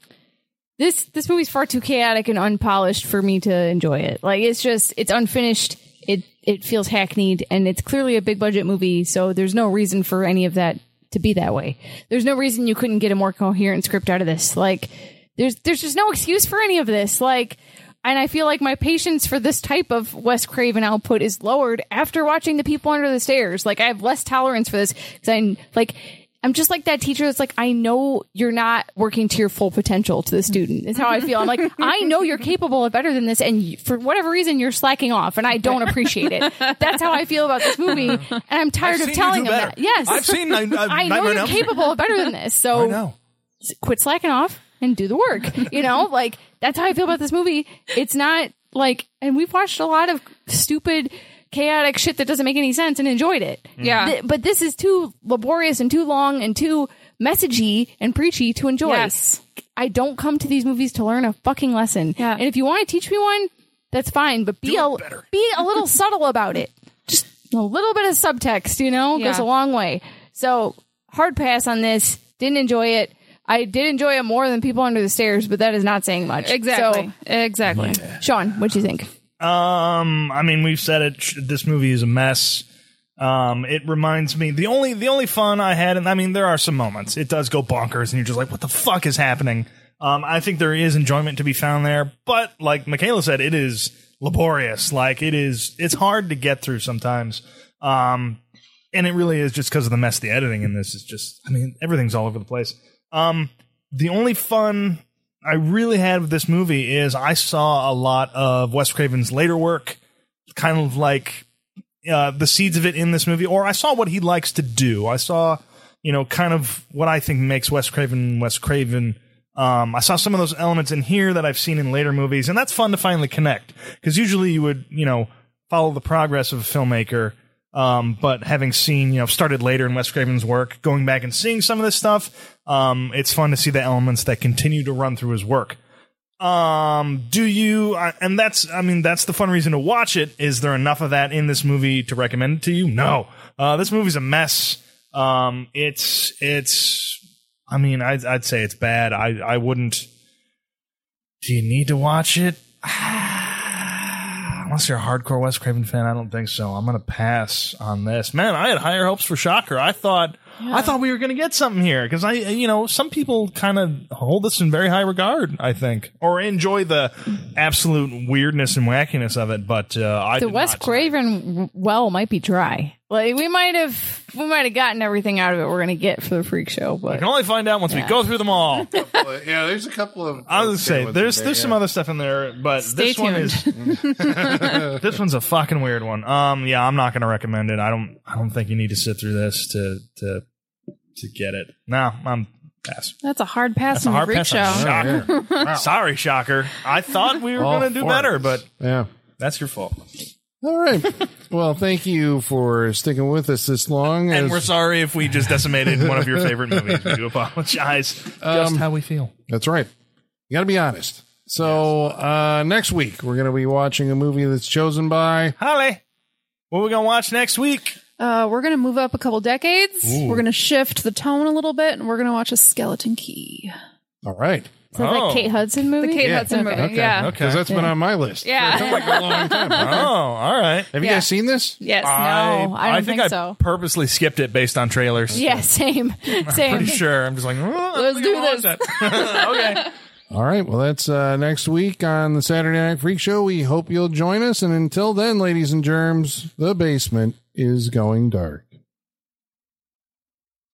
S2: This this movie's far too chaotic and unpolished for me to enjoy it. Like it's just it's unfinished. It it feels hackneyed, and it's clearly a big budget movie, so there's no reason for any of that to be that way. There's no reason you couldn't get a more coherent script out of this. Like there's there's just no excuse for any of this. Like and I feel like my patience for this type of Wes Craven output is lowered after watching The People Under the Stairs. Like I have less tolerance for this because I'm like I'm just like that teacher that's like I know you're not working to your full potential to the student. That's how I feel. I'm like I know you're capable of better than this, and you, for whatever reason you're slacking off, and I don't appreciate it. That's how I feel about this movie, and I'm tired
S4: I've
S2: of
S4: seen you do
S2: telling them
S4: better.
S2: that. Yes,
S4: I've seen.
S1: uh,
S4: uh,
S2: (laughs)
S4: I,
S2: I know you're capable of better than this. So
S4: I know.
S2: quit slacking off and do the work. You know, like that's how I feel about this movie. It's not like, and we've watched a lot of stupid, chaotic shit that doesn't make any sense and enjoyed it.
S3: Mm. Yeah.
S2: Th- but this is too laborious and too long and too messagey and preachy to enjoy.
S3: Yes.
S2: I don't come to these movies to learn a fucking lesson.
S3: Yeah.
S2: And if you want to teach me one, that's fine, but be a, be a little subtle about it. Just a little bit of subtext, you know, goes a
S3: Yeah.
S2: long way. So hard pass on this. Didn't enjoy it. I did enjoy it more than people under the stairs, but that is not saying much.
S3: exactly, exactly.
S2: So, Sean, what do you think?
S4: Um, I mean, we've said it. sh- This movie is a mess. Um, it reminds me the only the only fun I had, and I mean, there are some moments it does go bonkers, and you're just like, "What the fuck is happening?" Um, I think there is enjoyment to be found there, but like Michaela said, it is laborious. Like it is, it's hard to get through sometimes. Um, and it really is just because of the mess the editing in this is just i mean everything's all over the place um the only fun i really had with this movie is i saw a lot of wes craven's later work kind of like uh, the seeds of it in this movie or i saw what he likes to do i saw you know kind of what i think makes wes craven wes craven um, I saw some of those elements in here that I've seen in later movies, and that's fun to finally connect. Because usually you would, you know, follow the progress of a filmmaker um, but having seen, you know, started later in Wes Craven's work, going back and seeing some of this stuff, um, it's fun to see the elements that continue to run through his work. Um, do you? I, and that's, I mean, that's the fun reason to watch it. Is there enough of that in this movie to recommend it to you? No. Uh, this movie's a mess. Um, it's, it's. I mean, I'd, I'd say it's bad. I, I wouldn't. Do you need to watch it? (sighs) Unless you're a hardcore Wes Craven fan, I don't think so. I'm gonna pass on this. Man, I had higher hopes for Shocker. I thought I thought we were gonna get something here because I, you know, some people kind of hold this in very high regard. I think or enjoy the absolute weirdness and wackiness of it. But uh, I
S2: The
S4: did
S2: West
S4: not.
S2: Craven well might be dry. Like we might have, we might have gotten everything out of it we're gonna get for the freak show.
S4: I
S2: But
S4: can only find out once we go through
S2: (laughs)
S4: them all.
S1: yeah, there's a couple of.
S4: I was gonna say
S1: ones
S4: there's
S1: in there,
S4: there's some
S1: yeah.
S4: other stuff in there, but this one is (laughs) this one's a fucking weird one. Um, yeah, I'm not gonna recommend it. I don't I don't think you need to sit through this to to to get it. No, I'm pass.
S3: That's a hard pass
S4: It's a
S3: on the
S4: hard
S3: freak
S4: pass.
S3: show.
S4: on Shocker. (laughs) Sorry, shocker. I thought we were
S1: All
S4: gonna do
S1: four
S4: better,
S1: of
S4: but
S1: us. yeah.
S4: that's your fault.
S1: All
S3: (laughs)
S1: right. well, thank you for sticking with us this long.
S4: And
S1: As-
S4: we're sorry if we just decimated one of your favorite movies.
S1: (laughs)
S4: We do apologize.
S1: Um,
S4: just how we feel.
S1: That's right. You got to be honest. So uh, next week we're going to be watching a movie that's chosen by.
S4: Holly, what we gonna watch next week?
S3: Uh, we're gonna move up a couple decades. We're gonna shift the tone a little bit, and we're gonna watch a Skeleton Key.
S1: All right.
S2: is that
S4: Oh.
S2: that Kate Hudson movie?
S3: Kate
S1: Yeah.
S3: Hudson movie.
S1: Okay.
S3: Uh, Yeah.
S1: Because that's been on my list.
S3: Yeah.
S1: For a long time.
S4: Oh, all right.
S1: Have you
S3: Yeah.
S1: guys seen this?
S3: Yes.
S2: No, I don't
S4: think,
S2: think
S4: I
S2: so.
S4: purposely skipped it based on trailers.
S2: (laughs) Yeah, same,
S4: Pretty
S2: same.
S4: sure. I'm just like,
S3: Let's
S4: let's
S3: do
S4: (laughs) okay.
S1: All right. Well, that's uh, next week on the Saturday Night Freak Show. We hope you'll join us. And until then, ladies and germs, the basement is going dark.